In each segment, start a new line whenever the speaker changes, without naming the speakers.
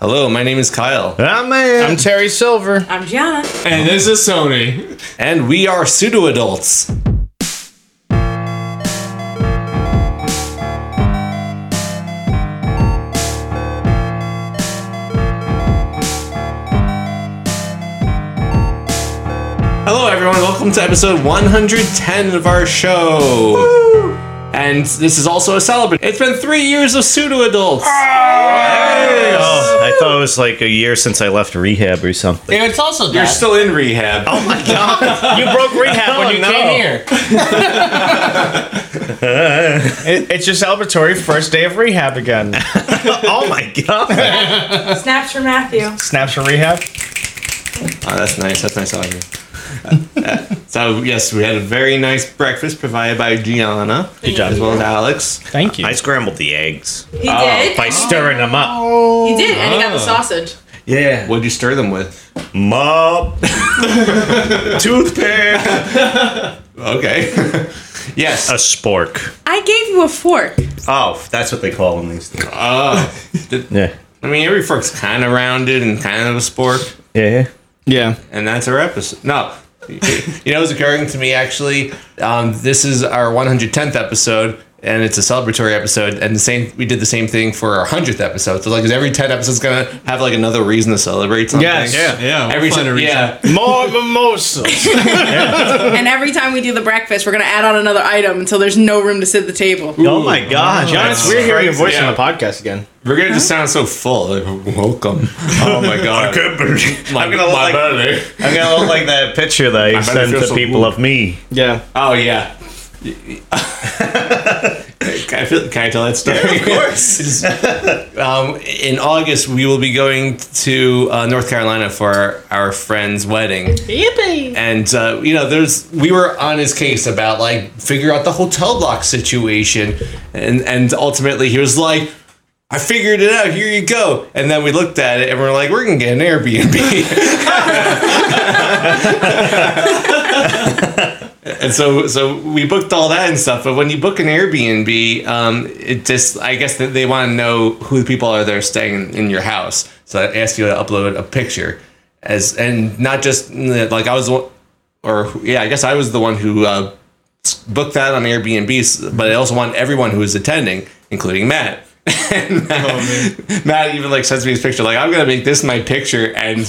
Hello, my name is Kyle,
I'm man.
I'm Terry Silver.
I'm Gianna.
And this is Sony.
and we are pseudo adults. Hello, everyone. Welcome to episode 110 of our show. And this is also a celebration. It's been three years of pseudo adults.
Ah!
oh, I thought it was like a year since I left rehab or something.
it's also
You're still in rehab.
Oh,
you broke rehab
Oh,
when you came here.
It, it's just Salvatore, first day of rehab again.
Oh my god!
Snaps for Matthew.
Snaps for rehab.
Oh, that's nice. That's nice audio. Uh, so yes, we had a very nice breakfast provided by Gianna
Good job.
as well as Alex.
Thank you.
I scrambled the eggs
He
Ah,
did.
by stirring them up.
He did, and he got the sausage.
Yeah,
What'd you stir them with?
mop, toothpick,
Okay. yes.
a spork.
I gave you a fork.
Oh, that's what they call them these days.
Ah.
Oh,
Yeah,
I mean, every fork's kind of rounded and kind of a spork,
yeah.
Yeah.
and that's our episode. No, you know, it was occurring to me actually. Um, this is our 110th episode. And it's a celebratory episode, and the same we did the same thing for our hundredth episode. So like, is every ten episodes gonna have like another reason to celebrate something?
Yes.
Yeah, yeah.
Every
find a
time,
reason.
yeah.
More mimosas.
and every time we do the breakfast, we're gonna add on another item until there's no room to sit at the table.
Oh my god!
Giannis,
that's
we're hearing your voice
Yeah.
on the podcast again.
We're gonna just sound so full. Like, welcome. Oh my god.
I'm gonna look like
belly.
I'm gonna look like that picture that you
better
send
feel
to
so
people
cool.
of me.
Yeah.
Oh yeah. can, I feel, can I tell that story? of course. um, in August, we will be going to uh, North Carolina for our friend's wedding.
Yippee!
and uh, you know there's we were on his case about like figure out the hotel block situation and and ultimately he was like I figured it out. Here you go. And then we looked at it and we're like, we're gonna get an Airbnb. and so, so we booked all that and stuff. But when you book an Airbnb, um, it just, I guess that they want to know who the people are that are staying in your house. So I asked you to upload a picture, as and not just like I was, the one- or yeah, I guess I was the one who uh, booked that on Airbnb, but I also want everyone who is attending, including Matt. And Matt, Matt even like sends me his picture, like I'm gonna make this my picture, and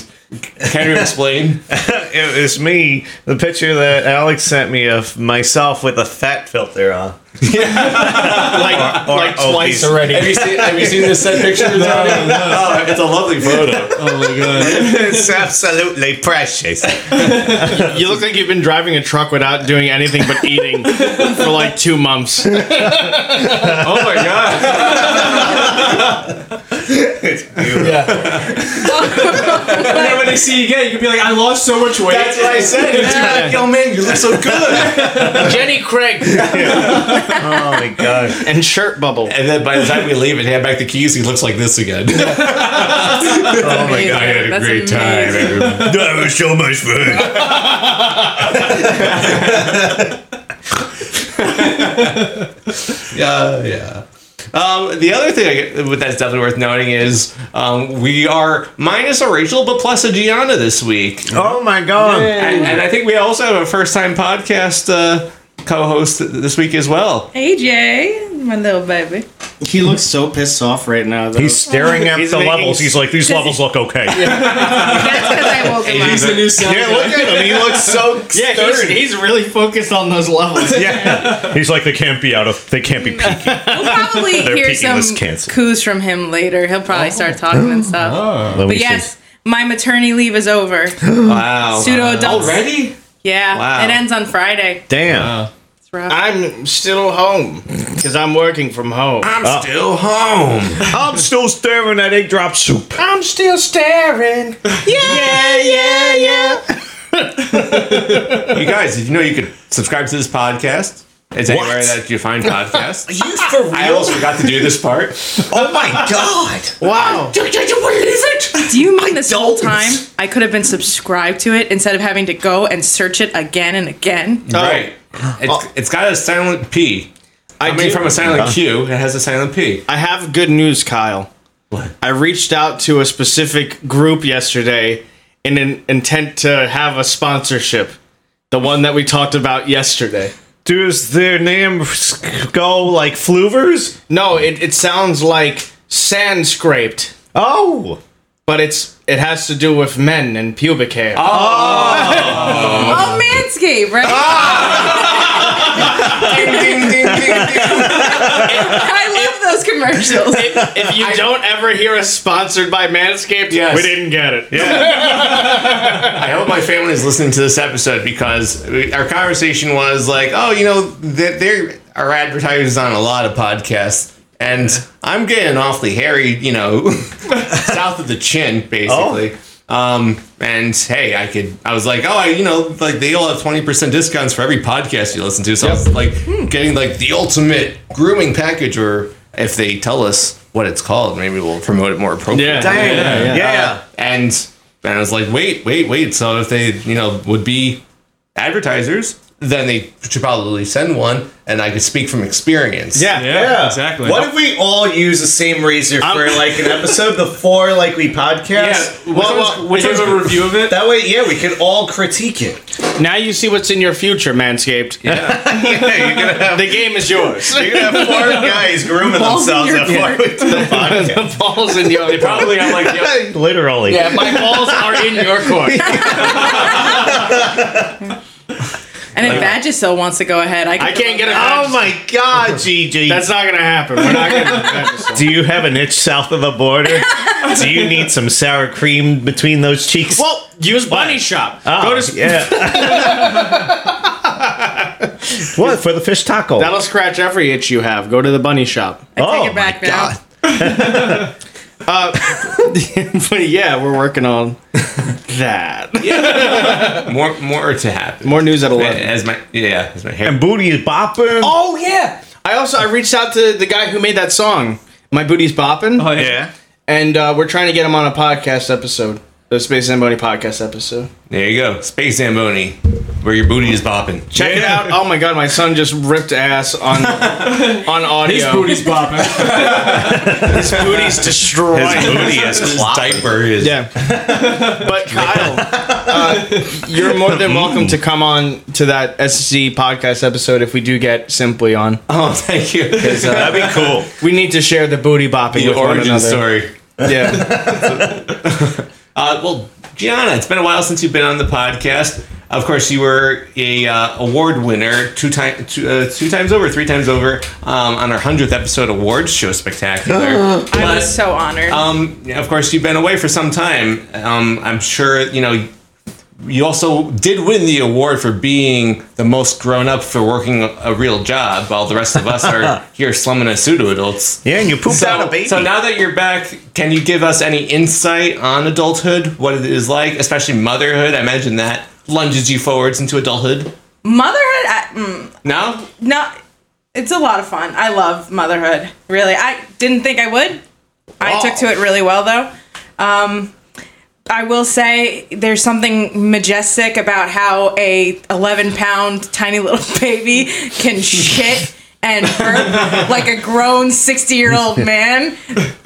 can you explain?
It was me. The picture that Alex sent me of myself with a fat filter on.
Like,
Or oh,
like
obese.
twice
have
already.
you seen Have you seen this set picture? no, Oh, it's a lovely photo.
Oh my god.
it's absolutely precious.
You look like you've been driving a truck without doing anything but eating for like two months.
Oh my god!
It's beautiful.
And then when they see you again, you can be like, I lost so much weight.
That's what I said. It's like, yo, man, you look so good.
Jenny Craig
Oh my god.
and shirt bubble.
And then by the time we leave and hand back the keys, he looks like this again.
Oh my
I had a
That's
great time.
amazing.
everyone.
That was so much fun.
Yeah, yeah. Um, the other thing I, but that's definitely worth noting is um, we are minus a Rachel but plus a Gianna this week,
Oh my god.
and, and I think we also have a first-time podcast uh, co-host this week as well.
Hey Jay, my little baby.
He looks so pissed off right now. Though.
He's staring at
He's
the
making-
levels. He's like, these levels look okay. Yeah,
That's because I woke him
He's
up.
the new sound guy.
at him. He looks so
yeah, he's, he's really focused on those levels.
yeah. He's like, they can't be out of, they can't be peaky.
We'll probably
Their
hear
peaking
some
was canceled.
coos from him later. He'll probably
Oh.
start talking and
Let
stuff. But
me see.
yes, my maternity leave is over.
Wow.
Pseudo adults.
Already?
Yeah,
Wow.
it ends on Friday.
Damn.
It's rough.
I'm still home because I'm working from home.
I'm still home.
I'm still staring at egg drop soup.
I'm still staring.
Yeah, yeah, yeah.
you guys, did you know you could subscribe to this podcast? It's anywhere
What?
that you find podcasts.
You for real?
I almost forgot to do this part.
oh my god.
Wow.
What is it?
Do you mean this whole
don't.
time I could have been subscribed to it instead of having to go and search it again and again?
Oh.
Right. It's, it's got a silent P. I, mean,
do-
from a silent Q, it has a silent P.
I have good news, Kyle.
I reached out to a specific group yesterday in an intent to have a sponsorship. The one that we talked about yesterday.
Does their name s- go like Fluvers?
No, it, it sounds like sand scraped,
Oh,
but it's it has to do with men and pubic hair.
Oh, Manscaped, right?
Ah! ding, ding, ding, ding, ding.
I love those commercials.
If you don't ever hear us sponsored by Manscaped,
Yes.
we didn't get it.
I hope my family is listening to this episode because we- our conversation was like, oh, you know, that there are advertisers on a lot of podcasts. And I'm getting awfully hairy, you know, south of the chin, basically. Um, and hey, I could, I was like, oh, I, you know, like they all have 20% discounts for every podcast you listen to. So I was like getting like the ultimate grooming package, or if they tell us what it's called, maybe we'll promote it more appropriately.
Yeah.
dang. Yeah.
And and I was like, wait, wait, wait. So if they, you know, would be advertisers, then they should probably send one, and I could speak from experience.
Yeah,
Yeah, exactly.
What if we all use the same razor for like an episode before like we podcast?
Yeah.
Well,
Well,
well,
which was a review of it.
That way, yeah, we can all critique it.
Now you see what's in your future, Manscaped.
Yeah, you're gonna have
The game is yours.
you're gonna have four guys grooming
Balls in
themselves
your
before
dick.
we do the podcast.
the balls in your
Probably I'm like, yeah,
Literally.
Yeah, my balls are in your court.
And if Vagisil wants to go ahead, I can.
I can't get a
Oh my God, GG.
That's not gonna happen. We're not gonna.
Do you have an itch south of the border? Do you need some sour cream between those cheeks?
well, use Bunny Shop.
Oh,
Go to. Sp-
yeah. what for the fish taco?
That'll scratch every itch you have. Go to the Bunny Shop.
Take
oh
it back
my
now.
God.
but yeah, we're working on that.
More more to happen.
More news at eleven.
As my yeah, as my hair.
And booty is bopping.
Oh yeah. I also I reached out to the guy who made that song. My booty's bopping.
oh, yeah.
and uh, we're trying to get him on a podcast episode, the Space Zamboni podcast episode.
there you go. Space Zamboni, where your booty is popping.
Check it out! Oh my god, my son just ripped ass on on audio.
His booty's bopping.
His booty's destroyed.
His booty is diaper is
yeah, but Kyle, uh, you're more than welcome to come on to that SC podcast episode if we do get simply on.
Oh, thank you. It's uh,
That'd be cool.
We need to share the booty bopping
the
with one
origin
another.
story.
Yeah,
Uh, well, Gianna, it's been a while since you've been on the podcast. Of course, you were a uh, award winner two times, two, uh, two times over, three times over um, on our hundredth episode awards show spectacular.
I
But,
was so honored.
um, of course, you've been away for some time. Um, I'm sure you know. You also did win the award for being the most grown up for working a, a real job, while the rest of us are here slumming as pseudo adults.
Yeah, and you pooped out
So,
a baby.
so now that you're back, can you give us any insight on adulthood, what it is like, especially motherhood? I imagine that lunges you forwards into adulthood.
Motherhood, I, mm,
No,
no, it's a lot of fun. I love motherhood. Really, I didn't think I would. I took to it really well, though. Um, I will say there's something majestic about how a 11 pound tiny little baby can shit and burp like a grown 60 year old man.
60.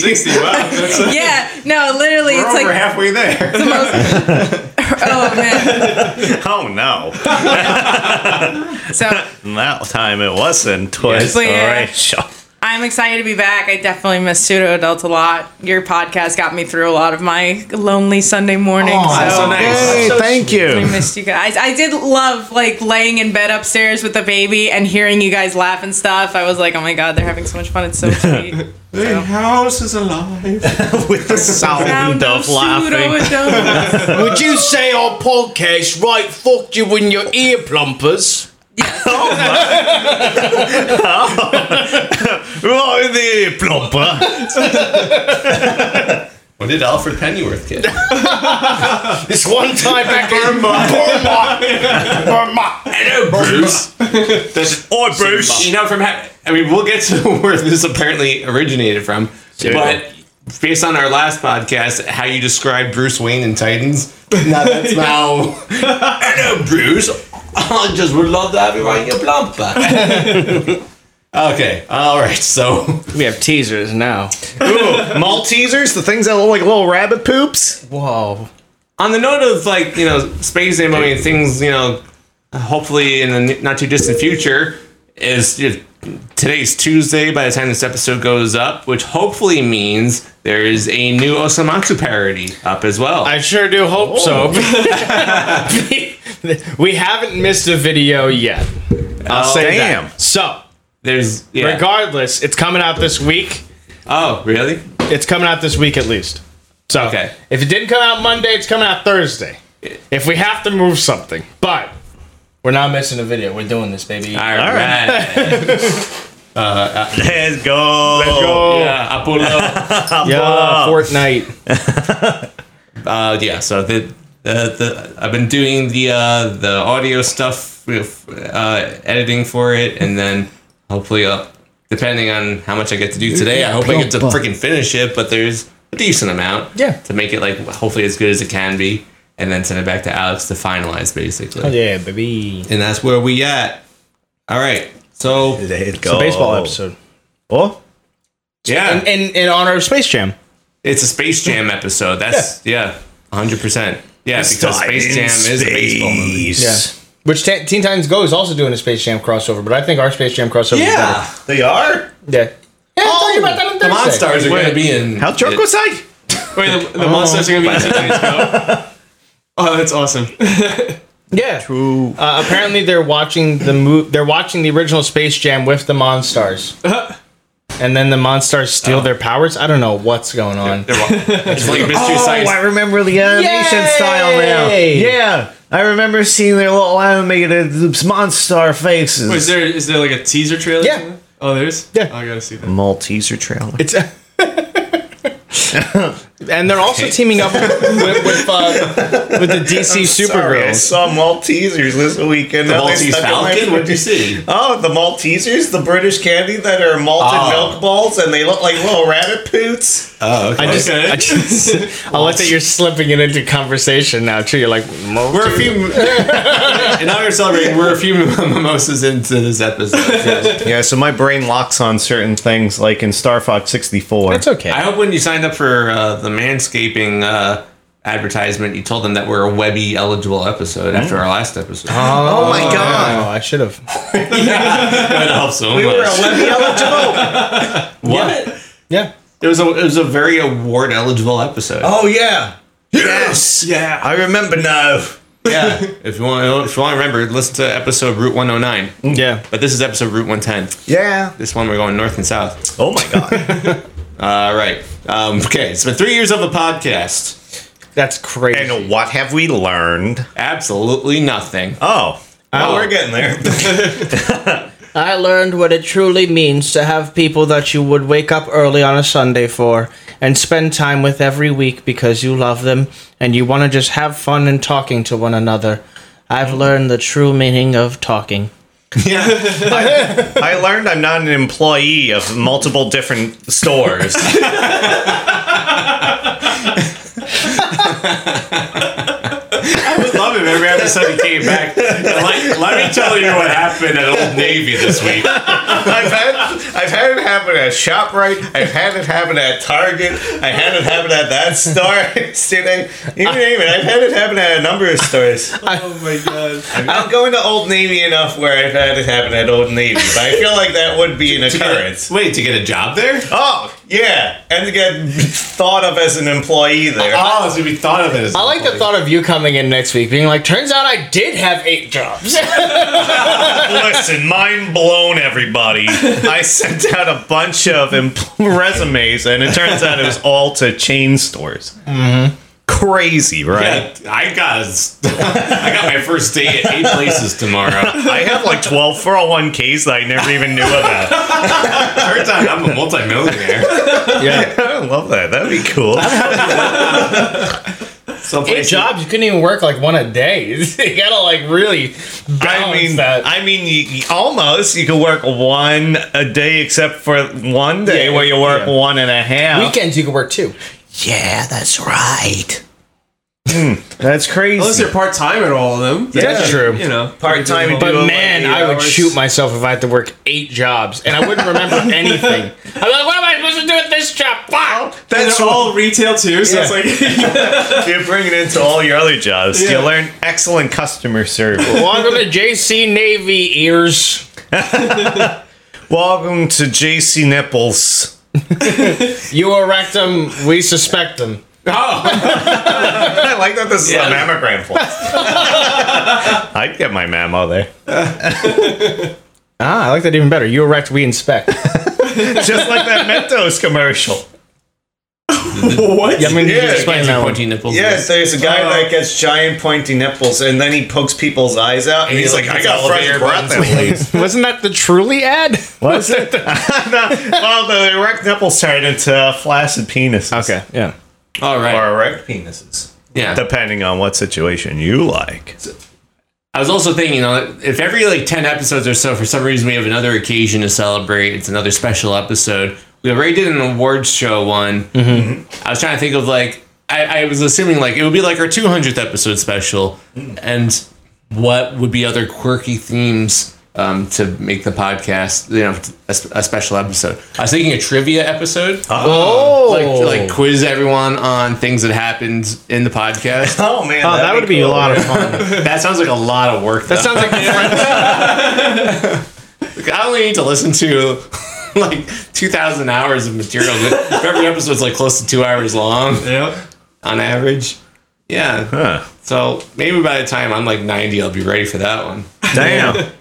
60, wow. That's a,
Yeah, no, literally,
We're
it's
over
like
halfway there.
the most. oh man!
oh no,
So
that time it wasn't Toy
Yes,
Story.
yeah.
Shop.
I'm excited to be back. I definitely miss pseudo adults a lot. Your podcast got me through a lot of my lonely Sunday mornings.
that's
so
so nice.
Hey, thank
I
you.
missed you guys. I did love like laying in bed upstairs with the baby and hearing you guys laugh and stuff. I was like, oh my god, they're having so much fun. It's so sweet.
The house is alive.
With the sound
Round
of laughing.
pseudo-adults.
would you say our podcast right fucked you in your ear plumpers?
Oh, the plumper.
What did Alfred Pennyworth get?
This one time back in Burma, Burma, Hello, Bruce.
Or Bruce.
you know, from ha- I mean, we'll get to where this apparently originated from, but based on our last podcast, how you described Bruce Wayne and Titans, now that's now. I know Bruce. I just would love to have you on your plumper. Okay, all right. So
We have teasers now.
Maltesers, the things that look like little rabbit poops.
Whoa.
on the note of like you know space anime and things you know, hopefully in the not too distant future is you know, today's Tuesday by the time this episode goes up, which hopefully means there is a new Osamatsu parody up as well.
I sure do hope Oh. so. we haven't missed a video yet. I'll say
damn.
that. So,
There's yeah.
regardless, it's coming out this week.
oh really?
It's coming out this week at least. So,
Okay.
if it didn't come out Monday, it's coming out Thursday. If we have to move something, but we're not missing a video. We're doing this, baby.
All
All right.
right.
Let's go. Let's
Go.
Yeah, Apollo.
Yeah, Fortnite.
uh, yeah, so the, the the I've been doing the uh, the audio stuff, with, uh, editing for it, and then hopefully, uh, depending on how much I get to do today, I hope I get to freaking finish it. But there's a decent amount,
Yeah.
to make it like hopefully as good as it can be, and then send it back to Alex to finalize, basically.
Oh, Yeah, baby.
And that's where we at. All right, so
Let's go.
It's a baseball episode.
Oh,
yeah,
In, in, in honor of Space Jam.
It's a Space Jam episode. That's yeah, hundred percent. Yeah, because Space Jam is a baseball movie.
Which Te- Teen Titans Go is also doing a Space Jam crossover, but I think our Space Jam crossover
Yeah, Oh.
They are?
is better. Yeah. Yeah, I'll tell you about that on
the
Thursday.
Monstars are going to be in.
How drunk was I?
Wait, the, the monsters are gonna be in Teen Titans Go. Oh, that's awesome.
Yeah.
Ooh.
Uh, apparently they're watching the mo- they're watching the original Space Jam with the Monstars.
Uh-huh.
and then the Monstars steal their powers. I don't know what's going on.
It's like Mystery
Oh,
Science.
I remember the animation
Yay!
style now. Yeah, I remember seeing their little animated Monstar faces.
Wait, is there is there like a teaser trailer? or
Yeah.
something? Oh, there's.
Yeah.
Oh, I gotta see that.
Malteser trailer.
It's and they're also teaming up with with, uh, with the DC
Sorry, I
Supergirls.
saw Maltesers this weekend.
the
Now they
Maltese
stuck in my
Falcon. What'd you
fridge.
see?
Oh, the Maltesers, the British candy that are malted
Oh.
milk balls, and they look like little rabbit poots.
Oh, okay.
I just,
Okay.
I just, I like that you're slipping it into conversation now too. You're like,
we're a few. and now we're celebrating. We're a few mimosas into this episode.
Yeah, so my brain locks on certain things, like in Star Fox 64.
it's okay.
I hope when you signed up for uh, the manscaping uh, advertisement, you told them that we're a Webby eligible episode after our last episode. Oh,
oh my god.
Oh, I should have.
that helps so
We
much.
were a Webby eligible.
what?
Yeah.
It was a it was a very award eligible episode.
Oh yeah. Yes.
Yeah.
I remember now.
Yeah, if you want, if you want to remember, listen to episode Route 109.
Yeah.
But this is episode Route 110.
Yeah.
This one we're going north and south.
Oh my god.
All right. Um, okay, it's been three years of a podcast.
That's crazy.
and what have we learned?
Absolutely nothing.
Oh. Well, we're getting there.
I learned what it truly means to have people that you would wake up early on a Sunday for and spend time with every week because you love them and you want to just have fun and talking to one another. I've learned the true meaning of talking.
I learned I'm not an employee of multiple different stores.
I would love it every episode he came back. and Like, let me tell you what happened at Old Navy this week.
I've had I've had it happen at Shoprite. I've had it happen at Target. I had it happen at that store. Sitting, you name it. I've had it happen at a number of stores.
Oh my god.
I'm going to Old Navy enough where I've had it happen at Old Navy, but I feel like that would be an occurrence.
Wait, to get a job there?
Oh yeah, and to get thought of as an employee there.
Oh, it's gonna be thought of it as.
I like the thought of you coming in next week being like, turns out I did have eight jobs.
Listen, mind blown, everybody. I sent out a bunch of em- resumes, and it turns out it was all to chain stores. Mm-hmm. Crazy, right?
Yeah, I got I got my first day at eight places tomorrow.
I have like 12 401ks that I never even knew about.
Turns out I'm a multimillionaire.
yeah.
I love that. That'd be cool.
Some
Eight
places-
jobs, you couldn't even work like one a day. you gotta like really balance
I mean,
that.
I mean, you, you- almost you could work one a day, except for one day
Yeah,
where you work
yeah.
one and a half.
Weekends you could work two.
Yeah, that's right. Hmm, That's crazy.
Unless they're part time at all of them. Then,
That's true.
You know,
Part-time and do
But
But
like
man,
eight
I would
hours.
shoot myself if I had to work eight jobs and I wouldn't remember anything. I'd be like, what am I supposed to do with this job? Fuck!
that's
That's all
all retail too. So it's like
you bring it into all your other jobs. You learn excellent customer service.
Welcome to JC Navy ears.
Welcome to JC Nipples.
You erect them, we suspect them.
I like that this is
Yeah.
a mammogram place. I'd get my mammo there.
Ah, I like that even better. You erect, we inspect.
Just like that Mentos commercial.
what?
Yeah, I'm gonna
Yeah,
explain that one.
Pointy nipples.
Yes, Uh, there's a guy that gets giant pointy nipples and then he pokes people's eyes out and, he's like, I got fresh breath at least.
Wasn't that the Truly ad?
Was it? well, the erect nipples turned into flaccid penises.
yeah.
All
Or
right.
erect penises.
Yeah.
Depending on what situation you like.
I was also thinking, you know, if every like ten episodes or so, for some reason we have another occasion to celebrate, it's another special episode. We already did an awards show one.
Mm-hmm.
I was trying to think of like I, I was assuming like it would be like our two hundredth episode special,
Mm.
and what would be other quirky themes um, to make the podcast, you know, a, sp- a special episode. I was thinking a trivia episode,
Oh,
like like quiz everyone on things that happened in the podcast.
Oh man,
oh, that would be a lot of fun.
that sounds like a lot of work.
That sounds like
I only need to listen to like 2,000 hours of material. If Every episode's like close to two hours long
Yep.
on average. Yeah.
Huh.
So maybe by the time I'm like 90, I'll be ready for that one.
Damn.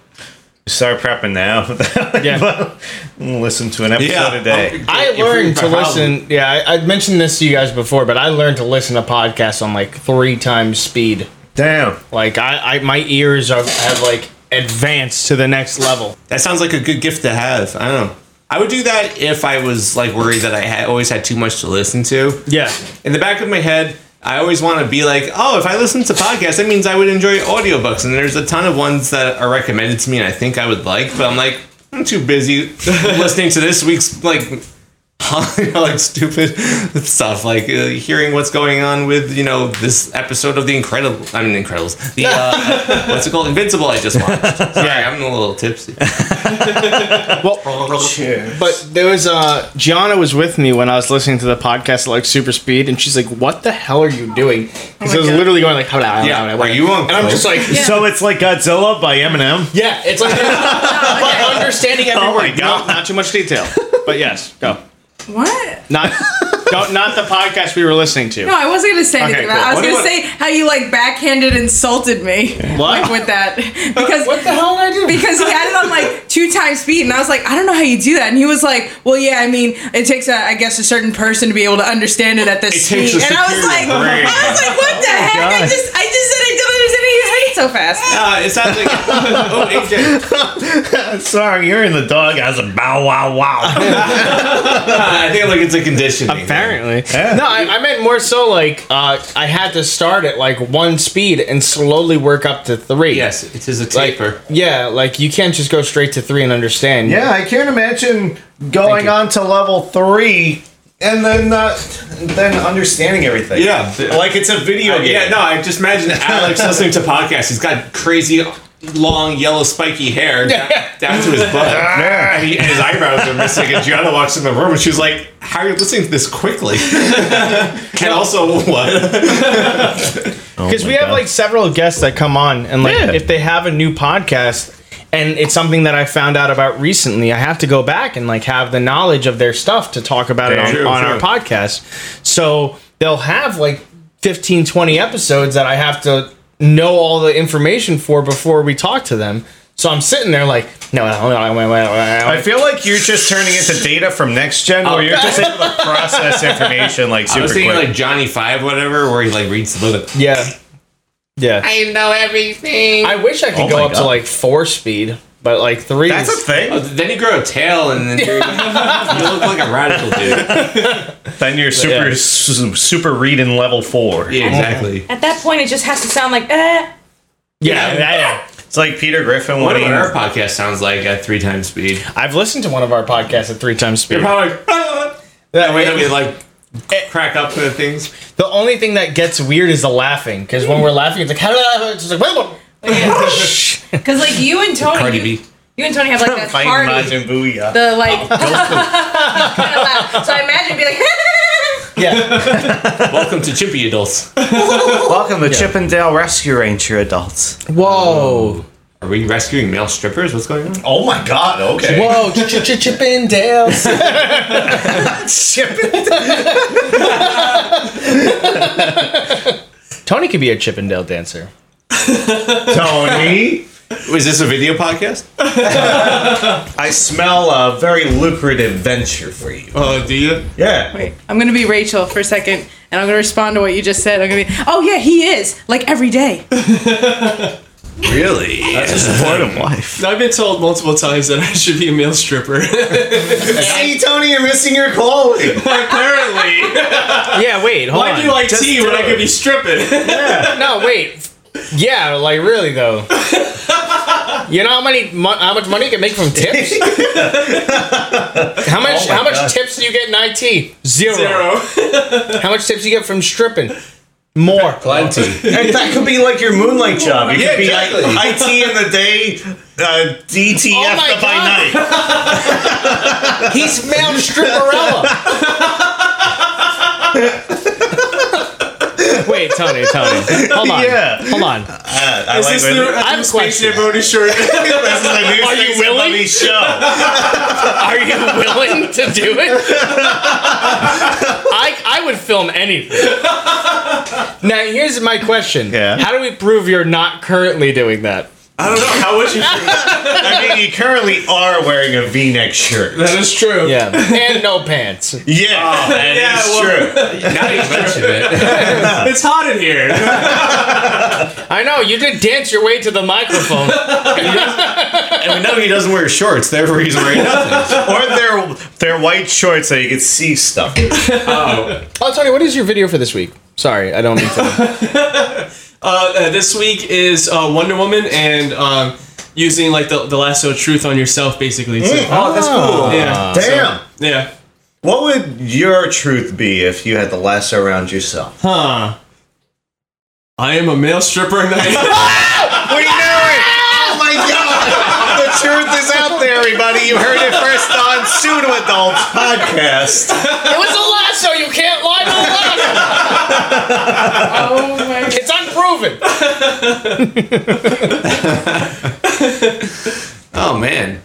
Start prepping now.
Yeah.
Listen to an episode a day.
I
Improve
learned
my
to
problem.
listen. Yeah, I, I mentioned this to you guys before, but I learned to listen to podcasts on like three times speed.
Damn.
Like I, I my ears are, have like advanced to the next level.
That sounds like a good gift to have. I don't know. I would do that if I was like worried that I had always had too much to listen to.
Yeah.
In the back of my head, I always want to be like, oh, if I listen to podcasts, that means I would enjoy audiobooks. And there's a ton of ones that are recommended to me and I think I would like, but I'm like, I'm too busy listening to this week's like, you know, like stupid stuff, like uh, hearing what's going on with you know this episode of the Incredible. I mean, Incredibles. The uh, what's it called? Invincible. I just watched. Sorry, I'm a little tipsy.
Well, but there was uh Gianna was with me when I was listening to the podcast at like super speed, and she's like, "What the hell are you doing?" Because I was
God.
literally going like, "How about
Yeah, are you on
And I'm just like, yeah,
So it's like Godzilla by Eminem.
it's like but understanding every
Oh my
word,
God.
not, not too much detail, but yes, go
What?
not don't, not the podcast we were listening to.
No, I wasn't gonna say anything.
cool.
about it. I was
What do
gonna
you
say how you like backhanded insulted me like
What?
with that because
What the hell did I do?
because he had it on like two times speed, and I was like, I don't know how you do that, and he was like, Well, yeah, I mean, it takes a, I guess a certain person to be able to understand it at this
It
speed,
takes a Oh
and I was
superior
like,
brain.
I was like, What the heck? I
God.
just I just said I don't understand how you say it so fast.
Uh, it sounds like oh, AJ.
Sorry, you're in the dog as a bow wow wow.
I think like it's a conditioning.
Apparently,
Yeah.
no. I, I meant more so like uh, I had to start at like one speed and slowly work up to three.
Yes, it is a
like
taper.
yeah, like you can't just go straight to three and understand.
yeah, I can't imagine
Thank
going
you.
on to level three and then uh, then understanding everything.
Yeah.
like it's a video game.
Yeah, no, I just imagine Alex listening to podcasts. He's got crazy long yellow spiky hair down, down to his butt. And, he, and his eyebrows are missing. And Gianna walks in the room and she's like, How are you listening to this quickly? and also, what?
Oh
because we have like several guests that come on, and like
Yeah.
if they have a new podcast and it's something that I found out about recently, I have to go back and like have the knowledge of their stuff to talk about it
Yeah,
on,
true,
on our
true.
podcast. So they'll have like 15, 20 episodes that I have to know all the information for before we talk to them. So I'm sitting there like, no, no, no, no, no, no, no,
I
no.
feel like you're just turning into data from next gen, where you're just able to process information like
I
super
was thinking
quick.
like Johnny Five, whatever, where he like reads the book.
yeah, yeah. I know everything. I wish I could
Oh
go
my
up to
God.
like four speed, but like three.
That's a
is-
thing.
Oh, then you grow a tail and then you're, you look like a radical dude.
Then you're super
Yeah.
su- super reading level four.
Yeah, exactly.
At that point, it just has to sound like eh.
yeah, yeah, yeah.
It's like Peter Griffin
What
when he
our podcast sounds like at three times speed.
I've listened to one of our podcasts at three times speed.
"Ah!" You're probably like,
That
Wait, Eh. I mean, like crack up the things.
The only thing that gets weird is the laughing, because when we're laughing, it's like, how did I? It's just like, wait, wait.
Because like you and Tony,
Cardi
you,
B.
you and Tony have like that
Fighting
party,
Majin Booyah.
the like. kind of laugh. So I imagine be like.
yeah.
Welcome to Chippy Adults.
Welcome to Chippendale Rescue Ranger adults.
Whoa,
Are we rescuing male strippers? What's going on?
Oh my god, okay.
whoa, ch- ch- Chippendales. Tony could be a Chippendale dancer.
Tony,
Oh, Is this a video podcast?
I smell a very lucrative venture for you.
Oh, do you?
Yeah.
Wait, I'm gonna be Rachel for a second, and I'm gonna respond to what you just said. I'm gonna be, oh yeah, he is like every day.
Really?
Supportive wife.
I've been told multiple times that I should be a male stripper.
See, Tony, you're missing your calling.
Apparently,
yeah. Wait, hold
why
on.
do you like
Just
tea when
do
I
it.
could be stripping?
no, wait.
Yeah, like really though. You know how many mo- how much money you can make from tips? how much
Oh my
how much
God.
tips do you get in IT? Zero.
Zero.
How much tips do you get from stripping? More.
Plenty.
And that could be like your moonlight job. It
Yeah,
could be
exactly.
like IT in the day, uh, DTF
Oh my
the by
God.
night.
He's male stripperella. Wait, Tony, Tony. Hold on.
Yeah.
Hold on.
Uh, I
Is
like
this
when-
the
this
I
have
have
a
space
question.
Jamboree shirt?
is the new
Are you
Space
willing?
Somebody show.
Are you willing to do it? I I would film anything. Now here's my question.
Yeah.
How do we prove you're not currently doing that?
I don't know. How would you?
I mean, you currently are wearing a V-neck shirt.
that is true.
Yeah. And no pants.
Yeah, that
Yeah,
is
well-
true.
now you mention it.
It's hot in here.
I know, you did dance your way to the microphone.
And we know he doesn't wear shorts, therefore he's wearing nothing.
Or they're they're white shorts that you can see stuff. in.
Oh Tony, what is your video for this week? Sorry, I don't mean to.
Uh, uh, this week is uh, Wonder Woman and um, using like the, the lasso of truth on yourself, basically. too.
Oh, that's cool.
Yeah.
Ah. Damn.
Yeah.
What would your truth be if you had the lasso around yourself?
Huh. I am a male stripper and I
We knew it! Oh my god! The truth is out there, everybody. You heard it first on Pseudo Adult Podcast.
It was a lasso, you can't lie to a lasso.
Oh my.
It's unproven.
Oh, man.
That,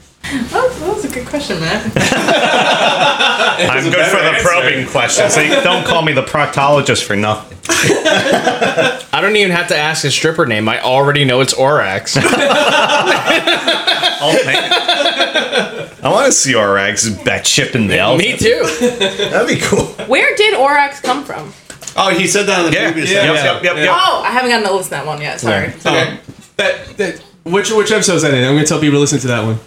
Oh, that was a good question, man.
I'm good for the probing question, so you don't call me the proctologist for nothing.
I don't even have to ask his stripper name. I already know it's Orax.
Oh, man. I want to see RX bet Chippendale.
Me too.
That'd be cool.
Where did Orax come from?
Oh, he said that on the
Yeah.
previous
Yeah.
episode.
Yep, yep, yep, yep.
Oh, I haven't gotten to listen to that one yet. Oh, Sorry.
um, that, that which which episode is that in? I'm gonna tell people to listen to that one.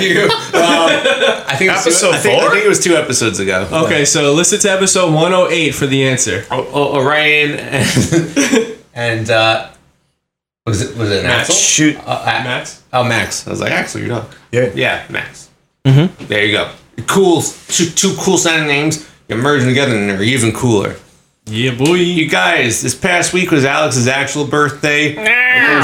You, um, I think it was
Episode
two, I think, I
four?
think it was two episodes ago. Oh,
Okay, so listen to episode 108 for the answer.
O- O- Orion and, and uh, was it was it Max? Axel?
Shoot.
Uh, uh,
Max?
Oh, Max. I was like Axel, you're not.
Yeah.
Yeah, Max. Mm-hmm. There you go. Cool. Two, two cool sounding names. You're merging together and they're even cooler.
Yeah, boy.
You guys, this past week was Alex's actual birthday. Of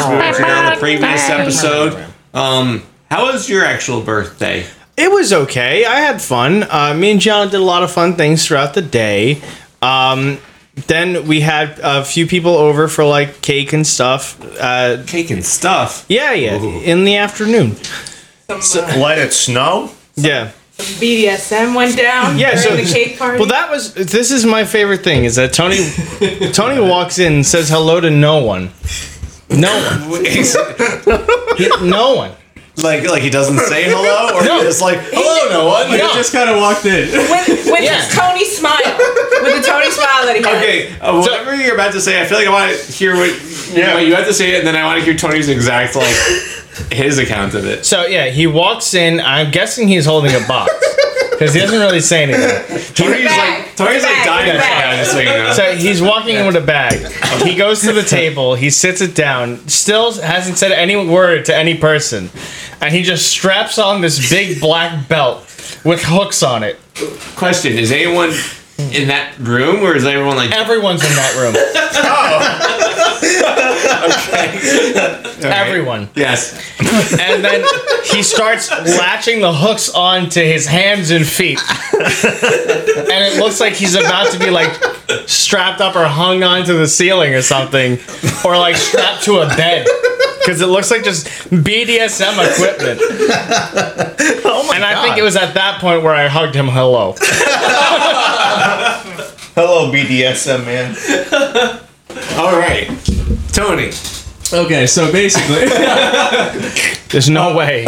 course, we mentioned it on the previous episode. Um, how was your actual birthday?
It was okay. I had fun. Uh, me and John did a lot of fun things throughout the day. Um, then we had a few people over for like cake and stuff. Uh,
Cake and stuff.
yeah, yeah,
Ooh.
in the afternoon.
Some, uh,
Let it snow?
Yeah.
BDSM went down
Yeah, so-
during the cake party.
Well, that was. This is my favorite thing is that Tony, Tony walks in and says hello to no one, no one, no one.
like like he doesn't say hello, or
No.
he's like hello, no one.
I
No.
just kind of walked in.
with, with
Yeah.
his Tony smile, with the Tony smile that he had.
Okay, uh, whatever you're about to say, I feel like I want to hear what, what you have to say, and then I want to hear Tony's exact like his account of it.
So yeah, he walks in. I'm guessing he's holding a box because he doesn't really say anything.
Tony's
back.
like Tony's like
Back.
dying
Back.
right now, just so you know.
So he's walking in with a bag. He goes to the table. He sits it down. Still hasn't said any word to any person, and he just straps on this big black belt with hooks on it.
Question: Is anyone
in that room, or is everyone like
Everyone's in that room. Everyone.
yes?
And then he starts latching the hooks onto his hands and feet. and it looks like he's about to be like strapped up or hung onto the ceiling or something. Or like strapped to a bed. Because it looks like just BDSM equipment. Oh my and I think
God.
it was at that point where I hugged him hello.
Hello, BDSM man.
All right, Tony.
Okay, so basically,
There's no way.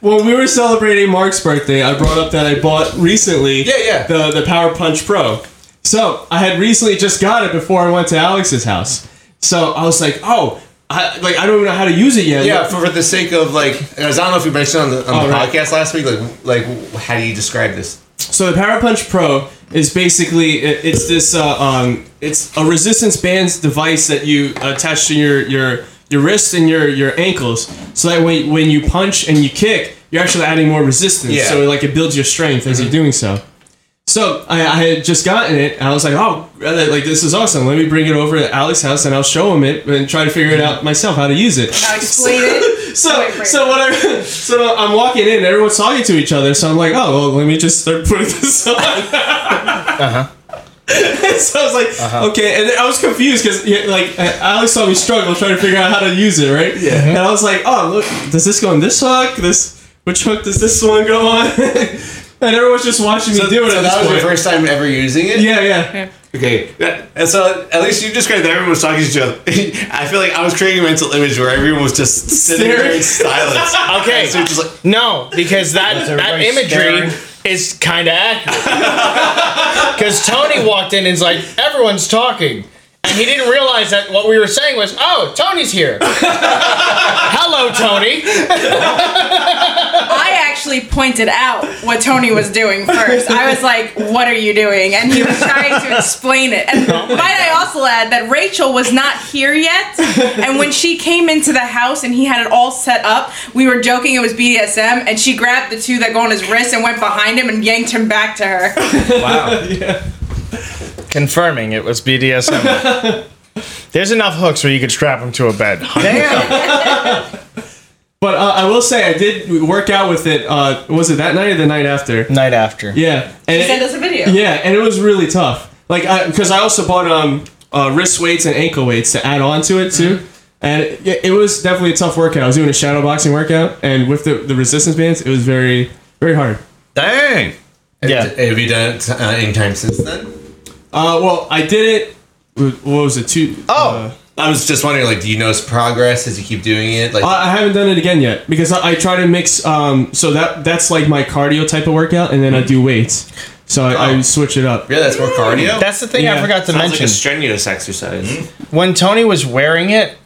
when we were celebrating Mark's birthday, I brought up that I bought recently
Yeah, yeah.
the the Power Punch Pro. So I had recently just got it before I went to Alex's house. So I was like, oh, I, like I don't even know how to use it yet.
Yeah,
Look-
for, for the sake of like, as I don't know if you mentioned on the, on
Oh,
the
right.
podcast last week, like, like how do you describe this?
So the Power Punch Pro is basically it, it's this uh, um, it's a resistance bands device that you attach to your your your wrists and your your ankles, so that when when you punch and you kick, you're actually adding more resistance.
Yeah.
So like it builds your strength as you're doing so. So I, I had just gotten it, and I was like, "Oh, really, like this is awesome! Let me bring it over to Alex's house, and I'll show him it and try to figure it out myself how to use it."
Now explain it.
So,
Wait, wait.
so what I, so I'm walking in, and everyone's talking to each other. So I'm like, oh, well, let me just start putting this on. uh-huh. so I was like, okay, and then I was confused because like Alex saw me struggle trying to figure out how to use it, right? Yeah. And I was like, oh, look, does this go on this hook? This which hook does this one go on? and everyone's just watching me do it
So
at this
that was your
point.
first time ever using it.
yeah, yeah.
Okay. That, and so at least you described that everyone was talking to each other. I feel like I was creating a mental image where everyone was just sitting there in silence.
Okay.
So it's just like,
No, because that that
everybody
imagery
staring?
is kind of accurate. Because Tony walked in and is like, everyone's talking. And he didn't realize that what we were saying was, oh, Tony's here. Hello, Tony.
I actually pointed out what Tony was doing first. I was like, "What are you doing?" And he was trying to explain it. And might I also add that Rachel was not here yet, and when she came into the house and he had it all set up, we were joking it was BDSM, and she grabbed the two that go on his wrist and went behind him and yanked him back to her.
Confirming it was BDSM. There's enough hooks where you could strap him to a bed.
But uh, I will say I did work out with it. Uh, was it that night or the night after?
Night after.
Yeah. And
Send
it-
us a video.
Yeah, and it was really tough. Like, because I, also bought um uh, wrist weights and ankle weights to add on to it too, and it, yeah, it was definitely a tough workout. I was doing a shadow boxing workout, and with the, the resistance bands, it was very very hard.
Dang.
Yeah.
Have you done it uh, any time since then?
Uh, well, I did it. with- What was it? Two. Oh.
I was just wondering, like, do you notice progress as you keep doing it?
Uh,
Like,
I I haven't done it again yet because I, I try to mix. Um, so that that's like my cardio type of workout, and then I do weights. So I, I switch it up.
yeah, that's more cardio.
That's the thing I
Yeah.
forgot to
Sounds like
mention.
a strenuous exercise.
when Tony was wearing it,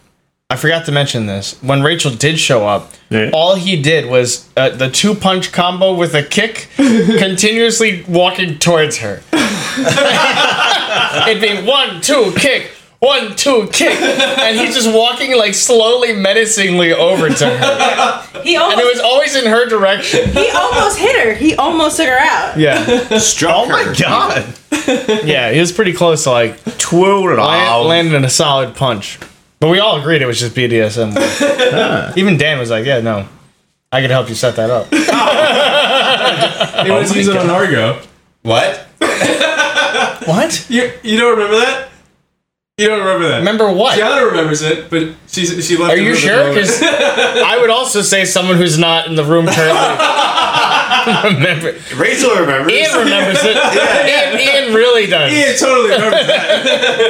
I forgot to mention this. When Rachel did show up,
Yeah.
all he did was uh, the two punch combo with a kick, continuously walking towards her. It'd be one, two, kick, one, two, kick, and he's just walking like slowly, menacingly over to her.
He
And it was
almost
always in her direction.
he almost hit her. He almost took her out.
Yeah,
Oh my god.
yeah, he was pretty close to like
Twirl it
land,
all.
landing a solid punch. But we all agreed it was just BDSM. Even Dan was like, "Yeah, no, I could help you set that up."
They want to use it on Argo.
What?
What?
You you don't remember that? You don't remember that?
Remember what?
Gianna remembers it, but she's she left.
Are you sure? Because I would also say someone who's not in the room currently. remember
Rachel remembers.
Ian remembers it. Ian, Ian really does.
yeah, totally remembers that.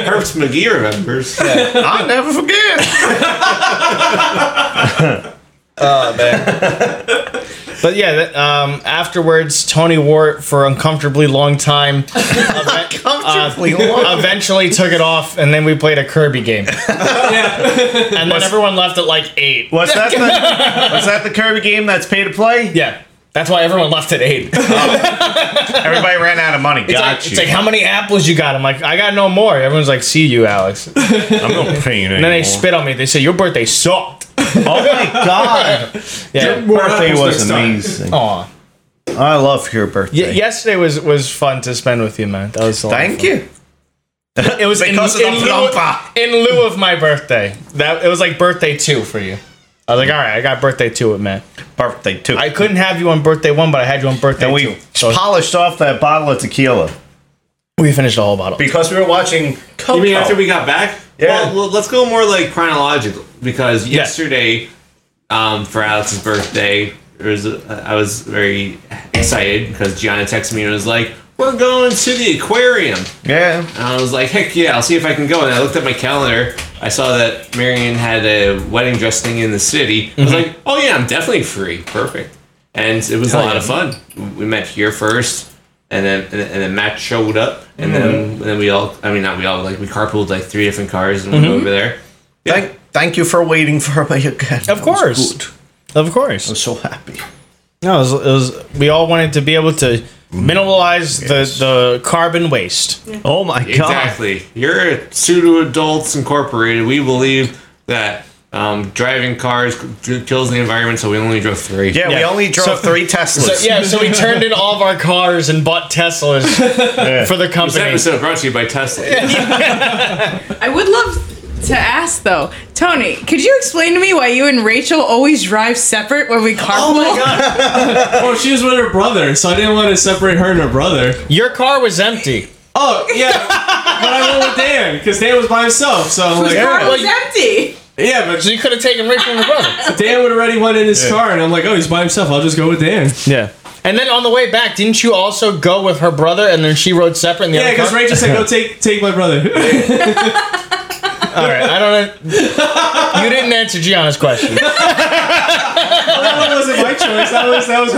Herbst McGee remembers.
I'll never forget.
Oh, But yeah, that, um, afterwards Tony wore it for uncomfortably long time.
Comfortably
Uh, Eventually took it off, and then we played a Kirby game. And then everyone left at like eight.
What's that? The, what's that? The Kirby game that's pay to play?
Yeah. That's why everyone left at eight.
Everybody ran out of money. Got
It's
you.
like, how many apples you got? I'm like, I got no more. Everyone's like, see you, Alex. And
I'm not paying
then they spit on me. They say, your birthday sucked.
Oh my god.
Yeah.
More apples next time.
Oh.
amazing.
Aw.
I love your birthday.
Y- yesterday was was fun to spend with you, man. That was a lot of
Thank
fun.
you.
It was in,
Because of the
in lieu,
flumpa.
in lieu of my birthday. That it was like birthday two for you. I was like, all right, I got birthday two with man.
Birthday too.
I couldn't have you on birthday one, but I had you on birthday
and
two.
we
So
polished off that bottle of tequila
we finished the whole bottle.
because we were watching. Coco.
You mean
Oh.
after we got back?
Yeah.
Well, l- let's go more like chronological because
Yeah.
yesterday, um, for Alex's birthday, there was a, I was very excited because Gianna texted me and was like, "We're going to the aquarium."
yeah.
And I was like, heck yeah, I'll see if I can go. And I looked at my calendar. I saw that Marion had a wedding dress thing in the city. I was like, oh yeah, I'm definitely free. Perfect. And it was a lot of fun. We met here first, and then and then Matt showed up, and then and then we all I mean not we all like we carpooled like three different cars and went over there.
Thank, thank you for waiting for me again. That was
Of course.
good.
Of course.
I'm so happy.
No, it was, it was. We all wanted to be able to
Mm.
minimize the, the carbon waste.
Oh my
Exactly. You're a pseudo adults incorporated. We believe that um, driving cars c- kills the environment, so we only drove three.
Yeah, we
Yeah.
only drove
So-
three Teslas.
So, yeah, so we turned in all of our cars and bought Teslas for the
This
company.
episode brought to you by Tesla.
I would love to ask though, Tony, could you explain to me why you and Rachel always drive separate when we carpool?
Oh, she was with her brother, so I didn't want to separate her and her brother.
Your car was empty.
Oh yeah, but I went with Dan because Dan was by himself. So I'm like,
The car was
Well,
empty.
yeah,
So
but
you could have taken Rachel and her brother.
Dan would already went in his car, and I'm like, oh, he's by himself. I'll just go with Dan.
Yeah. And then on the way back, didn't you also go with her brother and then she rode separate in the
Yeah,
other
because
car?
Rachel said, go take take my brother.
all right, I don't know. You didn't answer Gianna's question.
that wasn't my choice. That was that was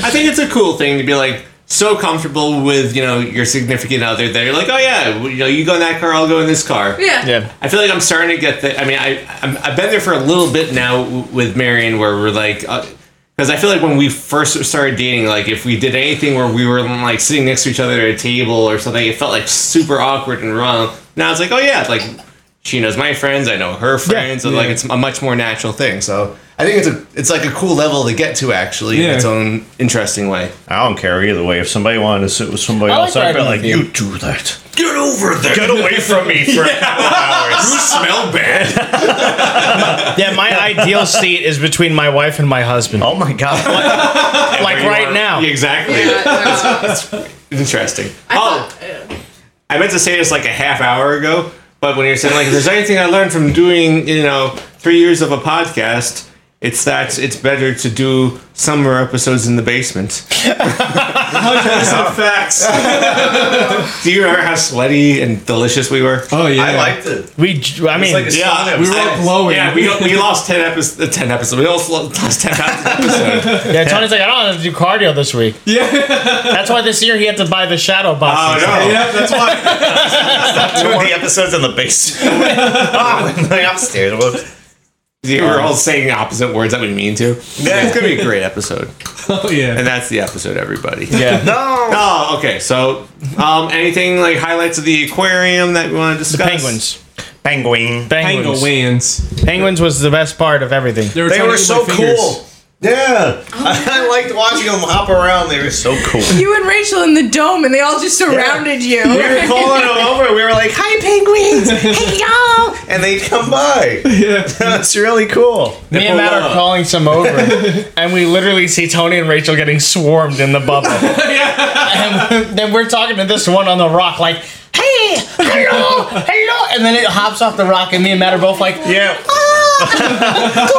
her.
I think it's a cool thing to be like so comfortable with you know your significant other that you're like, oh yeah, well, you know, you go in that car, I'll go in this car.
Yeah.
Yeah.
I feel like I'm starting to get the. I mean, I I'm, I've been there for a little bit now w- with Marion, where we're like, because I feel like when we first started dating, like if we did anything where we were like sitting next to each other at a table or something, it felt like super awkward and wrong. Now it's like, oh yeah, like she knows my friends, I know her friends, and like it's a much more natural thing. So I think it's a it's like a cool level to get to actually in
Yeah.
its own interesting way.
I don't care either way. If somebody wanted to sit with somebody
like
else, I'd be
riding
like,
with you.
you do that.
Get over there.
Get away from me for a couple hours.
You smell bad.
Yeah, my ideal seat is between my wife and my husband.
Oh my god.
like right now.
Exactly. Interesting. oh, I meant to say this like a half hour ago, but when you're saying like, if there's anything I learned from doing, you know, three years of a podcast, it's that it's better to do summer episodes in the basement. Hundreds of facts. do you remember how sweaty and delicious we were?
Oh yeah,
I liked it.
We, j- I mean,
It's like a sauna.
we were
all glowing.
Yeah, we, we lost ten episodes. Ten episodes. We almost lost ten episodes.
yeah, Tony's like, I don't have to do cardio this week.
yeah,
That's why this year he had to buy the shadow boxes.
yeah. That's why.
doing the episodes in the basement. oh, in the upstairs. Well,
You were all saying opposite words that we mean to. Yeah, it's gonna be a great episode,
Oh yeah.
and that's the episode, everybody.
Yeah.
No.
Oh, okay. So, um, anything like highlights of the aquarium that we want to discuss?
Penguins.
Penguin.
Penguins.
Penguins.
Penguins was the best part of everything.
They
trying
were
to eat my
so
fingers.
cool. Yeah. I liked watching them hop around. They were so cool.
You and Rachel in the dome, and they all just surrounded you.
We were calling them over. We were like, "Hi, penguins! Hey, y'all!" And they'd come by. Yeah, that's really cool.
Me and Matt are calling some over, and we literally see Tony and Rachel getting swarmed in the bubble. And then we're talking to this one on the rock, like, hey, hello, hello. And then it hops off the rock, and me and Matt are both like,
Yeah,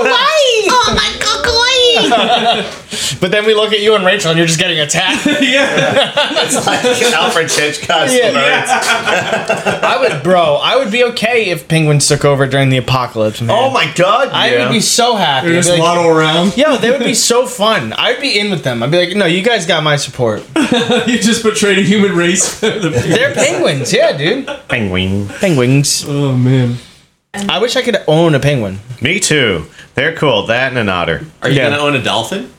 Oh my god, kawaii! but then we look at you and Rachel, and you're just getting attacked.
Alfred Hitchcock's
Yeah.
birds.
I would, bro, I would be okay if penguins took over during the apocalypse, man.
Oh my god!
I
yeah.
would be so happy.
They
I'd
Just
be like,
waddle around.
Yo, they would be so fun. I'd be in with them. I'd be like, no, you guys got my support.
You just betrayed the human race.
They're penguins, yeah, dude.
penguin.
Penguins.
oh man.
I wish I could own a penguin.
Me too. They're cool. That and an otter.
Are you
Yeah.
gonna own a dolphin?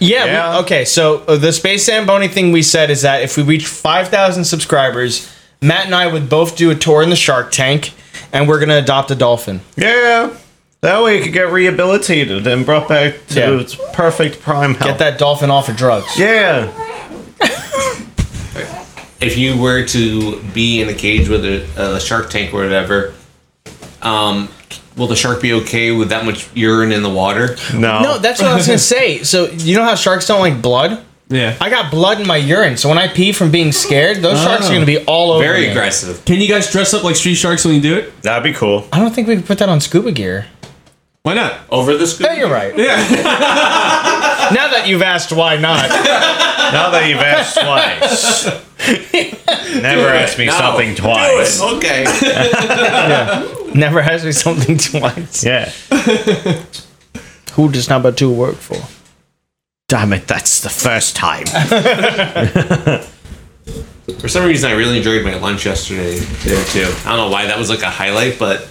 Yeah. we-
Yeah.
okay. So uh, the Space Zamboni thing we said is that if we reach five thousand subscribers, Matt and I would both do a tour in the Shark Tank, and we're gonna adopt a dolphin.
Yeah. That way it could get rehabilitated and brought back to
Yeah.
its perfect prime
Oh.
health.
Get that dolphin off of drugs.
Yeah.
if you were to be in a cage with a, a shark tank or whatever, um, will the shark be okay with that much urine in the water?
No.
No, that's what I was gonna say. So you know how sharks don't like blood?
Yeah.
I got blood in my urine, so when I pee from being scared, those sharks are gonna be all over.
Oh. Very
me.
aggressive.
Can you guys dress up like street sharks when you do it?
That'd be cool.
I don't think we could put that on scuba gear.
Why not?
Oh,
Over the scoop.
Yeah, you're right. Yeah. now that you've asked why not,
Now that you've asked twice. Never ask me something twice.
Okay.
never ask me something twice.
Yeah.
Who does number two work for?
Damn it, that's the first time.
For some reason, I really enjoyed my lunch yesterday there too. I don't know why that was like a highlight, but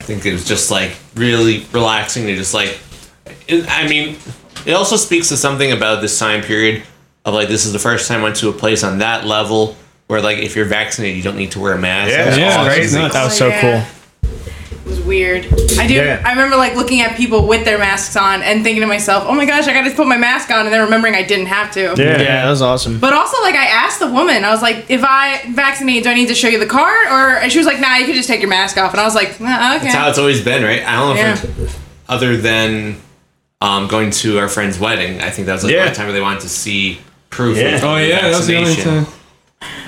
I think it was just like really relaxing to just like. It, I mean, it also speaks to something about this time period of like this is the first time I went to a place on that level where like if you're vaccinated, you don't need to wear a mask. That was
Yeah,
awesome.
that's nuts.
That was so
Yeah. It was weird. I do.
Yeah.
I remember like looking at people with their masks on and thinking to myself, "Oh my gosh, I got to put my mask on," and then remembering I didn't have to.
cool. Yeah.
that was awesome.
But also, like, I asked the woman, I was like, if I vaccinate, do I need to show you the card? Or and she was like, nah, you can just take your mask off. And I was like, nah, okay.
That's how it's always been, right? I don't know
Yeah.
if it's- other than um, going to our friend's wedding, I think that was like the
Yeah.
only time where they wanted to see proof.
Yeah.
Of
Oh yeah, that was the only
vaccination.
time.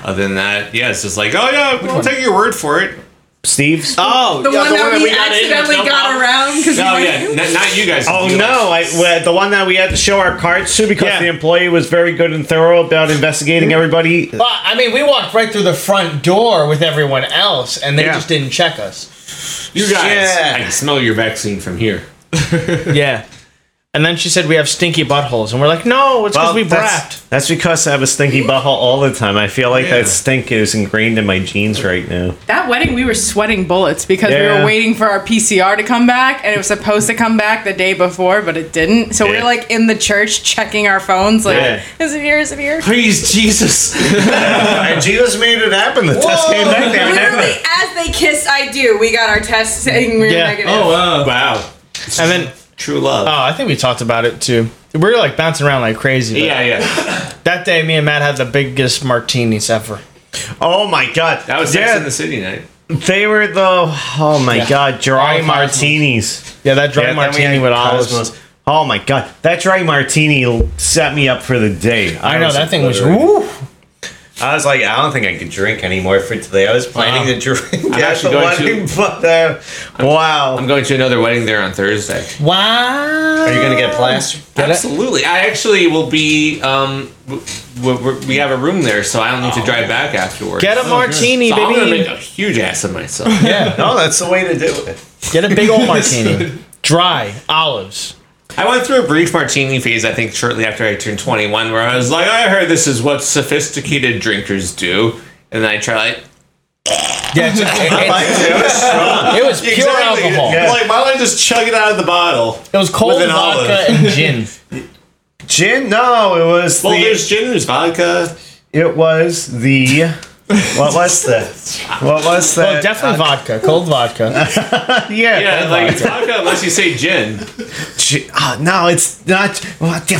Other than that, yeah, it's just like, oh yeah, we'll take your word for it.
Steve's.
Oh,
the,
yeah,
one that we,
got in with
accidentally
no
got
problem.
around because
No, yeah, n- not you guys.
Oh
You
no! I, well, the one that we had to show our cards to because
Yeah.
the employee was very good and thorough about investigating everybody.
Well, I mean, we walked right through the front door with everyone else, and they
Yeah.
just didn't check us.
You guys,
Yeah.
I can smell your vaccine from here.
Yeah. And then she said we have stinky buttholes, and we're like, no, it's because
Well,
we
that's,
brapped.
that's because I have a stinky butthole all the time. I feel like
Yeah.
that stink is ingrained in my genes right now.
That wedding, we were sweating bullets because we
Yeah.
were waiting for our PCR to come back, and it was supposed to come back the day before, but it didn't. So we
Yeah.
were like in the church checking our phones, like,
Yeah.
is it here? Is it here?
Please, Jesus.
And Jesus made it happen. The test came back. They were
Literally,
negative.
as they kissed, I do. We got our test saying we were
Yeah.
negative.
Oh wow.
Wow.
And then,
True love.
oh, I think we talked about it too. We were like bouncing around like crazy. but
yeah, yeah.
That day, me and Matt had the biggest martinis ever.
Oh my god!
That was Sex in
yeah.
the City night.
They were the oh my god dry
All
martinis.
Yeah, that dry
Yeah, then we
martini
had
with olives.
Cosmos. Oh my god, that dry martini l- set me up for the day.
I know
was
that thing was.
obliterated.
Woo!
I was like, I don't think I could drink anymore for today. I was planning to drink. I'm
actually going to-
but, uh, wow.
I'm going to another wedding there on Thursday.
Wow.
Are you gonna get plastered?
Absolutely. I actually will be. Um, w- w- w- we have a room there, so I don't need to drive back afterwards.
Get a martini,
So I'm gonna make
baby.
a huge ass of myself.
Yeah.
No, that's the way to do it.
Get a big old martini. Dry olives.
I went through a brief martini phase, I think, shortly after I turned 21, where I was like, I heard this is what sophisticated drinkers do. And then I tried, like,
Yeah, it's, it, it, it was pure alcohol.
yeah.
like why don't I just chug it out of the bottle?
It was cold
With an
vodka
olive.
and gin.
Gin? No, it was
Well,
the.
there's gin, there's vodka.
It was the. What was that? What was that?
Well, definitely vodka, cold vodka.
yeah.
Yeah, like it's vodka unless you say gin.
Gin- oh, no, it's not. What the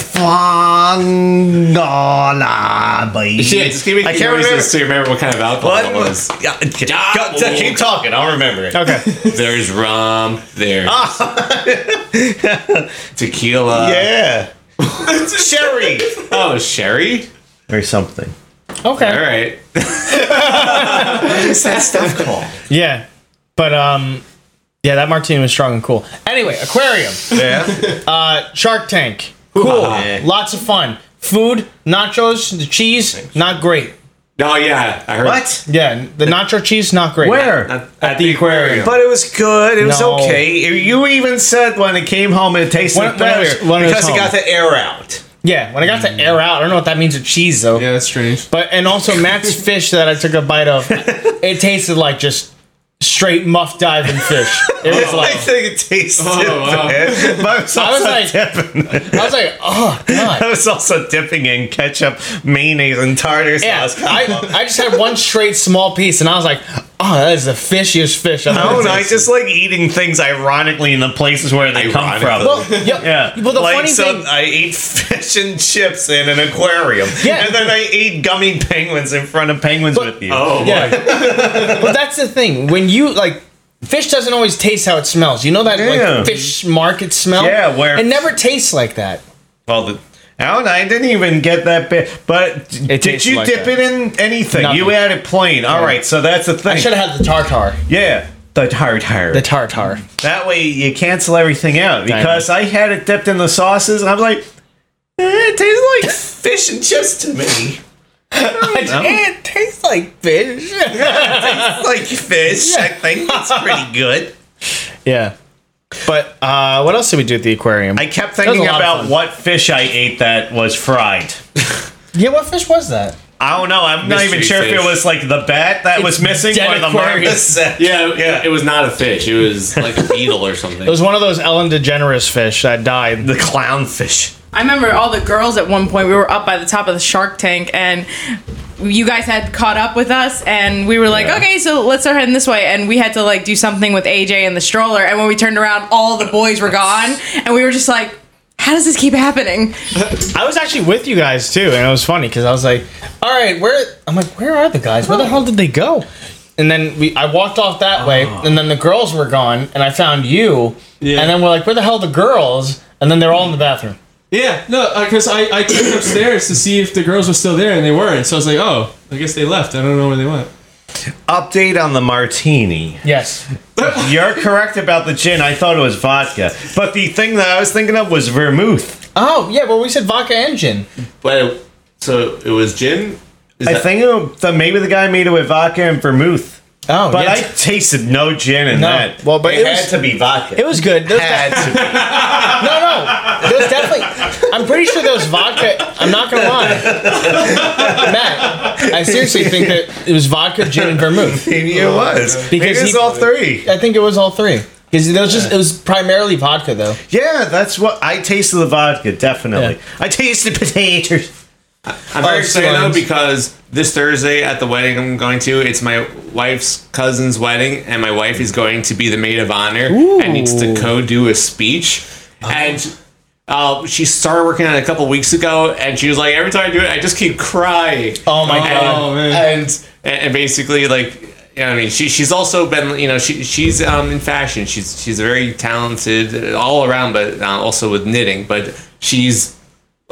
fun? baby.
Yeah, just keep making
I can't
noises
remember.
to remember what kind of alcohol it was.
Yeah,
Yeah,
go-
well,
keep talking. I'll remember it.
Okay.
There's rum, there's tequila.
Ah. Yeah. Sherry.
Oh, sherry?
Or something.
All
Okay.
right.
Yeah. But um yeah, that martini was strong and cool. Anyway, aquarium. Uh,
Yeah.
Shark Tank. Cool. Lots of fun. Food, nachos, the cheese, not great.
Oh, yeah. I heard
what?
Yeah, the nacho cheese, not great.
Where?
At, at the aquarium.
But it was good. It was
No.
okay. You even said when it came home, it tasted
When- when it
better
was- when it was
because it
home.
got the air out.
Yeah, when I got the air out, I don't know what that means with cheese though.
Yeah, that's strange.
But and also Matt's fish that I took a bite of, it tasted like just straight muff diving fish. It was
I
like
think it tasted
Oh, wow.
bad, but I was
I was
also
like-
dipping.
I was like, oh god.
I was also dipping in ketchup, mayonnaise, and tartar
Yeah,
sauce.
I, I just had one straight small piece, and I was like, oh, oh, that is the fishiest fish I've ever
No, and I
tasted."
just like eating things ironically in the places where they come from.
Well, yeah.
yeah.
Well, the
like,
funny
so
thing,
I ate fish and chips in an aquarium.
Yeah.
And then I ate gummy penguins in front of penguins
But-
with you.
yeah. but that's the thing. When you like fish doesn't always taste how it smells. You know that
Yeah.
like fish market smell?
Yeah, where-
it never tastes like that.
Well, the, Alan, I didn't even get that bit. But d-
It
did
tastes
you
like
dip
that.
it in anything? You
Nothing.
had it plain. All right, so that's the
I
thing.
should have had the tartar.
yeah. The hard hard.
The tartar.
that way you cancel everything out because I, had it dipped in the sauces and I was like, eh, it tastes like fish and chips to me.
It tastes like fish.
like fish. I think it's pretty good.
yeah. But uh, what else did we do at the aquarium?
I kept
was a
thinking
lot of
about
fun.
what fish I ate that was fried.
yeah, what fish was that?
I don't know. I'm not
Mystery
even sure if
fish.
it was like the bat that was missing
dead
or the
Aquarius.
marmot.
Yeah,
Yeah.
yeah. It was not a fish. It was like a beetle or something.
It was one of those Ellen DeGeneres fish that died.
The clownfish.
I remember all the girls at one point. We were up by the top of the Shark Tank, and you guys had caught up with us, and we were like, "Okay, so let's start heading this way." And we had to like do something with AJ and the stroller. And when we turned around, all the boys were gone, and we were just like, "How does this keep happening?"
I was actually with you guys too, and it was funny because I was like, "All right, where?" I'm like, "Where are the guys? Where the hell did they go?" And then we, I walked off that way, and then the girls were gone, and I found you,
Yeah.
and then we're like, "Where the hell are the girls?" And then they're all in the bathroom.
Yeah, no, because I, I came upstairs to see if the girls were still there, and they weren't. So I was like, oh, I guess they left. I don't know where they went.
Update on the martini.
Yes,
You're correct about the gin. I thought it was vodka. But the thing that I was thinking of was vermouth.
Oh yeah, well we said vodka and gin.
But so it was gin. Is
I
that-
think it, the, maybe the guy made it with vodka and vermouth.
Oh,
But
yeah.
I tasted no gin in
No.
that.
Well, but
it,
it
had
was-
to be vodka.
it was good. There was
had
de-
to be.
no, no, there was definitely. I'm pretty sure there was vodka. I'm not gonna lie, Matt. I seriously think that it was vodka, gin, and vermouth.
Maybe it was. Maybe
Because
it was
he-
all three.
I think it was all three. Because it was just it was primarily vodka though.
Yeah, that's what I tasted the vodka, definitely.
Yeah.
I tasted potatoes.
I'm very
Oh,
excited though
slimes.
because this Thursday at the wedding I'm going to, it's my wife's cousin's wedding, and my wife is going to be the maid of honor and needs to co-do a speech.
Uh-huh.
And uh, she started working on it a couple weeks ago, and she was like, every time I do it, I just keep crying.
Oh my
and,
god.
Oh, man.
And and basically like. Yeah, I mean, she she's also been, you know, she she's um in fashion. She's she's very talented all around, but uh, also with knitting. But she's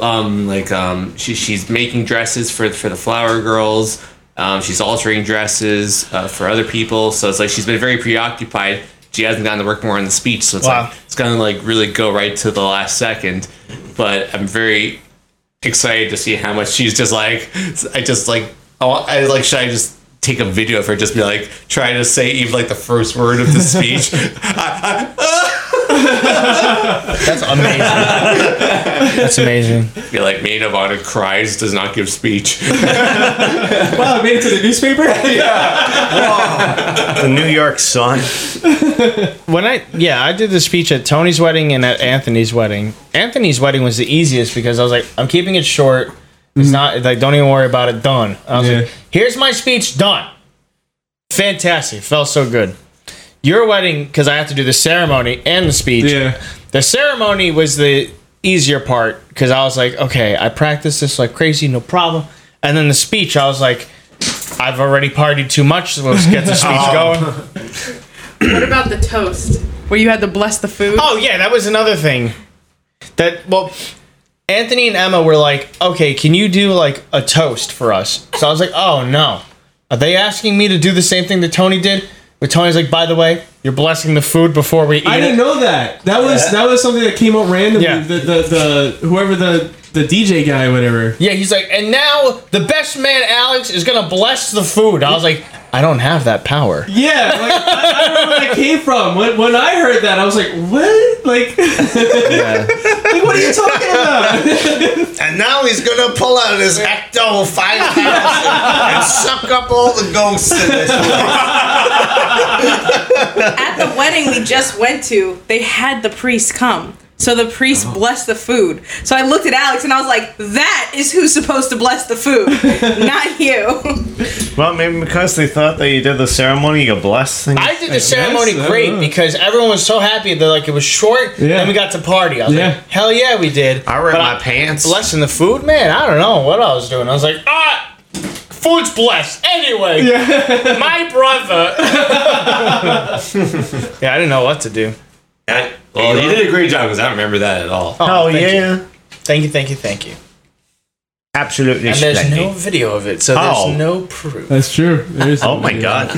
um like um she, she's making dresses for for the flower girls um she's altering dresses uh, for other people so it's like she's been very preoccupied she hasn't gotten to work more on the speech so it's
Wow.
like it's gonna like really go right to the last second but i'm very excited to see how much she's just like i just like oh i like should i just take a video of her just be like trying to say even like the first word of the speech
That's amazing. That's amazing.
be like maid of honor cries does not give speech
Wow, Oh, I made it to the newspaper?
The New York Sun.
When I yeah, I did the speech at Tony's wedding and at Anthony's wedding. Anthony's wedding was the easiest because I was like, I'm keeping it short. It's not like don't even worry about it. Done. I was
Mm-hmm. Yeah.
like, here's my speech. Done. Fantastic. Felt so good. Your wedding because I have to do the ceremony and the speech.
yeah.
The ceremony was the easier part because I was like, okay, I practiced this like crazy, no problem. And then the speech, I was like, I've already partied too much, so let's get the speech
Oh.
going.
What about the toast? Where you had to bless the food?
Oh yeah, that was another thing. That well, Anthony and Emma were like, okay, can you do like a toast for us? So I was like, oh no, are they asking me to do the same thing that Tony did? But Tony's like, by the way, you're blessing the food before we eat
I
it.
didn't know that. That was that was something that came up randomly.
Yeah.
The, the, the whoever the the DJ guy, whatever.
Yeah, he's like, and now the best man, Alex, is gonna bless the food. I was like, I don't have that power.
Yeah, like, I, I don't know where that came from. When, when I heard that, I was like, what? Like, like what are you talking about?
And now he's gonna pull out his Ecto 5000 and suck up all the ghosts in this.
At the wedding we just went to, they had the priest come. So the priest blessed the food. So I looked at Alex and I was like, that is who's supposed to bless the food, not you.
Well, maybe because they thought that you did the ceremony, you blessed things.
I did the ceremony
guess, I
great
don't know.
because everyone was so happy that like it was short
Yeah.
and we got to party. I was
Yeah.
like, hell yeah, we did.
I ripped
But
my pants.
Blessing the food, man. I don't know what I was doing. I was like, ah, food's blessed anyway. my brother. yeah, I didn't know what to do.
I, well, you did a great job because I don't remember that at all.
Oh,
thank
yeah.
You. Thank you, thank you, thank you.
Absolutely.
And there's
splendid.
no video of it, so
Oh.
there's no proof.
That's true. There is
Oh my god.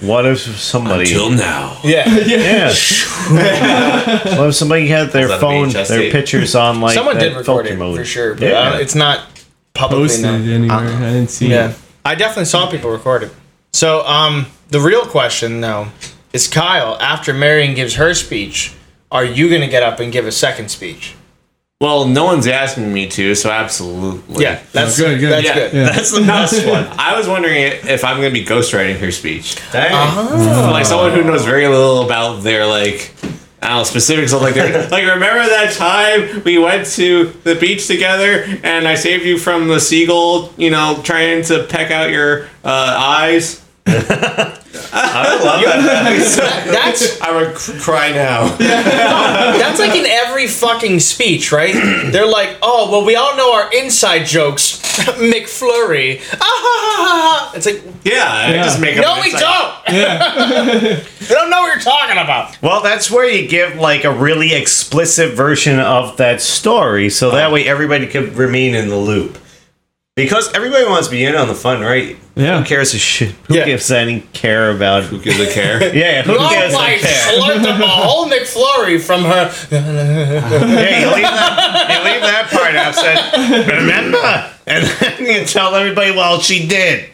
what if somebody
Till now.
Yeah,
Yeah. what if somebody had their
that a
phone,
VHS
their
tape?
pictures on like
someone
that
did record
filter
it
mode.
for sure, but
Yeah.
uh, it's not publicly
Posted
known. Uh,
anywhere. I didn't see
Yeah.
it.
I definitely saw people record it. So, um, the real question though is Kyle, after Marion gives her speech, are you gonna get up and give a second speech?
Well, no one's asking me to, so absolutely.
Yeah, that's
Oh, good, good.
That's
Yeah,
good.
that's the best one. I was wondering if I'm going to be ghostwriting her speech.
Oh.
like someone who knows very little about their like I don't know, specifics of like their like remember that time we went to the beach together and I saved you from the seagull, you know, trying to peck out your uh, eyes.
That's
I would cr- cry now.
that's like in every fucking speech, right? They're like, oh well, we all know our inside jokes, McFlurry. Ah, ha, ha, ha, ha. It's like,
Yeah, I just make up.
no,
an
we
inside-
don't. we don't know what you're talking about.
Well, that's where you give like a really explicit version of that story, so
Oh.
that way everybody could remain in the loop. Because everybody wants to be in on the fun, right?
Yeah.
Who cares a shit? Who
Yeah.
gives any care about?
Who gives a care?
Yeah, who
Oh
gives
my!
a care?
Slurped up a whole McFlurry from her.
Yeah, you leave that, you leave that part out. Said, remember, and then you tell everybody, well, she did.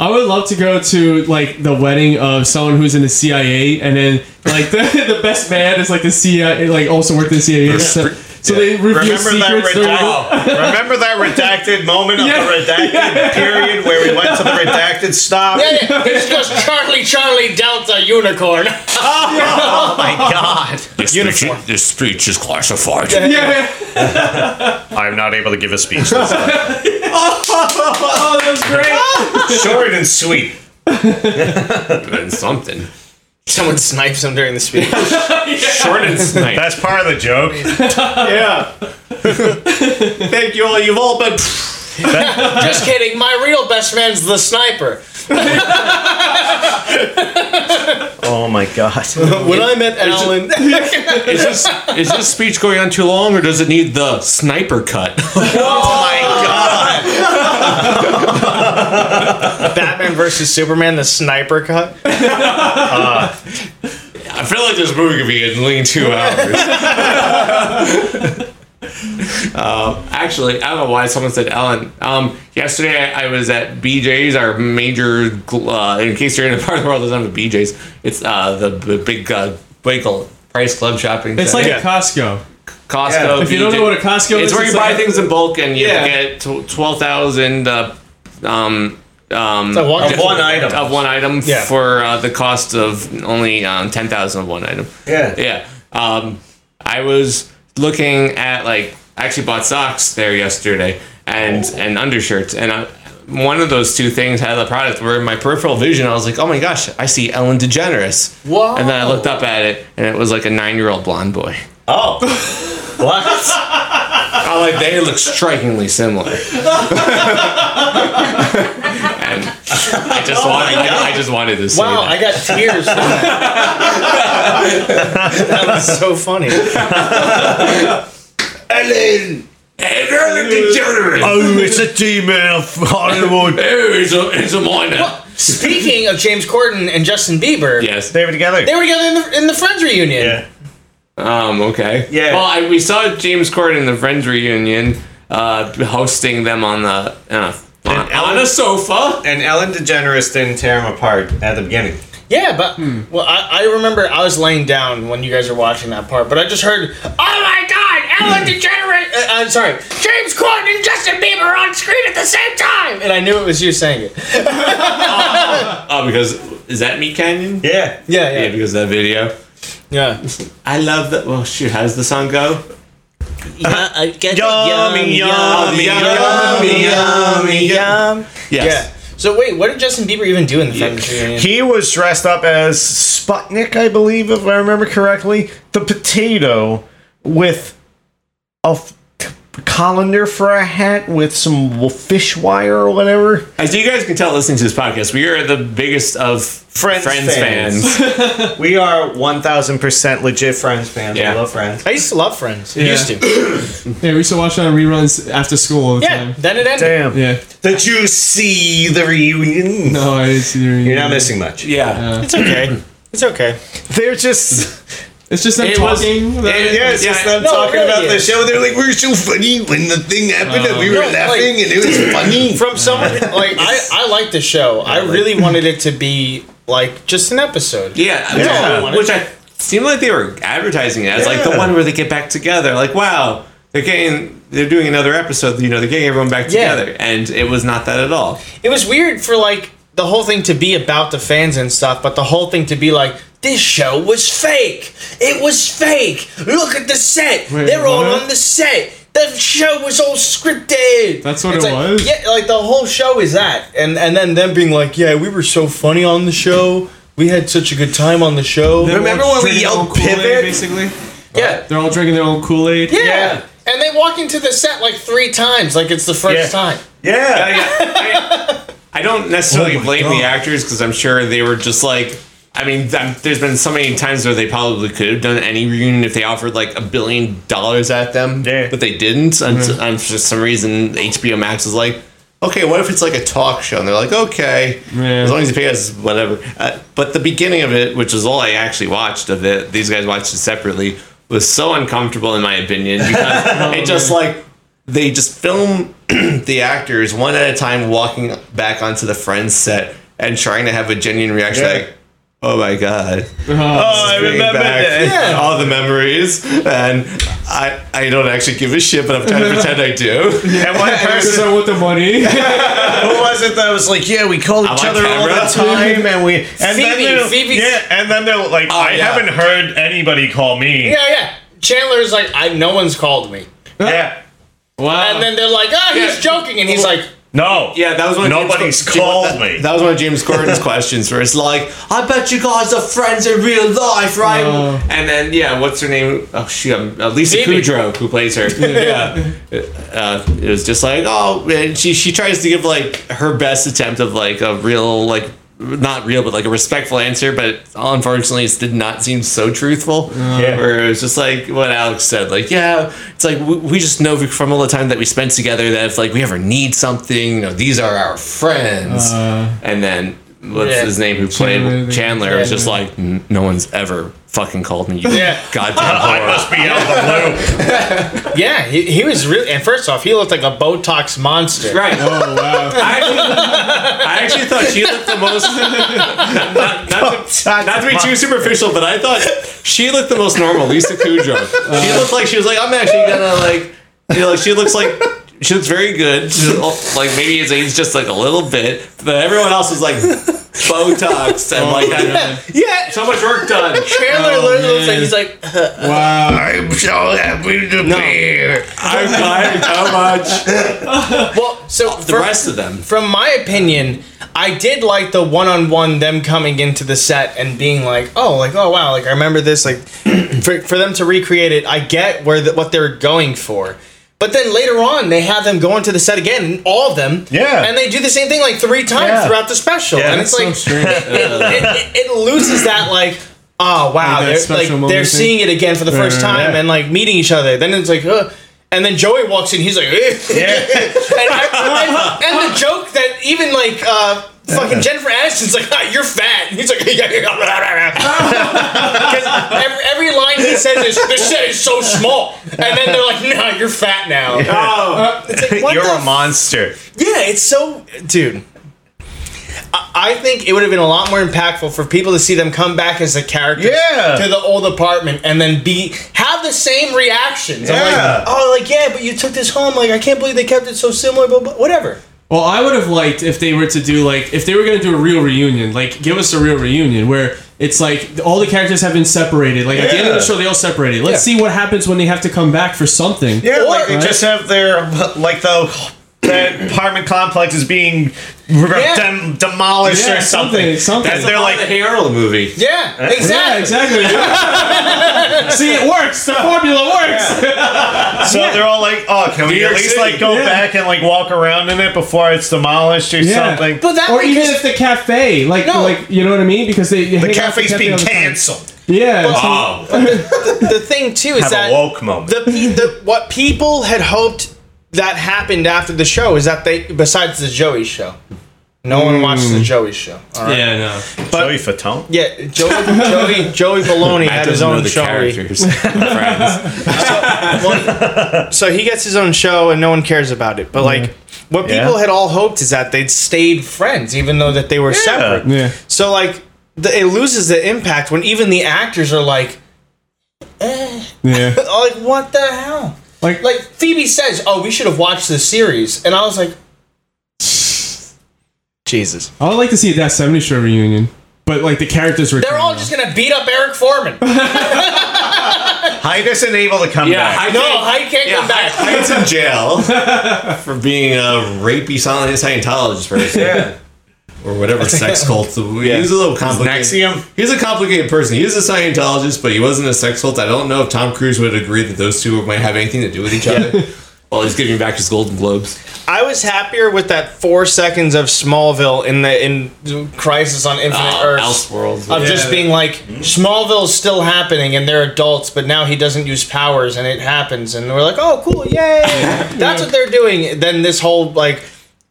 I would love to go to like the wedding of someone who's in the CIA, and then like the, the best man is like the CIA, like also worked in the CIA. So, so they reveal
Remember that
secrets. they're like-
redacted. remember that redacted moment of
Yeah.
the redacted period where we went to the redacted stop.
Yeah, yeah. It's just Charlie, Charlie, Delta, Unicorn.
Oh my god!
This
Uniform.
this speech is classified.
yeah.
I'm not able to give a speech.
Oh, that was great.
Short and sweet.
And something.
Someone snipes him during the speech.
Short and snipe.
That's part of the joke.
yeah. Thank you all. You've all been.
just kidding. My real best man's the sniper.
Oh my god!
When I met Alan,
Is this is this speech going on too long, or does it need the sniper cut?
Oh Batman versus Superman, the sniper cut.
I feel like this movie could be only two hours. Uh, actually, I don't know why someone said Ellen. Um, yesterday, I, I was at BJ's, our major. gl- Uh, in case you're in a part of the world that doesn't have a BJ's, it's uh, the, the big uh, Wakel Price Club shopping.
It's like
center.
a Costco.
Costco.
If you don't
BJ
know what a Costco
it's
is,
where you
it's
buy
like-
things in bulk and you
Yeah.
get tw- twelve thousand. Uh, um, um,
It's a walk- Of one
item.
of one item
Yeah.
for uh, the cost of only um, ten thousand of one item.
Yeah.
yeah. Um, I was looking at like I actually bought socks there yesterday and and undershirts and I, one of those two things had the product where in my peripheral vision I was like oh my gosh I see Ellen DeGeneres
Whoa.
and then I looked up at it and it was like a nine year old blonde boy.
Oh, what?
I like they look strikingly similar. and I just
Oh
wanted, I, I just wanted to say
Wow,
that.
I got tears. for that That was so funny.
Ellen.
Hey, they're like degenerate.
Oh, it's a demon of Hollywood.
Hey, it's a it's a minor.
Speaking of James Corden and Justin Bieber,
Yes.
They were together.
they were together in the, in the Friends reunion.
yeah.
Um. Okay.
Yeah.
Well, I, we saw James Corden in the Friends reunion, uh, hosting them on the uh, on, on a sofa.
And Ellen DeGeneres didn't tear him apart at the beginning.
Yeah, but well, I, I remember I was laying down when you guys were watching that part, but I just heard, "Oh my God, Ellen DeGeneres!" Uh, I'm sorry, James Corden and Justin Bieber are on screen at the same time, and I knew it was you saying it.
Oh, because is that me, Canyon?
Yeah.
Yeah, yeah.
Yeah, because of that video.
Yeah.
I love that. Well, shoot, how does the song go?
yeah I get
Yummy, yummy, yummy,
yummy, yum.
Yes.
Yeah. So wait, what did Justin Bieber even do in the Family Reunion?
He was dressed up as Sputnik, I believe, if I remember correctly. The potato with a f- colander for a hat with some w- fish wire or whatever.
As you guys can tell listening to this podcast, we are the biggest of Friends,
fans.
fans.
We are 1000% legit Friends fans.
Yeah.
I love Friends.
I used to love Friends. I
Yeah.
Used to.
Yeah, we used to watch it on reruns after school all the
Yeah.
time.
Then it ended.
Damn.
Yeah.
Did you see the reunion?
No, I didn't see the reunion.
You're not missing much.
yeah.
It's okay. It's okay.
They're just
It's just them
It was-
talking. about it.
yeah, it's
Yeah,
just them
no, it
talking
really
about the
is.
show. They're like, we're so funny when the thing happened and we were
No, like-
laughing and it was funny.
From someone like I, I like the show. I really wanted it to be like just an episode.
Yeah,
Yeah.
Which, which I seemed like they were advertising it as like the
Yeah.
one where they get back together. Like, wow, they're getting they're doing another episode. You know, they're getting everyone back
Yeah.
together, and it was not that at all.
It was weird for like the whole thing to be about the fans and stuff, but the whole thing to be like this show was fake. It was fake. Look at the set.
Wait,
They're all
what?
on the set. The show was all scripted.
That's what
It's
it
like-
was?
Yeah, like the whole show is that, and and then them being like, yeah, we were so funny on the show. We had such a good time on the show.
They're
Remember
all
when we
drinking their
yelled
own Kool-Aid,
pivot?
Basically,
yeah.
they're all drinking their own Kool Aid.
Yeah. And they walk into the set like three times, like it's the first
Yeah.
time.
Yeah.
I don't necessarily
Oh my
blame
God.
the actors because I'm sure they were just like. I mean, th- there's been so many times where they probably could have done any reunion if they offered like a billion dollars at them,
Yeah.
but they didn't. And, and for some reason, HBO Max is like, okay, what if it's like a talk show? And they're like, okay,
Yeah.
as long as you pay us, whatever. Uh, but the beginning of it, which is all I actually watched of it, these guys watched it separately, was so uncomfortable in my opinion because
Oh,
it just like they just film the actors one at a time walking back onto the Friends set and trying to have a genuine reaction.
Yeah.
Like, oh my god,
Oh,
I
bringing
remember
back
that.
all the memories, and I I don't actually give a shit, but I'm trying to pretend I do.
And one person
so with the money.
who was it that was like, "Yeah, we call each
on
other all
camera? Oh,
the time, and we." And
Phoebe,
they're-
Phoebe's-
yeah, and then they're like, "I
yeah.
haven't heard anybody call me."
Yeah, yeah. Chandler's like, I no one's called me.
Yeah.
wow.
And then they're like, ah, he's
Yeah.
joking, and he's like,
No.
Yeah, that was one. of James
Nobody's
Cor-
called
that,
me.
That was one of James Corden's questions, where it's like, "I bet you guys are friends in real life, right?"
No.
And then, yeah, what's her name? Oh shoot, um, uh, Lisa
Phoebe.
Kudrow, who plays her. yeah, uh, it was just like, oh, and she she tries to give like her best attempt of like a real like. Not real, but like a respectful answer, but unfortunately, it did not seem so truthful.
Yeah.
Where it was just like what Alex said, like, yeah, it's like we, we just know from all the time that we spent together that if like we ever need something, you know, these are our friends.
Uh,
and then what's
Yeah.
his name who
Chandler,
played
the-
Chandler was just like, "N- no one's ever fucking called me. You
Yeah.
goddamn whore.
Must be out the blue.
yeah, he, he was really. And first off, he looked like a Botox monster.
Right.
oh wow.
I actually, I actually thought she looked the most. Not, not, to, not to be too superficial, but I thought she looked the most normal. Lisa Kudrow. She looked like she was like, I'm actually gonna like, you know, like she looks like. She looks very good. She's all- like maybe it's age just like a little bit, but everyone else is like Botox and like that.
Yeah.
Oh, So much work done.
Chandler
Oh,
literally looks like
man.
he's like,
Wow.
I'm so happy to be here.
I'm tired so much.
well, so
The
for-
rest of them.
from my opinion, I did like the one-on-one them coming into the set and being like, "Oh, like oh wow, like I remember this." Like for, for them to recreate it, I get where the, what they're going for. But then later on, they have them go into the set again, and all of them,
Yeah.
and they do the same thing like three times
Yeah.
throughout the special,
Yeah,
and it's
that's
like it, it, it loses that like. Oh wow!
Like that
they're,
special
like
moment
they're
thing?
seeing it again for the first
right,
time
Uh, yeah.
and like meeting each other. Then it's like, uh, and then Joey walks in. He's like, eh.
Yeah.
And, I, and, and the joke that even like uh, fucking Jennifer Aniston's like, ah, "You're fat," and he's like, yeah, yeah, yeah, blah, blah, blah." 'Cause every, every line he says is, "This set is so small," and then they're like, "No, you're fat now." Uh, It's like, what
You're
the
a monster.
yeah, it's so, dude. I I think it would have been a lot more impactful for people to see them come back as a character
Yeah.
to the old apartment and then be have the same reactions. I'm
Yeah.
like, oh, like yeah, but you took this home. Like I can't believe they kept it so similar. But, but whatever.
Well, I would have liked if they were to do like if they were gonna do a real reunion, like give us a real reunion where It's like all the characters have been separated. Like at the end of the
Yeah.
show, they all separated. Let's
Yeah.
see what happens when they have to come back for something.
Yeah, like they
Right?
just have their like the that apartment complex is being re- dem- demolished
Yeah,
or something.
something, something.
That they're like
the Harold movie.
Yeah,
Yeah,
exactly.
exactly. see, it works. The formula works.
so they're all like, oh, can we
New
at
York
least
City,
like go
yeah.
back and like walk around in it before it's demolished or
Yeah.
something?
But that
or
way
even
just-
if the cafe, like,
No.
like you know what I mean? Because they
the cafe's being canceled.
Yeah.
Oh.
so-
the thing too is
Have
that
a woke moment.
the, pe- the what people had hoped that happened after the show is that they besides the Joey show, no one watched
Hmm.
the Joey show. All right.
yeah, no.
Joey Fatone.
Yeah, Joey Joey Joey Baloney had his own show. Well, so he gets his own show and no one cares about it. But like what
Yeah.
people had all hoped is that they'd stayed friends, even though that they were separate.
Yeah.
So like the, it loses the impact when even the actors are like, eh,
Yeah.
like what the hell?
Like,
Like Phoebe says, "Oh, we should have watched this series," and I was like, "Jesus."
I would like to see that 70 show reunion. But like the characters were
They're all just gonna beat up Eric Foreman. No,
Hyde is unable to come
Yeah,
back.
I
Hyde can't come back.
He's in jail for being a rapey silent Scientologist person. Yeah. Or whatever sex cult. He was a little complicated.
Nexium?
He's a complicated person. He was a Scientologist, but he wasn't a sex cult. I don't know if Tom Cruise would agree that those two might have anything to do with each other. Well, he's giving back his Golden Globes.
I was happier with that four seconds of Smallville in the in Crisis on Infinite
Oh,
Earth
Elseworlds.
of just being like Smallville's still happening and they're adults, but now he doesn't use powers and it happens, and we're like, "Oh, cool, yay!" That's what they're doing. Then this whole like.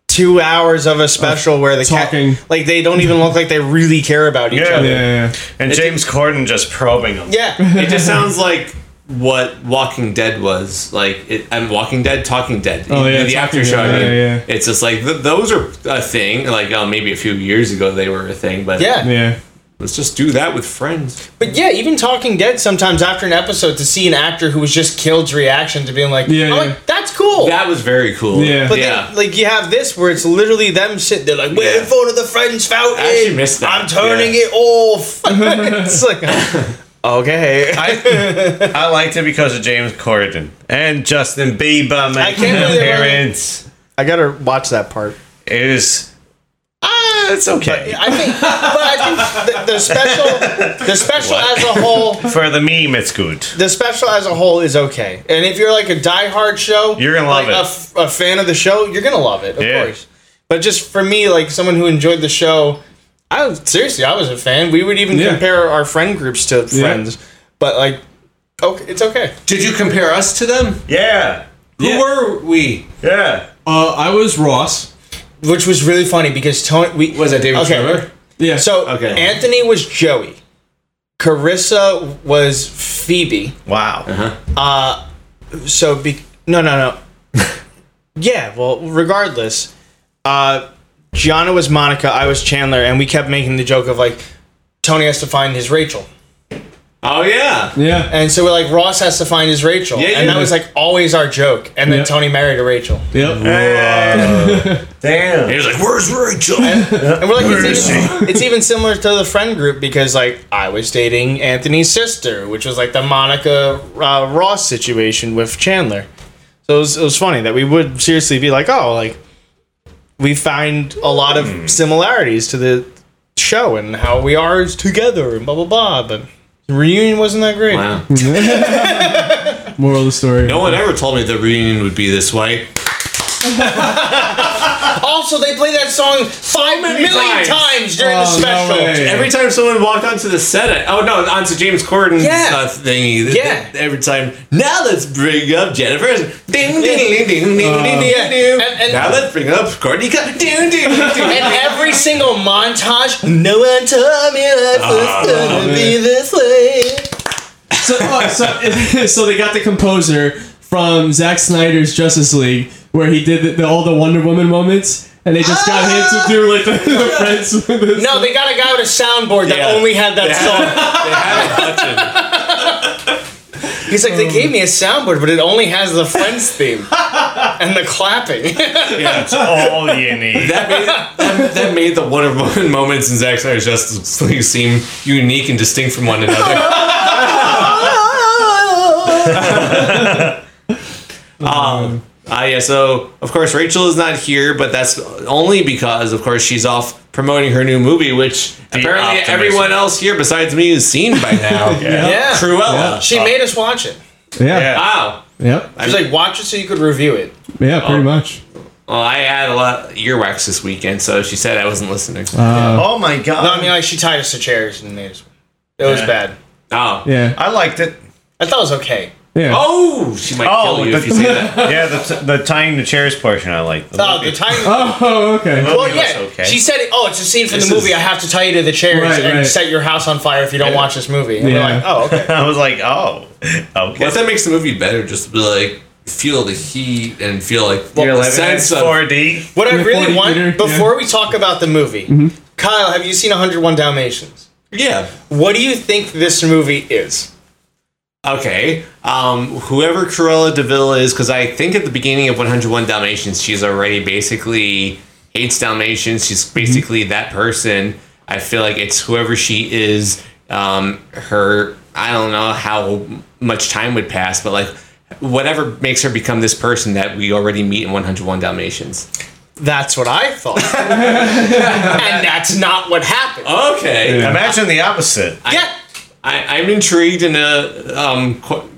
Two hours of a special where the cat,
talking.
like they don't even look like they really care about each
Yeah.
other.
Yeah.
And James Corden just probing him.
Yeah.
It just sounds like what Walking Dead was like. It, I'm Walking Dead, Talking Dead.
Oh,
the
yeah, Talking
after
Dead,
show. I mean,
yeah, yeah.
It's just like th- those are a thing. Like uh, maybe a few years ago they were a thing, but
Yeah.
Yeah.
let's just do that with friends.
But yeah, even Talking Dead sometimes after an episode to see an actor who was just killed's reaction to being like,
Yeah,
I'm
yeah.
like, that's cool.
That was very cool.
Yeah.
but
yeah.
then, like you have this where it's literally them sitting there like, we're in
Yeah.
front of the friends fountain.
I actually missed that.
I'm turning
Yeah.
it off. it's like, okay. I,
I, I liked it because of James Corden and Justin Bieber
I
making
can't
an
believe they were-
appearance.
gotta watch that part.
It is ah, it's okay
I think, but I think the, the special, the special
What?
as a whole,
for the meme. It's good.
the special as a whole is okay. And if you're like a diehard show,
You're gonna love
like,
it.
A, f- a fan of the show, you're gonna love it, of
Yeah.
course. But just for me, like someone who enjoyed the show, I was seriously, I was a fan. We would even
Yeah.
compare our friend groups to friends. But like, okay, it's okay.
Did you compare us to them?
Yeah,
Who were we?
yeah.
Uh, I was Ross.
Which was really funny because Tony we
Was that David
Okay.
Trevor?
Yeah.
So
Okay.
Anthony was Joey, Carissa was Phoebe. Uh,
Wow.
so be no no no yeah well regardless uh gianna was monica i was chandler and we kept making the joke of like tony has to find his rachel
Oh yeah.
yeah.
and so we're like ross has to find his rachel
Yeah,
and
yeah.
that was like always our joke and then
Yeah.
tony married a rachel
Yep.
Uh, Damn.
He was like, "Where's Rachel?"
and we're like it's even, it's even similar to the friend group because like i was dating anthony's sister which was like the monica uh, ross situation with chandler so it was, it was funny that we would seriously be like oh like we find a lot of similarities to the show and how we are together and blah blah blah but the reunion wasn't that great
wow.
Moral of the story.
No one ever told me the reunion would be this way.
also they play that song five million
times.
times, during
Uh,
the
Oh, no
special
way.
Every time someone walked onto the set, oh no, onto James Corden's
Yeah.
uh, thingy. th-
Yeah.
th- Every time. Now let's bring up Jennifer. Ding ding ding ding ding ding
Uh. Yeah,
ding ding.
and- and-
Now let's bring up Courtney. Co- Ding ding ding. ding.
And every single montage, no one told me life
Uh,
was gonna be this way.
So, oh, so, so they got the composer from Zack Snyder's Justice League, where he did the, the, all the Wonder Woman moments, and they just got him to do like the, the friends. With this.
No, they got a guy with a soundboard that
Yeah.
only had that song.
They have a bunch of-
He's like, they gave me a soundboard, but it only has the Friends theme. and the clapping.
all you need.
That made, that, that made the one of one moments in Zack Snyder's Justice League seem unique and distinct from one another. um, ah, yeah. So of course Rachel is not here, but that's only because, of course, she's off promoting her new movie, which apparently
Optimus.
everyone else here besides me has seen by now.
yeah.
Cruella.
She made us watch it.
Yeah.
Yeah.
Wow.
Yep.
She's like, watch it so you could review it.
Yeah, pretty much.
Well, I had a lot of earwax this weekend, so she said I wasn't listening.
Oh my god.
No, I mean, like, she tied us to chairs and made us. It was
Yeah.
bad.
oh.
Yeah.
I liked it.
I thought it was okay.
Yeah.
Oh, she might
Oh,
kill you
the-
if you say that.
Yeah, the, the tying the chairs portion I liked. The
Oh,
movie-
the time.
Oh, okay.
well,
movie was
yeah.
okay.
She said, "Oh, it's a scene from
This
the movie.
is-
I have to tie you to the chairs
Right,
and
right.
set your house on fire if you don't watch this movie." And we're
Yeah.
like, "Oh, okay."
I was like, oh, okay.
But that makes the movie better, just to be like feel the heat and feel like
You're
the
living in
sense of
4D.
What I
Yeah,
really
40
want
meter, yeah. Mm-hmm.
before we talk about the movie, Kyle, have you seen 101 Dalmatians?
yeah.
What do you think this movie is?
Okay, um, whoever Cruella Deville is, because I think at the beginning of 101 Dalmatians, she's already basically hates Dalmatians.
Mm-hmm.
She's basically that person. I feel like it's whoever she is. Um, her, I don't know how much time would pass, but like whatever makes her become this person that we already meet in 101 Dalmatians.
That's what I thought, and that's not what happened.
Okay,
Imagine the opposite.
yeah,
I, I'm intrigued in a um, qu-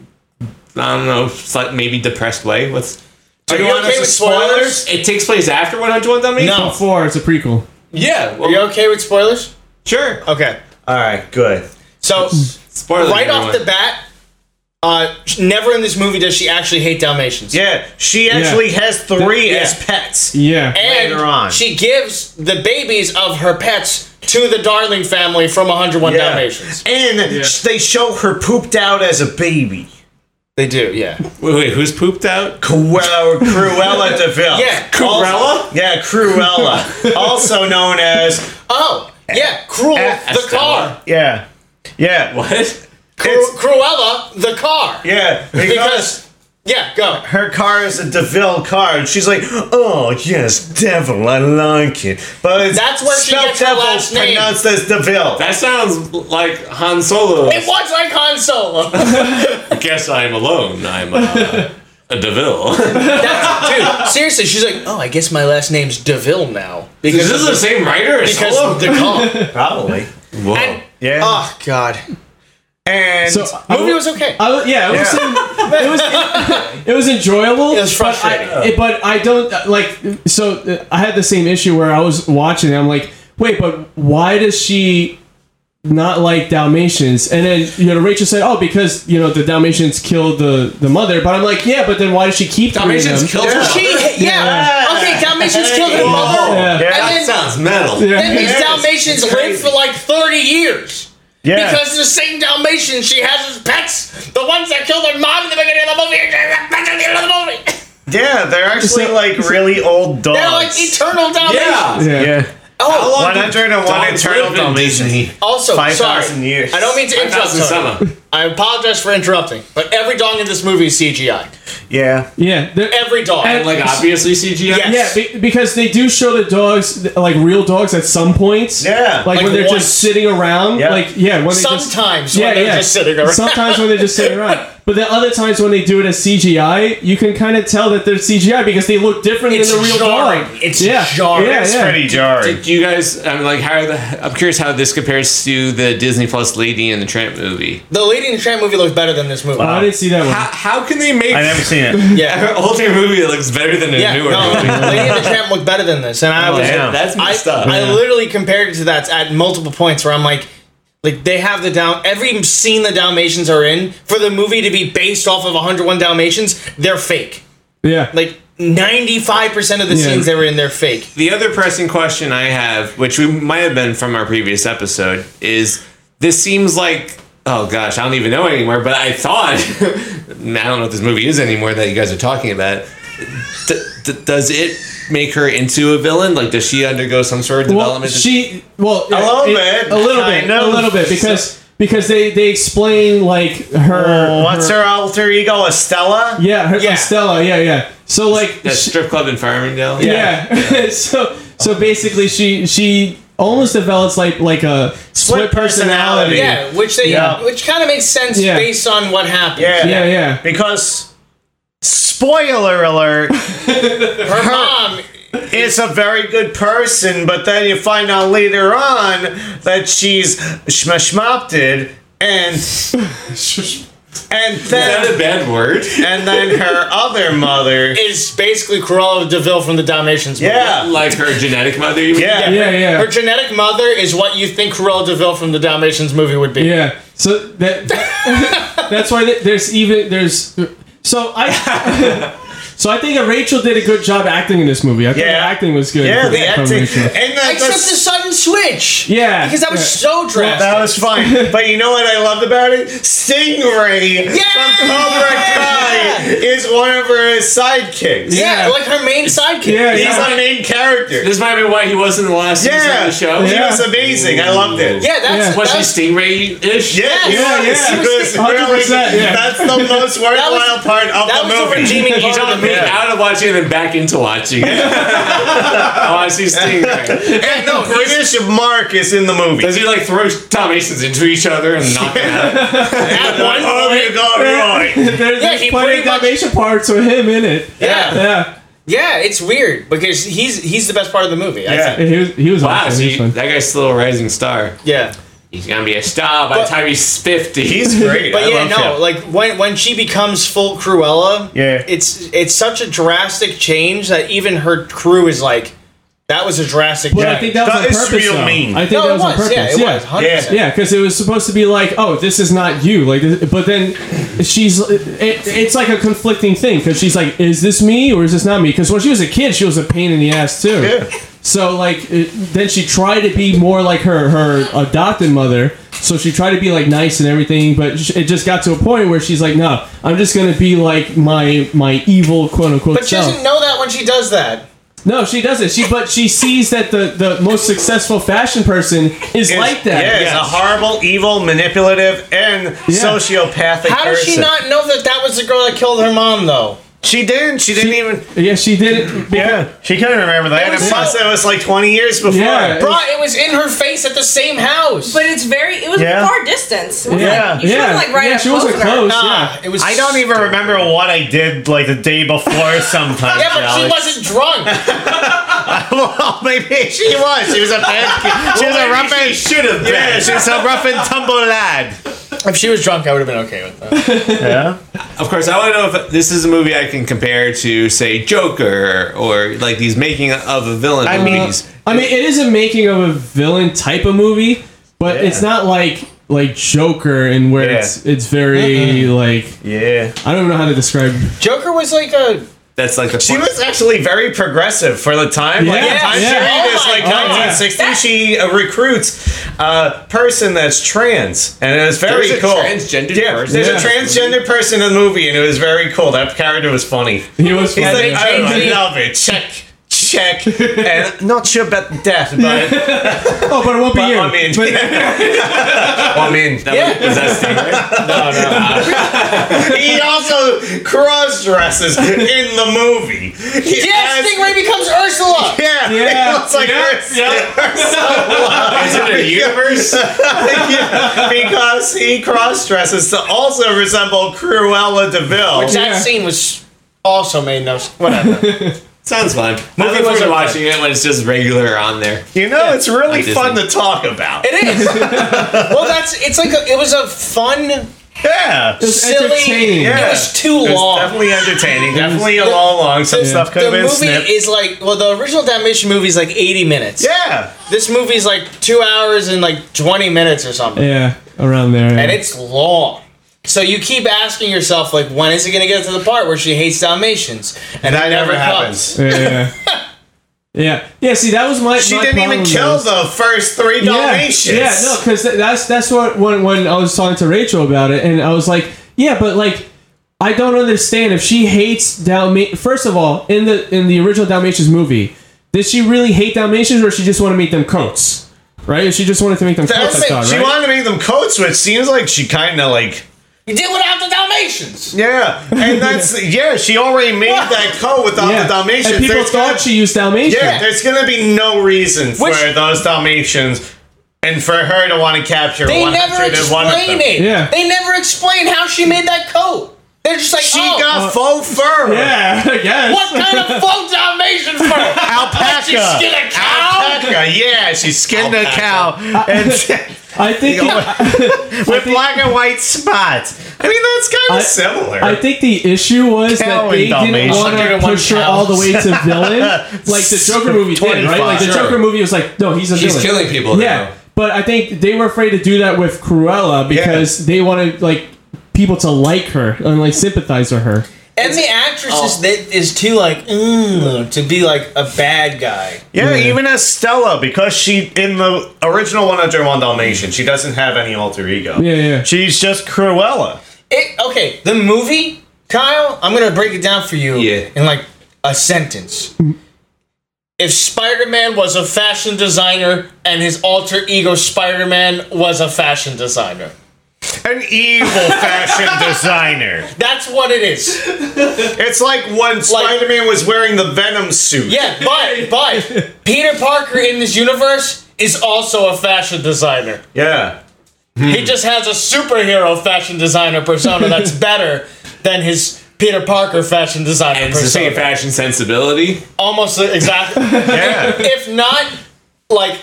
I don't know, slight, maybe depressed way. What's
are you
want us
okay
to
with
spoilers?
spoilers?
it takes place after 101 Dalmatians?
Top
No.
four. It's a prequel.
Yeah, well,
Are you okay with spoilers?
sure.
Okay.
All right, good.
So
Spoiler
right off
everyone.
the bat, uh, sh- never in this movie does she actually hate Dalmatians.
Yeah, she actually has three
Yeah.
as pets.
Yeah.
And
Later on.
she gives the babies of her pets to the Darling family from 101
Yeah.
Dalmatians.
And they show her pooped out as a baby.
They do, yeah.
Wait, wait, who's pooped out?
Cruella, Cruella Deville.
Yeah,
Also, yeah, Cruella. also known as.
Oh, yeah, Cruel the car.
Yeah. Yeah.
What?
Cru- Cruella the car.
Yeah. Because.
Because, yeah, go.
Her car is a DeVille car, and she's like, "Oh yes, devil, I like it." But it's
That's where she
spelled
gets her
devil
last name.
pronounced as DeVille.
That sounds like Han Solo.
It was like Han Solo.
I guess I'm alone. I'm uh, a Deville.
Dude, seriously, she's like, oh, I guess my last name's DeVille now.
is
Because,
this the same writer as
because
Solo?
of the car.
Probably.
Whoa.
And,
Yeah.
oh, God.
and
So I
Movie
will-
was okay.
I, will- yeah, it was, it was it was enjoyable.
It was
but I-
frustrating.
it- But I, don't like. So uh, I had the same issue where I was watching. And I'm like, wait, but why does she not like Dalmatians? And then you know, Rachel said, oh, because you know the Dalmatians killed the the mother. But I'm like, yeah, but then why does she keep three of them?
Dalmatians killed her.
She, yeah. Okay, Dalmatians killed her
Whoa.
mother.
Yeah.
Yeah.
And then,
Sounds metal.
Yeah.
then these
Yes,
Dalmatians
it's
lived
crazy.
for like 30 years.
yeah.
Because the same Dalmatians she has as pets, the ones that killed their mom in the beginning of the movie, are the pets at the end of the movie.
Yeah, they're actually like really old dogs.
They're like eternal
Yeah.
Dalmatians.
Yeah.
yeah.
Oh,
How long did
101
dogs
eternal
live in
Dalmatians.
Disney?
also,
5,000
sorry.
years.
I don't mean to interrupt.
5,000
Tony.
summer.
I apologize for interrupting, but every dog in this movie is CGI.
Yeah.
yeah. they're-
Every dog.
And,
Like, obviously CGI?
Yeah.
yeah, be- because they do show the dogs th- like real dogs at some points.
Yeah.
like,
Like
when they're
once.
just sitting around.
Yeah.
Like yeah, when they just
Sometimes when they're just sitting around.
Sometimes when they're just sitting around. But the other times when they do it as CGI, you can kind of tell that they're CGI because they look different
It's
than the real
jarring.
dog.
It's
yeah.
jarring.
Yeah,
It's
yeah.
pretty jarring.
Do you guys, I'm like, how the, I'm curious how this compares to the Disney Plus Lady and the Tramp movie.
the Lady and the Tramp movie looks better than this movie.
Oh, I didn't see that one.
How, how can they make
I never seen it.
yeah.
an older movie that looks better than a
Yeah,
newer
no,
movie?
Lady and the Tramp looked better than this, and I was
damn.
That's
I,
messed up.
I literally compared it to that at multiple points where I'm like, like they have the down every scene the Dalmatians are in for the movie to be based off of 101 Dalmatians, they're fake.
yeah.
Like 95% of the
Yeah.
scenes they were in, they're fake.
The other pressing question I have, which we might have been from our previous episode, is this seems like oh gosh, I don't even know anymore. But I thought I don't know what this movie is anymore that you guys are talking about. D- d- does it make her into a villain? Like, does she undergo some sort of
well,
development?
she well a
little bit,
a little bit,
kind of.
a little bit because because they they explain like her
What's her alter ego? Estella?
yeah her
Oh, Yeah.
Stella yeah yeah
So like
That strip club in Farmingdale.
yeah. so so basically, she she almost develops like like a split, personality.
Yeah, which they
Yeah.
which kind of makes sense
Yeah.
based on what happened.
Yeah, yeah.
Because spoiler alert,
Her mom
is a very good person, but then you find out later on that she's schmashmopted and and
Is that a
then
bad word?
and then her other mother.
is basically Cruella Deville from the Dalmatians. movie.
Yeah,
Like her genetic mother? You mean?
yeah,
Yeah, yeah.
Her genetic mother is what you think Cruella Deville from the Dalmatians movie would be.
Yeah. So that that's why th- there's even there's so I so I think that Rachel did a good job acting in this movie. I think
Yeah.
the acting was good.
yeah.
from-
The
from
acting
Rachel.
and that,
Except the
that's,
sudden switch.
Yeah.
Because that was so drastic.
that was fine. But you know what I loved about it? Stingray from Cobra Kai is one of her sidekicks.
yeah,
Yeah.
like her main sidekick.
Yeah,
He's
yeah.
the main character.
This might be why he wasn't the last season of
yeah,
the show.
he
Yeah.
was amazing. I loved it.
Yeah, that's,
Yeah.
Was he
that's
Stingray ish?
Yeah,
Yeah,
yes,
yeah.
because
100%,
really,
yeah.
that's the most
That
worthwhile
was-
part of
that
the
was
movie.
the redeeming
He
part of
talked
the
me
movie.
out of watching and then back into watching. I want to see Stingray.
Yeah, no,
The British Mark is in the movie.
Does he like throw Dalmatians into each other and knock them out?
at one
oh,
point-
you got it right.
There-
Yeah,
there's
he
plenty
pretty
of
much-
Dalmatian parts with him in it.
yeah,
Yeah.
yeah, it's weird because he's he's the best part of the movie. I
Yeah.
think.
He was he was
Wow,
awesome.
so
He was
you-
fun.
Ah, that guy's still a rising star.
yeah.
He's gonna be a star by the time he's fifty.
He's great.
But
I
yeah,
love
no,
him.
like when when she becomes full Cruella,
Yeah.
it's it's such a drastic change that even her crew is like, that was a drastic
But I
change.
think that was
That
on
is
purpose.
real
though.
mean.
I think
no,
that
it
was, on
was, yeah,
purpose.
it was, hundred
Yeah.
percent.
Yeah, because it was supposed to be like, oh, this is not you. Like, this, but then she's, it, it's like a conflicting thing because she's like, is this me or is this not me? Because when she was a kid, she was a pain in the ass too.
Yeah.
So like, it, then she tried to be more like her her adopted mother. So she tried to be like nice and everything, but sh- it just got to a point where she's like, no, I'm just gonna be like my my evil quote unquote
But she
self.
doesn't know that when she does that.
No, she doesn't. She but she sees that the the most successful fashion person is
It's-
like that.
Yeah, he's a horrible, evil, manipulative, and sociopathic
How does she
person.
not know that that was the girl that killed her mom though?
She didn't. She didn't even.
Yeah, she did it.
Yeah, she couldn't remember that.
was
and
so-
plus, that was like 20 years before.
Yeah.
Bro, it was in her face at the same house.
But it's very. It was
Yeah.
far distance. It was
Yeah.
Like, you
Yeah.
yeah. Like right
Yeah,
up
she wasn't
to her.
close.
Nah, it was.
I don't even remember what I did like the day before sometimes.
Yeah, but she
Alex.
wasn't drunk.
well, maybe she was. She was a bad. She was a rough and should have been. Yeah, she was a rough and tumble lad.
if she was drunk, I would have been okay with that.
Yeah.
Of course, I want to know if this is a movie I can compare to, say, Joker or like these making of a villain
I mean-
movies.
I mean, it is a making of a villain type of movie, but
Yeah.
it's not like like Joker and where
Yeah.
it's it's very like
Yeah.
I don't know how to describe.
Joker was like a.
That's like the
She was actually very progressive for the time. Like the
Yeah.
time
Yeah.
period
Oh
is
my
like
God.
1960. She uh, recruits a person that's trans, and it was very
There's a
cool.
transgendered
yeah,
person.
There's
Yeah.
a transgender person in the movie, and it was very cool. That character was funny.
He was
He's
funny.
like, I,
changed
I
it.
love it. Check, check, and not sure about the death, but
oh, but it won't be you.
I mean,
But-
I mean,
was that Stingray?
He also cross dresses in the movie. He
Yeah,
has-
Stingray becomes Ursula.
Yeah,
Yeah.
he looks like Ursula.
Is it a universe?
Yeah, because he cross dresses to also resemble Cruella Deville.
Which that
Yeah.
scene was also made no. s- Whatever.
Sounds fun. Movie
was
was
okay.
watching it when it's just regular on there.
you know, it's really
Disney.
fun to talk about.
it is. well, that's. It's like a, it was a fun,
Yeah.
It's
silly.
entertaining.
Yeah.
It was too
It was
long.
definitely entertaining. Definitely a long, long. Some stuff could
the
have been
movie
snipped.
is like well, the original Dalmatian movie is like eighty minutes.
yeah.
This movie's like two hours and like twenty minutes or something,
yeah, around there.
and it's long. So you keep asking yourself like, when is it going to get to the part where she hates Dalmatians? And
That
it
never
comes.
happens.
yeah. Yeah, yeah. See, that was my.
She
my
didn't even
problem,
kill
though.
the first three Dalmatians.
Yeah, yeah no, because that's that's what when when I was talking to Rachel about it, and I was like, yeah, but like. I don't understand if she hates Dalmatians. First of all, in the in the original Dalmatians movie, did she really hate Dalmatians, or she just want to make them coats? Right? She just wanted to make them
That's
coats. I
it.
thought,
She
right?
wanted to make them coats, which seems like she kind of like
You did without the Dalmatians.
Yeah, and that's yeah. She already made that code without
Yeah.
the Dalmatians.
And people
There's
thought
gonna-
she used Dalmatian.
yeah, there's gonna be no reason for
Which-
those Dalmatians, and for her to want to capture.
They
100
never
and one of
explain
them.
it.
Yeah.
They never explain how she made that coat. They're just like,
She
oh,
got faux fur.
Yeah, I guess.
what kind of faux Dalmatian fur? Like she
Alpaca.
skin a cow?
Alpaca, yeah, she skinned a cow and
I think
with black and white spots. I mean, that's kind
I-
of similar.
I think the issue was
Cow
that they
and Dalmatian.
didn't want to
101
push her all the way to villain. like the Joker movie did, right? Like the
25.
Joker movie was like, no, he's a
She's
villain.
killing people
Yeah,
now.
but I think they were afraid to do that with Cruella because they wanted like people to like her and like sympathize with her.
And the actress
Oh.
is, that is too like, mm, to be like a bad guy.
yeah,
Yeah.
even as Stella, because she in the original 101 Dalmatian, she doesn't have any alter ego.
Yeah, yeah.
She's just Cruella.
It okay. The movie, Kyle. I'm gonna break it down for you
Yeah.
in like a sentence. If Spider-Man was a fashion designer and his alter ego Spider-Man was a fashion designer,
An evil fashion designer.
that's what it is.
It's like when Spider-Man was wearing the Venom suit.
Yeah, but but Peter Parker in this universe is also a fashion designer.
Yeah.
He just has a superhero fashion designer persona that's better than his Peter Parker fashion designer
It's the
persona.
same fashion sensibility.
Almost exactly.
Yeah.
if not like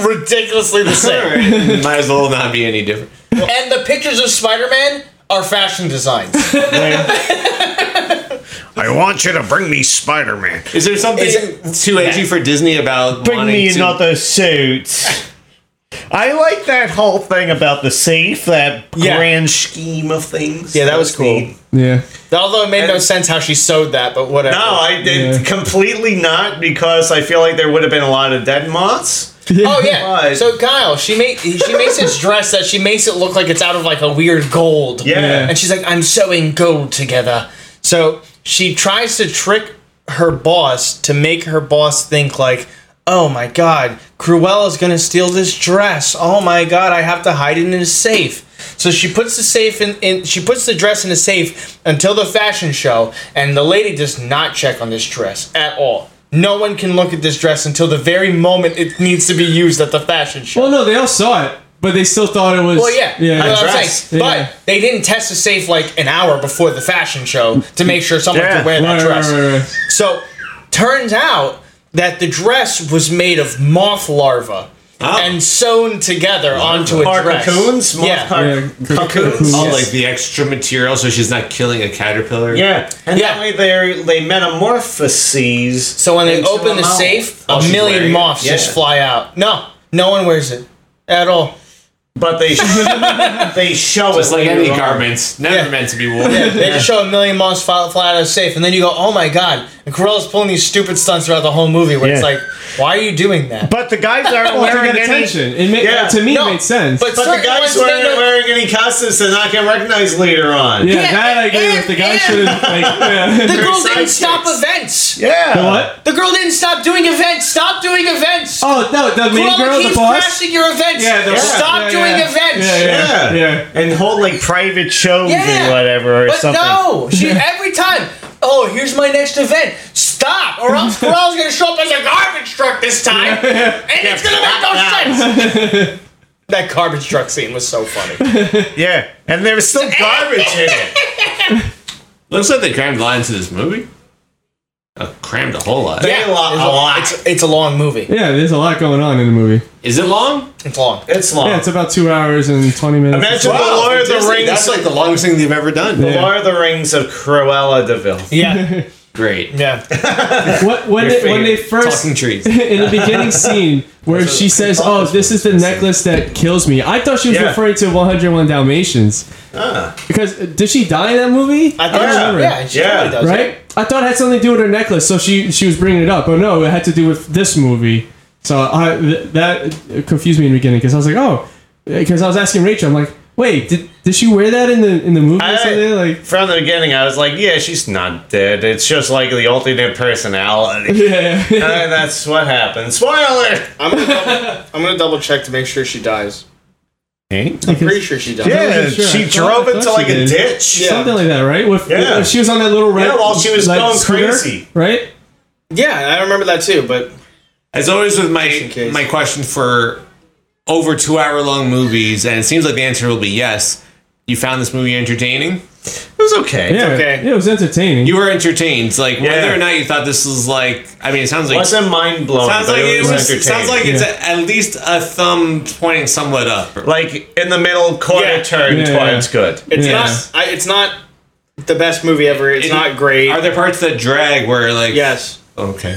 ridiculously the same.
Might as well not be any different.
and the pictures of Spider-Man are fashion designs.
I want you to bring me Spider-Man.
Is there something too edgy for Disney about wanting to?
suit. I like that whole thing about the safe, that
Yeah.
grand scheme of things.
Yeah, that was cool.
neat.
Yeah.
Although it made no sense how she sewed that, but whatever.
No, I did
Yeah.
completely not because I feel like there would have been a lot of dead moths.
Oh yeah.
But-
So Kyle, she made she makes this dress that she makes it look like it's out of like a weird gold.
Yeah.
And she's like, I'm sewing gold together. So she tries to trick her boss to make her boss think like, oh my god, Cruella's gonna steal this dress. Oh my god, I have to hide it in a safe. So she puts the safe in, in she puts the dress in a safe until the fashion show, and the lady does not check on this dress at all. No one can look at this dress until the very moment it needs to be used at the fashion show.
Well, Oh, no, they all saw it, but they still thought it was.
Well, yeah,
Yeah.
I know what I'm
Dress.
saying. But
Yeah.
they didn't test the safe like an hour before the fashion show to make sure someone
Yeah.
could wear that
Right, right,
dress.
right, right.
So, turns out that the dress was made of moth larvae and sewn together onto a
Or
dress.
Oh. cocoons? Moth
yeah.
cocoons.
Yeah,
Cocoons.
Oh, like the extra material, so she's not killing a caterpillar.
Yeah. And
Yeah.
that way they they metamorphoses.
So when they
into
open the
moth.
safe,
Oh,
a
she's
million
wearing it.
moths
Yeah.
just fly out. No, no one wears it at all.
But they they show
It's
it
like any
later on.
garments, never
Yeah.
meant to be worn.
They just show a million moths fly, fly out of the safe, and then you go, "Oh my god!" And Cruella's pulling these stupid stunts throughout the whole movie, where it's
Yeah.
like, "Why are you doing that?"
But the guys aren't
Well, to
wearing
get
any.
attention, it made,
Yeah.
to me
No,
it made sense.
but-
But
Certain
the guys
ones
who
they
aren't
don't-
wearing any costumes to not get recognized later on.
yeah, that I agree
and-
with. The guy
and-
should have like.
The
Yeah.
girl didn't
sidekicks.
stop events.
Yeah.
The what?
The girl didn't stop doing events. Stop doing events.
Oh no, the main
Cruella
girl,
keeps
the boss.
crashing your events.
Yeah, the
Stop
yeah,
doing
yeah.
events.
Yeah,
Yeah.
yeah, yeah.
And hold like private shows
Yeah.
or whatever or
But
something.
no, she every time. Oh, here's my next event. Stop, or else Corral's gonna show up as a garbage truck this time, and it's gonna make no sense. that garbage truck scene was so funny.
Yeah. And there was still garbage in it.
Looks like they crammed lines to this movie. Uh, crammed a whole lot.
Yeah. A lot.
it's, It's, it's a long movie.
Yeah, there's a lot going on in the movie.
Is it long?
It's long.
It's long.
Yeah, it's about two hours and twenty minutes.
Imagine the Lord of the
Disney,
Rings.
That's like the longest thing they've ever done.
the Lord of the Rings of Cruella Deville.
Yeah,
Great.
yeah.
What when they, when they first
Talking trees.
in the beginning scene where she says, "Oh, this is the necklace that kills me." I thought she was
Yeah.
referring to 101 Dalmatians. Because uh, did she die in that movie?
I thought
don't
yeah,
remember.
yeah, she
Yeah.
totally does.
Right? I thought it had something to do with her necklace, so she she was bringing it up. But no, it had to do with this movie. So I th- that confused me in the beginning because I was like, "Oh," because I was asking Rachel, I'm like, "Wait, did, did she wear that in the in the movie or something?" Like,
from the beginning, I was like, yeah, she's not dead. It's just like the alternate personality.
yeah,
and that's what happened. Spoiler!
I'm gonna double, I'm gonna double check to make sure she dies.
Hey?
I'm
Pretty sure she does.
Yeah,
wasn't sure.
she
I thought-
drove
I
into
thought
like
she
a
did.
ditch.
Something like that, right? With,
Yeah.
if she was on that little red.
Yeah, while she was going crazy.
right?
Yeah, I remember that too. But
As always with
in
my
case.
my question for over two hour long movies, and it seems like the answer will be yes. You found this movie entertaining.
It was okay.
Yeah,
okay.
yeah, it was entertaining.
You were entertained, like whether
Yeah.
or not you thought this was like. I mean, it sounds
It
like
wasn't mind blowing.
sounds
but
like it was.
entertaining.
Sounds like it's a, at least a thumb pointing somewhat up.
like in the middle quarter
Yeah.
turn
Yeah.
towards good.
it's
Yeah.
not. I, it's not the best movie ever. It's
It-
not great.
Are there parts that drag where like
yes,
okay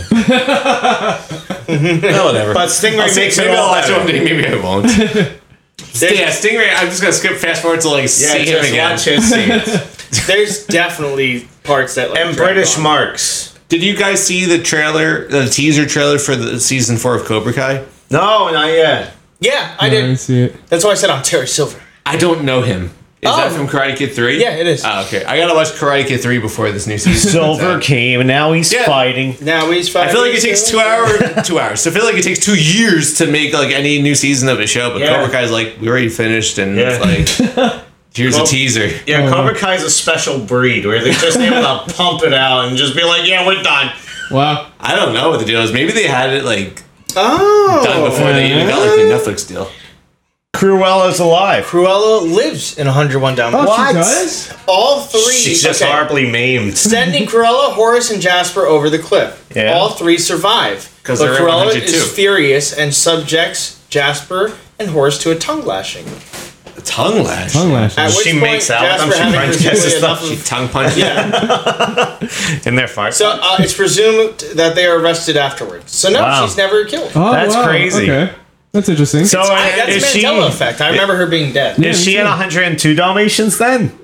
No, whatever
but Stingray makes it
maybe I'll
all
watch it one
better.
day maybe I won't
There's,
yeah Stingray I'm just gonna skip fast forward to like see him
just
again
watch it, see it.
there's definitely parts that like,
and
drag
British
on.
marks.
did you guys see the trailer the teaser trailer for the season 4 of Cobra Kai
No, not yet.
Yeah, I
I didn't
did.
see it.
That's why I said I'm Terry Silver.
I don't know him is that
Oh.
from Karate Kid 3
Yeah, it is.
oh, okay I gotta watch Karate Kid 3 before this new season comes
Silver
out.
came, and now he's
Yeah.
fighting.
Now he's five.
I feel like it takes two hours. Two hours. I feel like it takes two years to make like any new season of a show. But
Yeah.
Cobra Kai's like we already finished, and
Yeah.
it's like here's a teaser.
Yeah, Cobra Kai's a special breed where they're just able to pump it out and just be like, "Yeah, we're done."
Wow.
I don't know what the deal is. Maybe they had it like
Oh,
done before they even got like the Netflix deal.
Cruella's alive.
Cruella lives in 101
Oh,
Dalmatians.
She does?
All three.
She's just
okay.
horribly maimed.
sending Cruella, Horace, and Jasper over the cliff.
Yeah.
All three survive.
'Cause
But
they're in
Cruella
102.
is furious and subjects Jasper and Horace to a tongue lashing.
Tongue lash.
Tongue lashes.
At which
She
point,
makes out with them,
Jasper
she
having
finds
presumably
kisses
enough
She
of-
tongue punched.
Yeah.
in their fart.
So uh, it's presumed that they are arrested afterwards. So no,
Wow.
she's never killed.
Oh,
That's
wow.
crazy.
Okay. That's interesting.
so uh,
I- that's
is she?
Mandela effect. I remember her being dead.
Yeah,
Is
me
she
too.
in 102 Dalmatians then?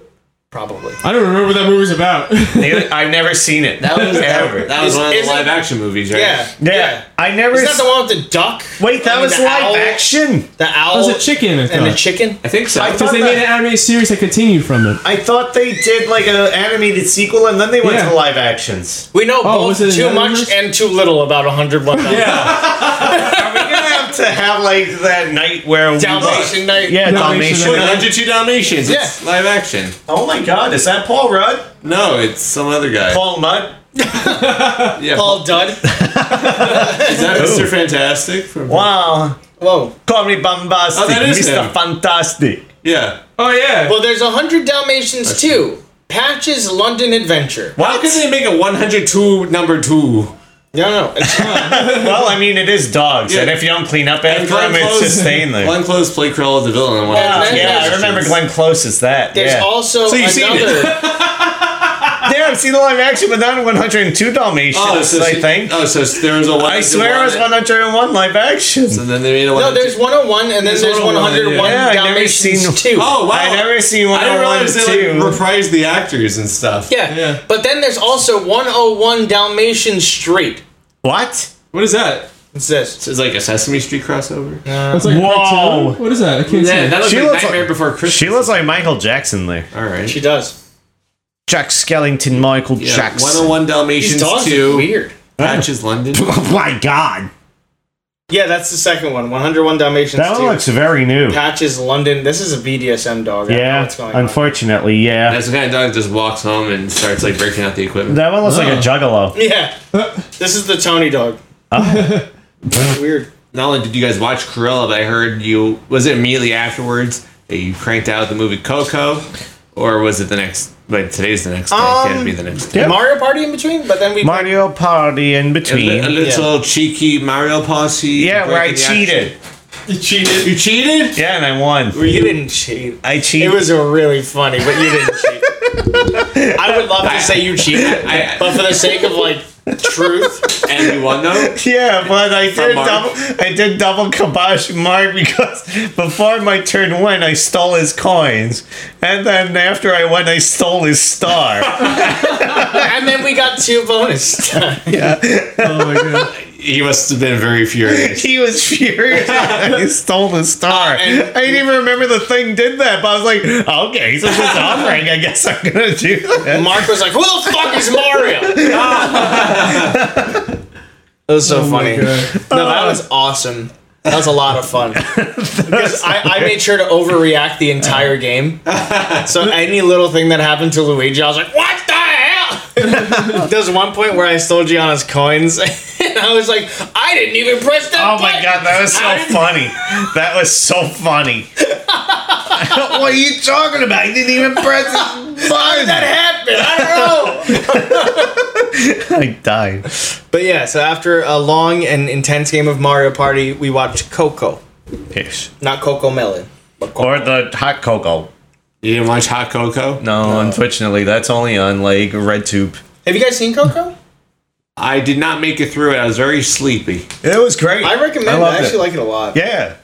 probably.
I don't remember what that movie's about.
I've never seen it.
That was
Ever.
that was
Is-
one of
is
the
it-
live action movies, right?
Yeah.
Yeah, I never.
Is that
s-
the one with the duck?
Wait, that
I mean,
was
the
live
owl-
action.
The owl.
was a chicken, I
and the
thought.
chicken.
I think so.
I
Because they made an animated series that continued from it.
I thought they did like an animated sequel and then they went
Yeah.
to live actions.
We know
Oh,
both
was it
too
another
much
verse?
and too little about 101 Dalmatians.
We're gonna have to have like that night where we
Dalmatian night.
Yeah,
Dalmatian
Dalmatian.
Wait,
night.
102 Dalmatians. It's live action.
Oh my god, is that Paul Rudd?
No, it's some other guy.
Paul Mudd?
yeah,
Paul Dud.
is that Mr. Fantastic? From-
Wow.
Whoa.
Call me Bombastic.
Oh, that is
Mr.
him.
Fantastic.
yeah.
Oh, yeah.
Well, there's a hundred Dalmatians too. Patches London Adventure.
How could they make a 102 number two?
No, no, it's not.
Well, I mean, it is dogs,
Yeah.
and if you don't clean up after them, it's just staying there.
Glenn Close played Cruella the villain. in one of
Yeah,
those
Glenn
yeah,
movies.
I remember Glenn Close as that.
There's
yeah.
also
you've seen
another.
yeah, I've seen the live action, but not 102 Dalmatians,
Oh, so
I
she-
think.
Oh, so there was a one.
I swear it was 101 live action.
And then they made a one.
No, there's 101, and then there's, 101
yeah. Yeah, I've never
Dalmatians
seen-
too.
Oh wow!
I never seen
I didn't
101
realize they
too.
like reprised the actors and stuff.
Yeah.
Yeah.
but then there's also 101 Dalmatian Street.
What?
What is that?
It's this.
So it's like a Sesame Street crossover.
That's like a
Whoa.
cartoon? What is that? I can't see
yeah,
it.
that looks
She
like
looks
Nightmare
like-
Before Christmas.
She looks like Michael Jackson there.
All right.
She does.
Jack Skellington, Michael
Yeah,
Jackson.
101
These
Dalmatians
dogs are
2.
weird.
Patches London.
Oh my god.
Yeah, that's the second one. 101 Dalmatians
That
too.
one looks very new.
Patches London. This is a BDSM dog. I don't know
Yeah,
what's going on.
unfortunately, yeah.
That's the kind of dog that just walks home and starts like breaking out the equipment.
That one looks like a juggalo.
Yeah, this is the Tony dog. Weird.
Not only did you guys watch Cruella, but I heard you was it immediately afterwards that you cranked out the movie Coco, or was it the next? Like today's the next day. Can't be the next day.
Yep.
Mario Party in between, but then we
Mario Party in
A, li- a
between.
little cheeky Mario posse.
Yeah, where I
breaking the action.
cheated.
You cheated.
You cheated?
Yeah, and I won.
You didn't cheat.
I
It
cheated.
was really funny, but you didn't cheat. I would love to say you cheated,
I- I-
but for the sake of like truth,
And you won though?
yeah, but I did
Mark.
double. I did double kibosh Mark because before my turn went, I stole his coins, and then after I went, I stole his star.
and then we got two bonus.
Oh, my God.
He must have been very furious.
He was furious. he stole the star.
and-
I didn't even remember the thing did that, but I was like, okay, so it's an offering. I guess I'm gonna do that.
Mark was like, "Who the fuck is Mario?" it was so funny.
Okay.
Oh
No, that was awesome. That was a lot of fun. Because I, I made sure to overreact the entire game. So any little thing that happened to Luigi, I was like, what the hell? There's one point where I stole Gianna's coins, and I was like, I didn't even press that
Oh my
button."
god, that was so funny. That was so funny. what are you talking about? You didn't even press his button.
happened? I don't know.
I died.
but yeah, so after a long and intense game of Mario Party, we watched Coco.
Ish.
Not Coco Melon. But Coco.
Or the hot cocoa.
You didn't watch Hot Cocoa?
No, unfortunately, that's only on like RedTube.
Have you guys seen Coco?
I did not make it through it. I was very sleepy.
It was great.
I recommend it. I
loved
actually like it a lot.
Yeah.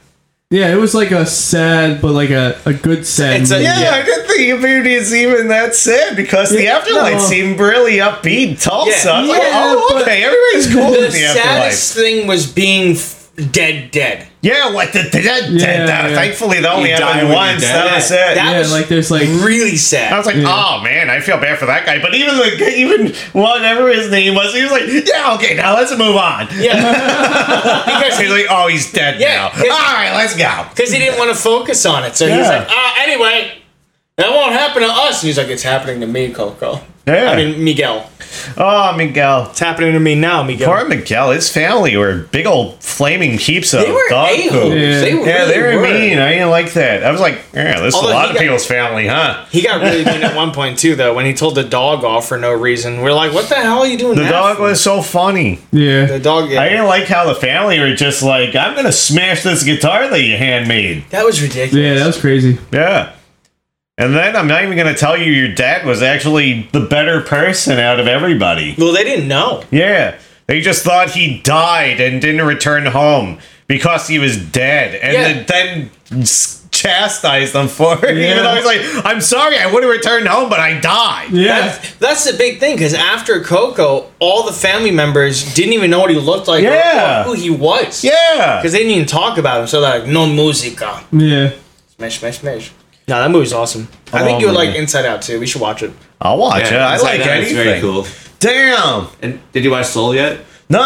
Yeah, it was like a sad, but like a, a good sad.
It's a-
movie.
Yeah, I didn't think it maybe it's even that sad because the
Yeah,
afterlife
no.
seemed really upbeat. Tulsa,
Yeah.
I was like,
Yeah,
oh,
but-
okay, everybody's cool
The
with the
saddest
afterlife.
thing was being f- dead, dead.
Yeah, like the dead,
Yeah,
dead, dead.
yeah.
Thankfully, that only
die when
happened
you're
once.
dead.
That was it.
That
Yeah,
was
like there's like
really sad.
I was like, oh man, I feel bad for that guy. But even the even whatever his name was, he was like, yeah, okay, now let's move on.
yeah,
Because he's like, oh, he's dead
Yeah,
now.
yeah.
All right, let's go.
because he didn't want to focus on it. So he was
Yeah.
like, ah, anyway, that won't happen to us. And he's like, it's happening to me, Coco.
Yeah.
I mean, Miguel.
Oh, Miguel.
It's happening to me now, Miguel.
Poor Miguel. His family were big old flaming heaps of
they were
dog
a-holes.
poop.
Yeah.
They were
Yeah,
really
they were
were.
mean. I didn't like that. I was like, yeah, this
Although
is a lot
he
of
got-
people's family, huh?
He got really mean at one point too, though, when he told the dog off for no reason. We're like, what the hell are you doing?
The
that
dog
for?
was so funny.
yeah.
The dog.
I didn't like how the family were just like, I'm gonna smash this guitar that you handmade.
that was ridiculous.
Yeah, that was crazy.
Yeah. And then I'm not even gonna tell you your dad was actually the better person out of everybody.
well, they didn't know.
Yeah. They just thought he died and didn't return home because he was dead. And
Yeah.
then, then s- chastised them for it. Even
Yeah.
though I was like, I'm sorry, I would have returned home, but I died.
Yeah,
That's, that's the big thing because after Coco, all the family members didn't even know what he looked like or-
Yeah.
or who he was.
Yeah.
Because they didn't even talk about him. So they're like, no musica.
yeah.
Smash, smash, smash. No, that movie's awesome. I think
love
you would like
movie.
Inside Out too. We should watch it.
I'll watch it. I
Inside Out
like
is
anything.
very cool.
Damn.
And did you watch Soul yet?
No.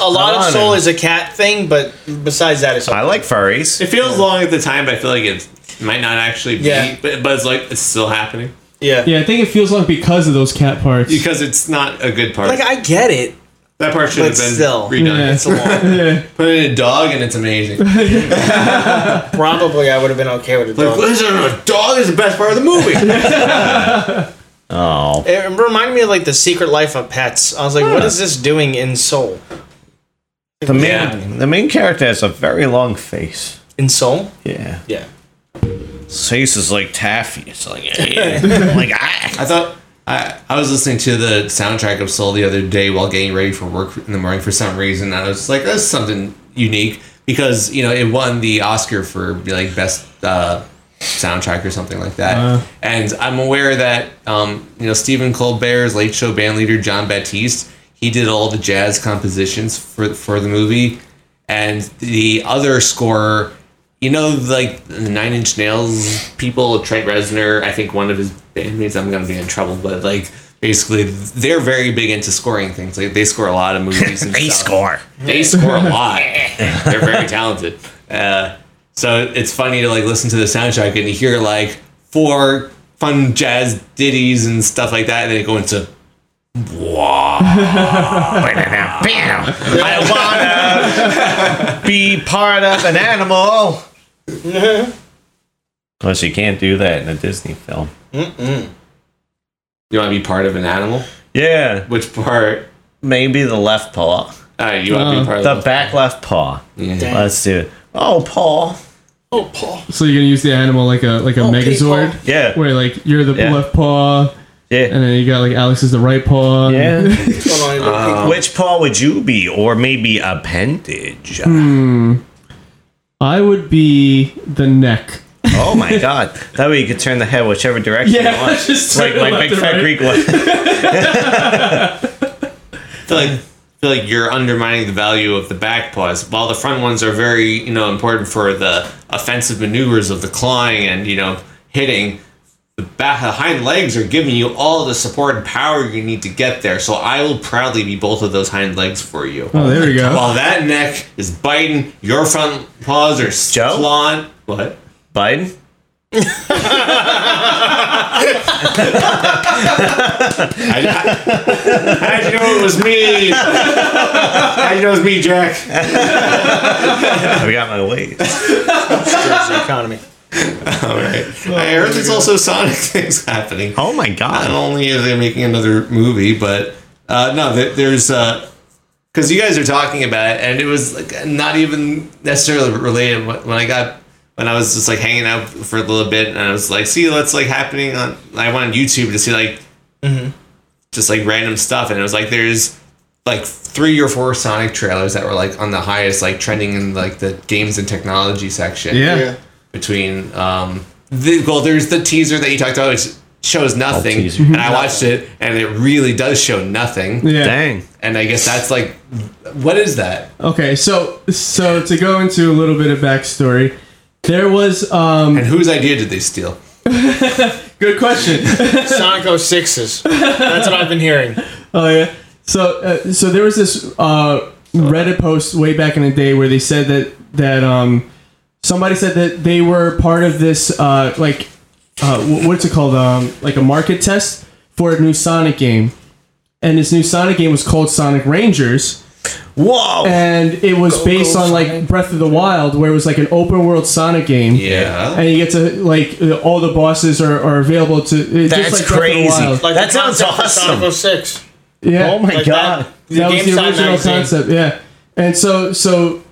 A lot
I
of
don't
Soul
know.
is a cat thing, but besides that, it's
I like furries.
It feels long at the time, but I feel like it might not actually be.
Yeah.
But, but it's like it's still happening
yeah.
Yeah, I think it feels long because of those cat parts.
because it's not a good part.
Like I get it.
that part should
but
have been
still.
redone.
Yeah.
It's a long.
yeah.
Put in a dog and it's amazing. like
Probably I would have been okay with a dog.
listen, a dog is the best part of the movie.
Oh.
It reminded me of like the Secret Life of Pets. I was like, what is this doing in Soul?
The main,
Yeah.
the main character has a very long face.
In Soul?
Yeah.
Yeah.
His face is like taffy. It's like, eh. like ah.
I thought I, I was listening to the soundtrack of Soul the other day while getting ready for work in the morning for some reason, and I was like, "That's something unique," because you know it won the Oscar for like best uh, soundtrack or something like that. And I'm aware that um, you know Stephen Colbert's Late Show bandleader John Baptiste he did all the jazz compositions for for the movie, and the other scorer you know, like the Nine Inch Nails people, Trent Reznor. I think one of his bandmates. I'm gonna be in trouble, but like basically, they're very big into scoring things. Like they score a lot of movies. And
They
stuff.
score.
They score a lot. they're very talented. Uh, so it's funny to like listen to the soundtrack and you hear like four fun jazz ditties and stuff like that, and then it go into. Wow.
I wanna be part of an animal. Plus, you can't do that in a Disney film.
You want to be part of an animal?
Yeah,
Which part?
maybe the left paw,
Uh, you want to be part
the
of
back left paw.
Yeah.
Let's do it. Oh, paw.
Oh, Paul.
So you're gonna use the animal like a like a Megazord,
Yeah,
where like you're the
Yeah.
left paw, and
yeah,
then you got like Alex is the right paw.
yeah.
Hold on,
Which paw would you be, or maybe appendage?
Hmm. I would be the neck.
Oh my god! That way you could turn the head whichever direction
Yeah,
you want.
just turn
like my
it left
big
and
fat
right.
Greek one.
feel like feel like you're undermining the value of the back paws. While the front ones are very you know important for the offensive maneuvers of the clawing and you know hitting, the back the hind legs are giving you all the support and power you need to get there. So I will proudly be both of those hind legs for you.
Oh, there we go.
While that neck is biting, your front paws are
Joe?
clawing. What?
Biden?
I, I, how'd you know it was me? How'd you know it was me, Jack?
I got my weight.
the economy.
All right. I heard there's also Sonic things happening.
Oh my
Not
god.
only are they making another movie, but uh, no, there, there's because you guys are talking about it, and it was like not even necessarily related. When when I got when I was just like hanging out for a little bit, and I was like, see, that's like happening on. I went on YouTube to see like just like random stuff, and it was like there's like three or four Sonic trailers that were like on the highest like trending in like the games and technology section
Yeah.
between um the, well there's the teaser that you talked about which
Oh,
shows nothing
teaser.
and i watched it and it really does show nothing
Yeah.
Dang.
and i guess that's like what is that
Okay, so so to go into a little bit of backstory, there was
uh,
um
and whose idea did they steal
good question.
Sonic 06s. That's what I've been hearing.
Oh yeah. So uh, so there was this uh, Reddit post way back in the day where they said that that um somebody said that they were part of this uh like uh wh- what's it called um like a market test for a new Sonic game, and this new Sonic game was called Sonic Rangers.
Whoa.
and it was based on like Breath of the Wild, where it was like an open world Sonic game.
yeah
And you get to like uh, all the bosses are, are available to. uh,
That's
just like
crazy.
Breath of the Wild.
Like
That
the
sounds
concept for
awesome.
Sonic 06.
Yeah,
oh my
Like
god.
that.
that was the
GameStop
original
magazine.
concept. Yeah, and so so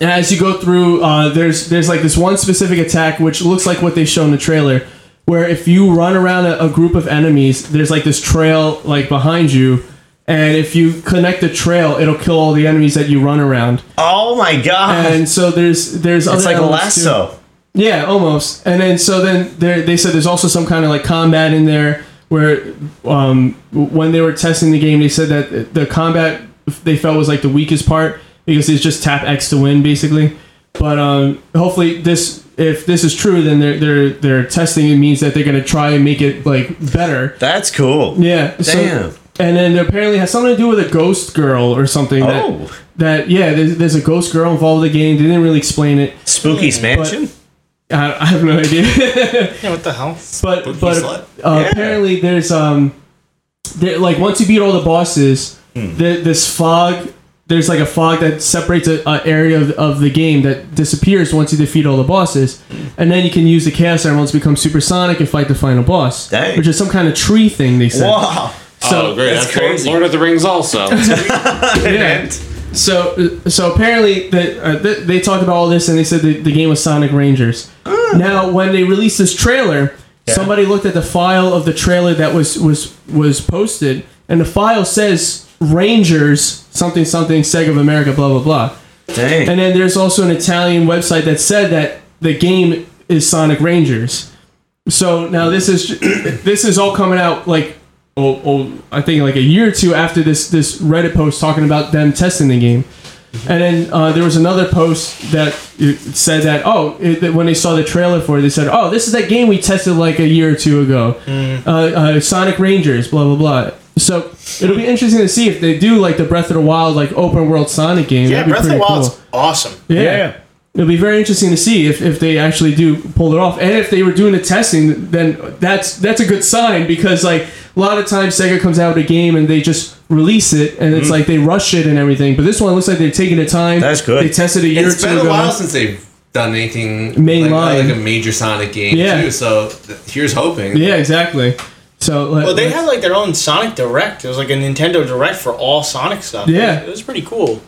as you go through, uh, there's there's like this one specific attack which looks like what they show in the trailer, where if you run around a, a group of enemies, there's like this trail like behind you. And if you connect the trail, it'll kill all the enemies that you run around.
Oh my god.
and so there's there's other
it's like a
elements, too.
lasso.
Yeah, almost. And then so then there, they said there's also some kind of like combat in there where um, when they were testing the game, they said that the combat they felt was like the weakest part because it's just tap X to win basically. But um, hopefully this. If this is true, then they're they're they're testing. It means that they're gonna try and make it like better.
That's cool.
Yeah. so-
Damn.
and then there apparently has something to do with a ghost girl or something.
Oh.
That, that yeah, there's, there's a ghost girl involved in the game. They didn't really explain it.
Spooky's mansion?
I, I have no idea.
Yeah, what the hell?
but but
slut.
uh, apparently there's um there, like once you beat all the bosses the, this fog there's like a fog that separates a, a area of, of the game that disappears once you defeat all the bosses and then you can use the chaos emeralds to become supersonic and fight the final boss
Dang.
which is some kind of tree thing they said
Wow.
so
great that's, crazy lord of the rings also
yeah. So uh, so apparently the, uh, th- they talked about all this and they said the, the game was Sonic Rangers. Now when they released this trailer, somebody looked at the file of the trailer that was was was posted, and the file says Rangers something something Sega of America blah blah blah.
Dang.
And then there's also an Italian website that said that the game is Sonic Rangers. So now this is this is all coming out like oh, oh, I think like a year or two after this this Reddit post talking about them testing the game.
Mm-hmm.
And then uh, there was another post that it said that oh it, that when they saw the trailer for it they said oh this is that game we tested like a year or two ago
Mm.
uh, uh, Sonic Rangers blah blah blah so it'll be interesting to see if they do like the Breath of the Wild like open world Sonic game
Yeah,
That'd be
Breath of the
pretty
Wild's
cool.
awesome.
Yeah. It'll be very interesting to see if, if they actually do pull it off. And if they were doing the testing, then that's that's a good sign because like a lot of times Sega comes out with a game and they just release it and it's like they rush it and everything. But this one looks like they're taking the time.
Mm-hmm. That's good.
They tested a year
it's
or two
been a
ago.
while since they've done anything
Main
like,
line.
like a major sonic game
Yeah.
too so th- here's hoping
yeah, exactly. So like,
Well, they had like their own Sonic Direct. It was like a Nintendo Direct for all Sonic stuff.
Yeah.
it was, it was pretty cool.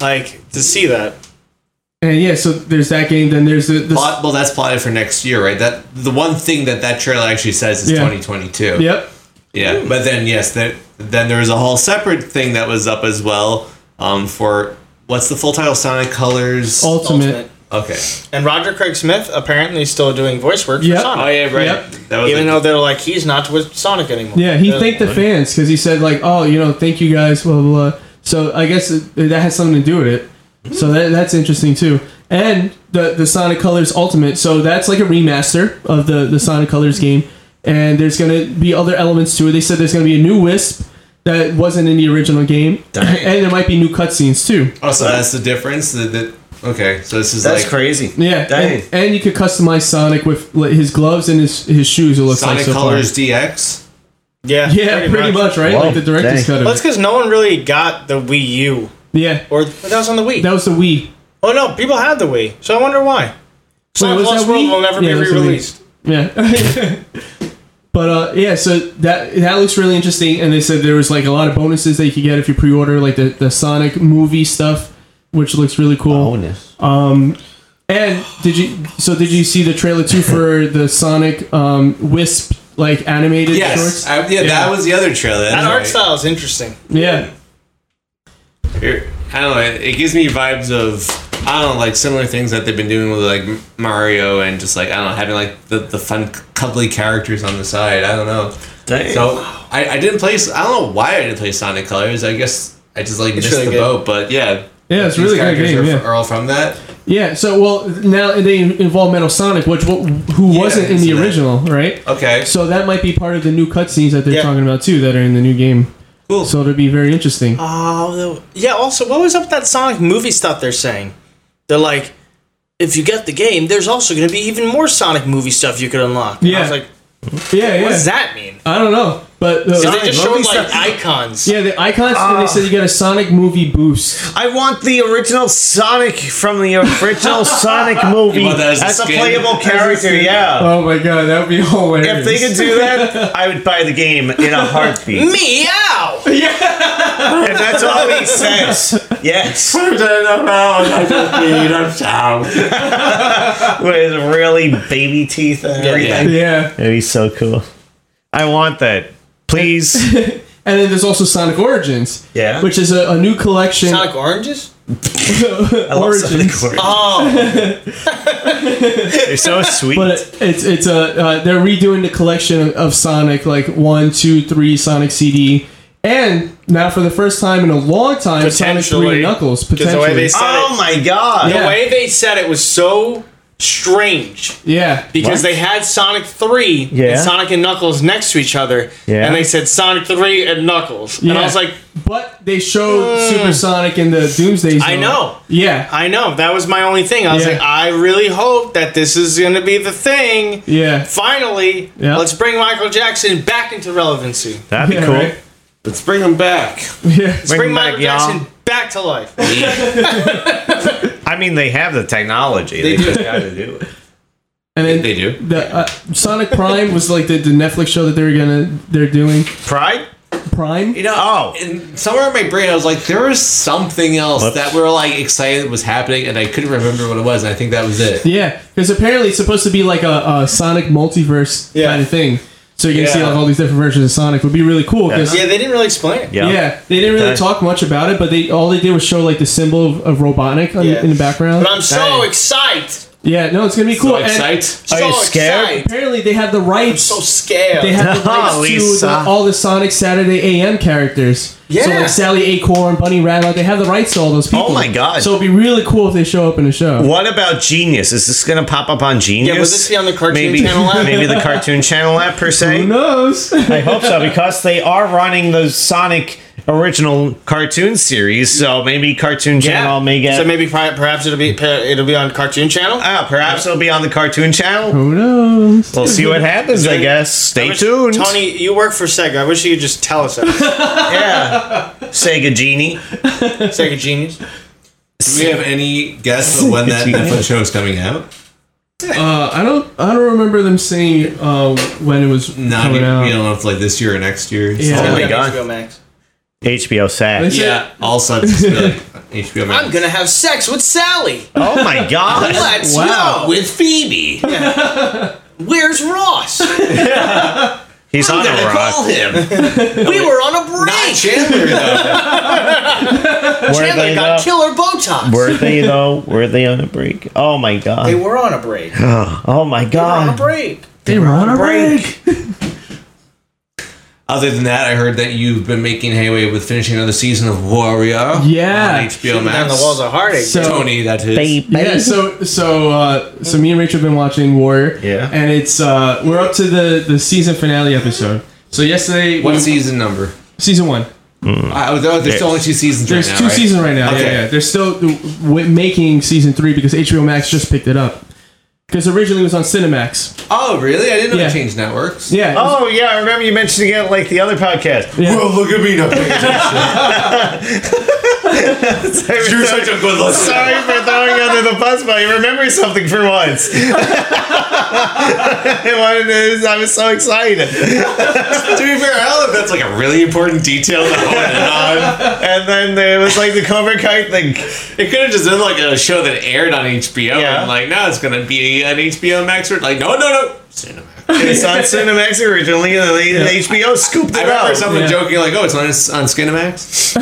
Like to see that.
and yeah, so there's that game. Then there's the, the
Plot, well, that's plotted for next year, right? That the one thing that that trailer actually says is
Yeah.
2022.
yep.
Yeah, but then yes, there, then there was a whole separate thing that was up as well um, for what's the full title? Sonic Colors.
Ultimate.
okay.
And Roger Craig Smith apparently is still doing voice work
Yep.
for Sonic.
Oh yeah, right.
Yep.
That was
Even
a-
though they're like he's not with Sonic anymore.
Yeah, he
They're
thanked the
like,
fans because he said like, "Oh, you know, thank you guys." Blah blah. blah. So I guess it, that has something to do with it. So that, that's interesting too. And the the Sonic Colors Ultimate. So that's like a remaster of the the Sonic Colors game, and there's gonna be other elements to it. They said there's gonna be a new Wisp that wasn't in the original game, and there might be new cutscenes too.
Oh, so that's the difference. That, that okay. So this is
That's
like
crazy.
Yeah,
Dang.
and, and you could customize Sonic with like, his gloves and his his shoes. It looks
Sonic
like so far.
Colors DX.
Yeah,
Yeah, pretty, much. right?
Whoa,
like the
dang.
director's cut of
That's
it.
because no one really got the Wii U,
Yeah,
or that was on the Wii.
that was the Wii.
Oh no, people had the Wii, so I wonder why.
Wait,
Sonic
was
Lost
that
World
Wii?
will never
Yeah,
be
it was a Wii.
re-released.
Yeah. but uh, yeah, so that that looks really interesting, and they said there was like a lot of bonuses that you could get if you pre-order like the, the Sonic movie stuff, which looks really cool. Um,
Bonus.
And did you so did you see the trailer too for the Sonic um, Wisp like animated
Yes.
shorts?
I- yeah, that was the other trailer. That's
That
right.
art style is interesting.
yeah,
It- I don't know. It, it gives me vibes of I don't know, like similar things that they've been doing with like Mario and just like I don't know, having like the, the fun cuddly characters on the side. I don't know.
Dang.
So I, I didn't play. I don't know why I didn't play Sonic Colors. I guess I just like missed
really
the
good.
boat. But yeah,
yeah, it's a
these
really good
characters
game.
are,
Yeah.
are all from that.
yeah, so well now they involve Metal Sonic, which wh- who wasn't in
see
the
that.
original, right?
Okay.
So that might be part of the new cutscenes that they're
Yeah.
talking about too, that are in the new game.
Cool.
So it'll be very interesting.
Oh, the, yeah. Also, what was up with that Sonic movie stuff they're saying? They're like, if you get the game, there's also going to be even more Sonic movie stuff you could unlock. And I was
Yeah.
like,
yeah, yeah.
what does that mean?
I don't know, but uh,
They just showed
movie
like
stuff.
icons.
yeah, the icons. and they said
Ah.
you got a Sonic movie boost.
I want the original Sonic from the original Sonic movie
want that as
as,
a
a
skin?
playable character. Yeah.
Oh my god, that would be hilarious.
If they could do that, I would buy the game in a heartbeat.
Meow!
if that's all he says, yes, with really baby teeth and everything,
yeah,
that'd be so cool. I want that, please.
and then there's also Sonic Origins,
Yeah.
which is a, a new collection.
Sonic oranges?
I love Sonic
Origins.
Origins.
Oh,
They're so sweet.
But it, it's it's a uh, they're redoing the collection of Sonic like one, two, three Sonic CD, and now for the first time in a long time, Sonic Three
Potentially.
and Knuckles
because the way
potentially.
they said
oh my god!
it, the
yeah.
way they said it was so strange.
yeah,
because they had Sonic 3 and
Yeah.
Sonic and Knuckles next to each other.
Yeah.
And they said Sonic 3 and Knuckles. And I
Yeah.
was like, Hmm.
but they showed Super Sonic in the Doomsday Zone.
I know.
Yeah,
I know. That was my only thing. I was
Yeah.
like, I really hope that this is going to be the thing.
yeah,
Finally,
Yeah.
let's bring Michael Jackson back into relevancy.
That'd be
Yeah,
cool.
right?
Let's bring them back.
yeah.
Let's bring
him
Michael
back, y'all.
Jackson back to life.
I mean, they have the technology. They, just got to do it.
And then
They do.
The uh, Sonic Prime was like the, the Netflix show that they were gonna they're doing
Pride?
Prime.
You know,
Oh.
and somewhere in my brain, I was like, there was something else
Whoops.
that we're like excited was happening, and I couldn't remember what it was. And I think that was it.
Yeah, because apparently it's supposed to be like a, a Sonic multiverse
Yeah.
kind of thing. So you can see
Yeah.
like all these different versions of Sonic would be really cool. 'cause-
yeah, they didn't really explain it.
yeah. they didn't really
Okay.
talk much about it, but they all they did was show like the symbol of, of Robotnik on,
Yeah.
in the background.
But I'm so excited. So
yeah, no, it's gonna be cool.
So
and
excited.
Are you scared?
excited.
apparently they have the rights.
So scared.
they have the rights to
Lisa.
the, all the Sonic Saturday AM characters. So
Yeah.
like Sally Acorn, Bunny Rattler, they have the rights to all those people.
my God.
So it'd be really cool if they show up in the show.
What about Genius? Is this going to pop up on Genius?
yeah, will this be on the cartoon
maybe,
channel app?
maybe the Cartoon Channel app, per
Who
se?
knows?
I hope so, because they are running the Sonic original cartoon series, so maybe Cartoon Channel may get...
So maybe pri- perhaps it'll be it'll be on Cartoon Channel.
Ah, perhaps it'll be on the Cartoon Channel.
Who knows?
We'll see what happens, I guess. Stay tuned.
Tony, you work for Sega. I wish you could just tell us that.
Yeah. Sega Genie.
Sega Genius.
Do we have any guess of when that Netflix show is coming out?
Uh, I don't. I don't remember them saying uh, when it was
Not
coming
even,
out.
we don't know if like this year or next year.
Yeah.
Oh my God.
HBO Max.
HBO
They
Sat.
said-
Yeah, all subs like HBO Max.
I'm gonna have sex with Sally.
Oh my god.
Let's
Wow.
go.
with Phoebe.
Where's Ross?
He's on a rock.
Call him.
we were on a
Not
break.
Chandler though.
Were
Chandler
they,
got
though?
killer Botox.
Were they though? Were they on a break? Oh my
They
god.
were on a break. They were
Oh my
on a
god.
break.
They were on a break.
Other than that, I heard that you've been making hay with finishing another season of Warrior.
Yeah.
On HBO Max.
Down the walls uh, of heartache.
So-
Tony, that is.
Yeah, so so uh, so me and Rachel have been watching Warrior.
Yeah.
And it's uh, we're up to the the season finale episode. So yesterday
What
we-
season number?
season one.
I, oh, there's still only two seasons
There's
right now,
two
right?
seasons right now.
Okay.
Yeah, yeah. They're still w- making season three because HBO Max just picked it up. Because originally it was on Cinemax.
Oh, really? I didn't know
Yeah.
it changed networks.
Yeah. it was-
Oh yeah, I remember you mentioning it like the other podcast.
yeah.
Well, Oh, look at me now. You're such a good listener.
Sorry for throwing you under the bus, but you remember something for once. I wanted to- I was so excited.
to be fair, I don't know if that's like a really important detail that went on.
And then there was like the Cobra Kai thing.
It could have just been like a show that aired on HBO,
Yeah.
and like now it's gonna be an HBO Max. Or like no, no, no, Cinemax.
It's on Cinemax originally, and then they- HBO scooped
I
it
remember
out.
someone
Yeah.
joking like, "Oh, it's on on Cinemax."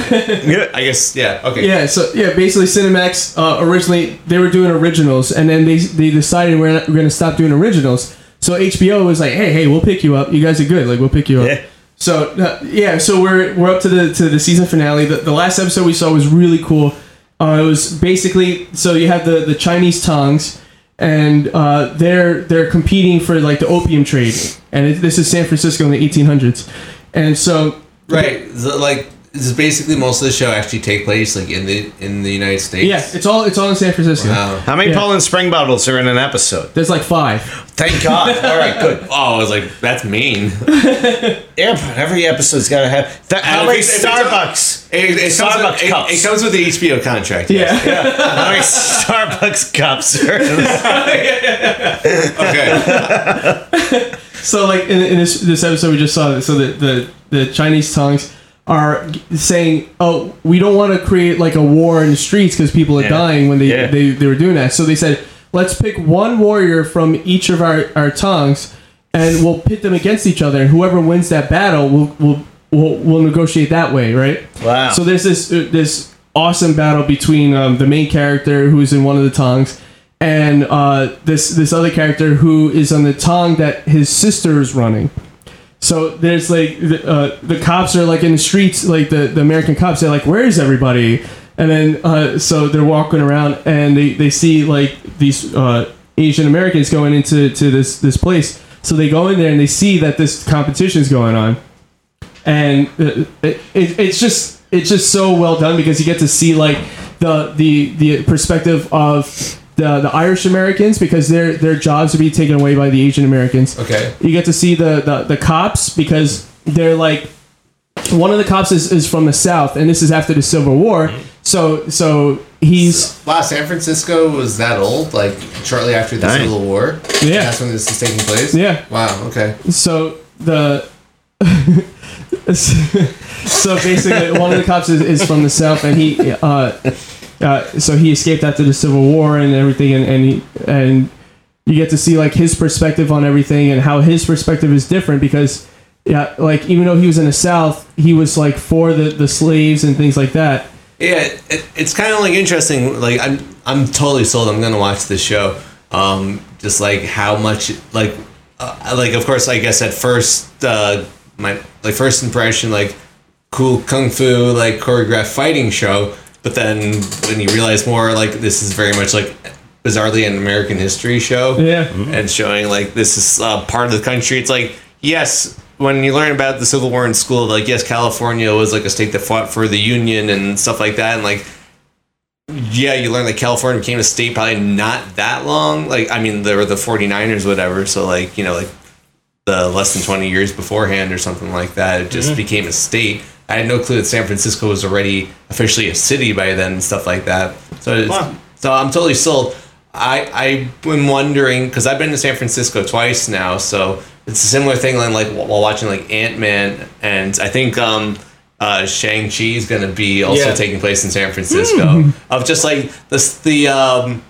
Yeah.
I guess yeah. Okay.
Yeah, so yeah, basically Cinemax uh, originally they were doing originals, and then they they decided we're, not, we're gonna stop doing originals. So HBO was like, hey, hey, we'll pick you up. You guys are good. Like we'll pick you up.
Yeah.
So uh, yeah, so we're we're up to the to the season finale. The, the last episode we saw was really cool. Uh, it was basically so you have the the Chinese tongs, and uh, they're they're competing for like the opium trade, and it, this is San Francisco in the 1800s, and so
Right. So, like this is basically most of the show actually take place like in the in the United States. Um,
yeah, it's all it's all in San Francisco.
Wow.
How many
Yeah.
Paul and Spring bottles are in an episode?
There's like five.
Thank God. All right, good.
Oh, I was like, that's mean.
Airport. Every episode's got to have. That, how
And
many
if it's- if it's-
Starbucks?
It, it,
Starbucks
comes, with,
cups.
it, it comes with the HBO contract.
Yeah.
How many Starbucks cups are? in this?
Okay.
So like in, in this this episode we just saw, so the the, the Chinese tongues are g- saying, "Oh, we don't want to create like a war in the streets because people are dying when they,
Yeah.
they they were doing that." So they said, "Let's pick one warrior from each of our our tongues, and we'll pit them against each other, and whoever wins that battle will will will will negotiate that way, right?"
Wow.
So there's this uh, this awesome battle between um, the main character who's in one of the tongs and uh, this this other character who is on the tong that his sister is running. So there's like the, uh, the cops are like in the streets, like the, the American cops. They're like, "Where is everybody?" And then uh, so they're walking around and they, they see like these uh, Asian Americans going into to this this place. So they go in there and they see that this competition is going on and uh, it, it, it's just it's just so well done because you get to see like the the the perspective of the the Irish Americans because their their jobs are being taken away by the Asian Americans.
Okay.
You get to see the the, the cops because they're like one of the cops is, is from the South and this is after the Civil War. So so he's
Wow, San Francisco was that old? Like shortly after the
Dang.
Civil War?
Yeah.
That's when this is taking place?
Yeah.
Wow, okay.
so the so basically one of the cops is, is from the south and he uh, uh, so he escaped after the civil war and everything and and, he, and you get to see like his perspective on everything and how his perspective is different because yeah like even though he was in the south he was like for the the slaves and things like that
Yeah, it, it's kind of like interesting. Like I'm, I'm totally sold. I'm gonna watch this show. Um, just like how much, like, uh, like of course, I guess at first, uh, my like first impression, like cool kung fu, like choreographed fighting show. But then when you realize more, like this is very much like bizarrely an American history show.
Yeah.
and showing like this is uh, part of the country. It's like yes, when you learn about the Civil War in school, like yes, California was like a state that fought for the Union and stuff like that, and like yeah, you learn that California became a state probably not that long. Like, I mean, there were the 49ers, whatever. So, like, you know, like the less than 20 years beforehand or something like that, it just became a state. I had no clue that San Francisco was already officially a city by then and stuff like that. So, it's, so I'm totally sold. I, I've been wondering, because I've been to San Francisco twice now. So it's a similar thing like, like while watching like Ant-Man. And I think, um, uh, Shang-Chi is going to be also
Yeah.
taking place in San Francisco of just like this, the, um,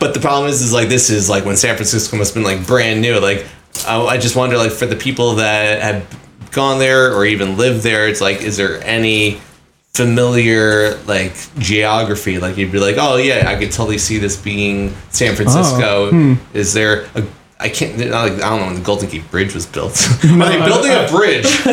but the problem is, is like this is like when San Francisco must have been like brand new. Like, I, I just wonder, like for the people that have gone there or even lived there, it's like, is there any familiar like geography? Like you'd be like, oh yeah, I could totally see this being San Francisco. Is there a I can't. they're not like- I don't know when the Golden Gate Bridge was built. Are they building a bridge?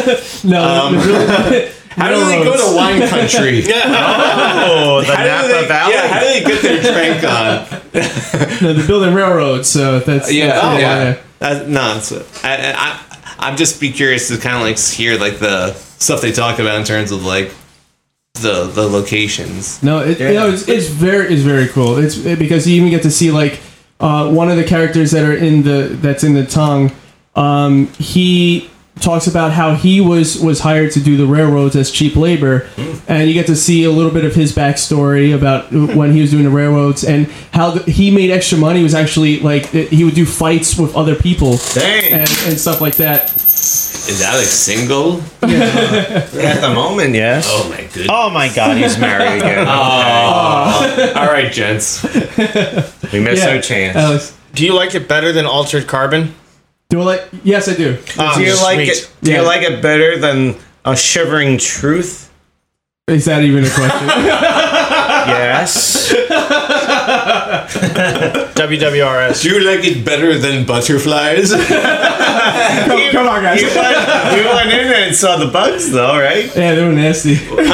No, really-
Um, How do they go to wine country?
Oh, the
How do
Napa
they,
Valley.
yeah, how do they get their drink on?
no, they're building railroads, so that's
Yeah,
that's
oh,
why.
yeah. That, no, it's, I, I, I'm just be curious to kind of like hear like the stuff they talk about in terms of like the the locations.
No, it, you know, it's, it's very it's very cool. It's it- because you even get to see like uh, one of the characters that are in the that's in the tongue. Um, he talks about how he was was hired to do the railroads as cheap labor, and you get to see a little bit of his backstory about when he was doing the railroads and how the, he made extra money. Was actually like it- he would do fights with other people
Dang.
and, and stuff like that.
Is Alex single?
At the moment, yes.
Oh my goodness!
Oh my god, he's married again.
All right, gents.
We missed
Yeah. Uh,
our chance.
Alex,
Do you like it better than Altered Carbon? Um,
do I like? Yes, I do.
do you like
sweet.
it? Uh, Do
Yeah.
you like it better than a shivering truth?
Is that even a question?
Yes.
WWRS.
Do you like it better than butterflies?
come, come on, guys.
we went in there and saw the bugs, though, right?
Yeah, they were nasty.
There you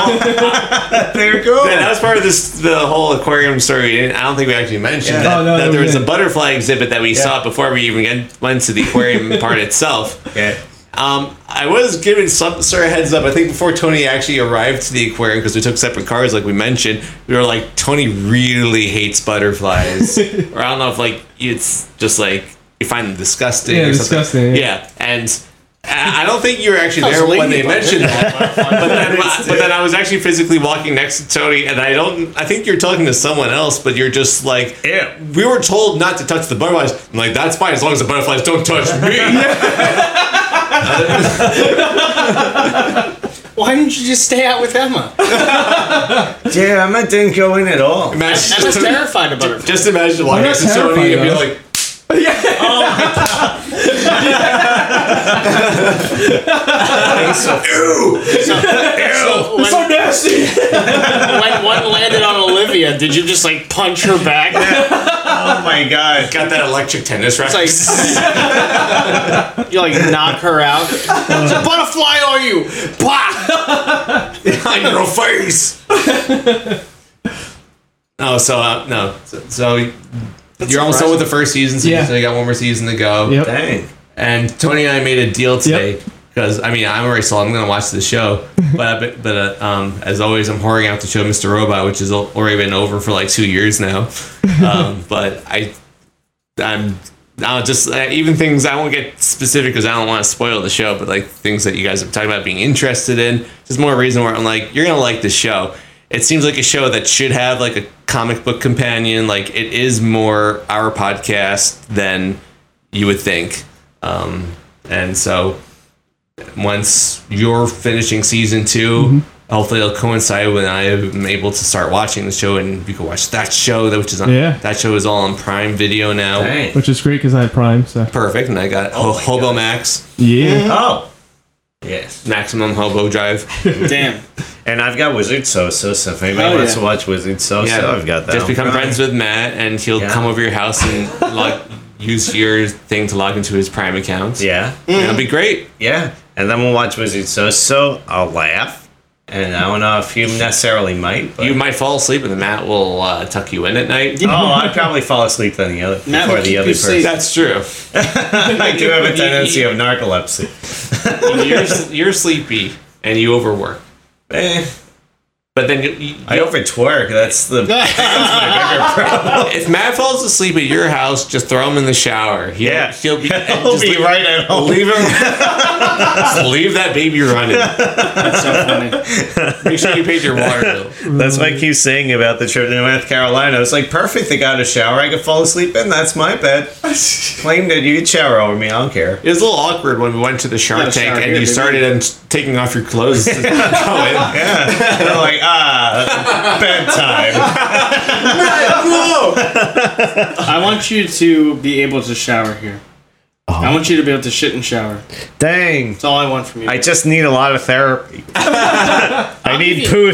go.
Yeah, that was part of this the whole aquarium story. We didn't- I don't think we actually mentioned that,
Oh, no,
that
no,
there
we
was a
didn't.
butterfly exhibit that we saw before we even get- went to the aquarium part itself.
Yeah.
Um, I was given some sort of heads up. I think before Tony actually arrived to the aquarium because we took separate cars, like we mentioned, we were like, Tony really hates butterflies. or I don't know if like it's just like you find them disgusting.
Yeah,
or something.
disgusting, yeah.
yeah, and. I I don't think you were actually there when they mentioned that. But then, but then I was actually physically walking next to Tony, and I don't. I think you're talking to someone else, but you're just like,
Ew.
we were told not to touch the butterflies. I'm like, that's fine as long as the butterflies don't touch me.
Why didn't you just stay out with Emma?
Yeah, Emma didn't go in at all.
Imagine-
Emma's terrified of butterflies.
Just imagine walking
not
next to Tony
terrified,
and be
though.
like,
So
so nasty.
when one landed on Olivia, did you just like punch her back?
Oh my god.
got that electric tennis racket.
It's like you like knock her out. It's a butterfly are you? Bah!
on your face. oh, so uh, no, so, so you're almost done with the first season, so
Yeah.
you still got one more season to go.
Yep.
Dang.
And Tony and I made a deal today because I mean I'm already sold. I'm going to watch the show, but I- but uh, um, as always, I'm whoring out the show Mr. Robot, which has al- already been over for like two years now. Um, but I I'm. I'll just uh, even things I won't get specific because I don't want to spoil the show, but like things that you guys have talked about being interested in, just more reason where I'm like, you're gonna like this show. It seems like a show that should have like a comic book companion. Like it is more our podcast than you would think. Um, and so once you're finishing season 2 hopefully it'll coincide when I am able to start watching the show and you can watch that show that which is on
Yeah.
that show is all on Prime Video now.
Which is great because I have Prime, so
Perfect, and I got Ho- Hobo Max,
yeah.
Oh. Yes.
Maximum Hobo Drive.
Damn.
And I've got Wizard So So, so if anybody
Oh,
wants
yeah.
to watch Wizard So So, I've got that.
Just become
one.
friends with Matt, and he'll
Yeah.
come over your house and log, use your thing to log into his Prime account.
Yeah.
And it'll be great.
Yeah. And then we'll watch Wizard So So. I'll laugh. And I don't know if you necessarily might. But
You might fall asleep, and then Matt will uh, tuck you in at night.
Oh, I'd probably fall asleep than the other
Matt
before
would
the
keep
other
you
person.
safe.
That's true.
I do have a tendency of narcolepsy.
You're, you're sleepy and you overwork,
Eh,
but then you, you,
I overtwerk. That's the
if Matt falls asleep at your house, just throw him in the shower. He'll,
Yeah.
he'll be, and
I'll
just
be
leave,
right at home.
leave him. just leave that baby running. Make sure you paid your water bill.
That's what I keep saying about the trip to North Carolina. It's like perfect. They got a shower. I could fall asleep in. That's my bed. Claim that you could shower over me. I don't care.
It was a little awkward when we went to the Shark
Not a
Tank
shower
and
here,
you
baby.
started and taking off your clothes. to go in.
They're like ah, bedtime.
I want you to be able to shower here.
I want you to be able to shit and shower.
Dang.
That's all I want from you.
I just need a lot of therapy. I need poo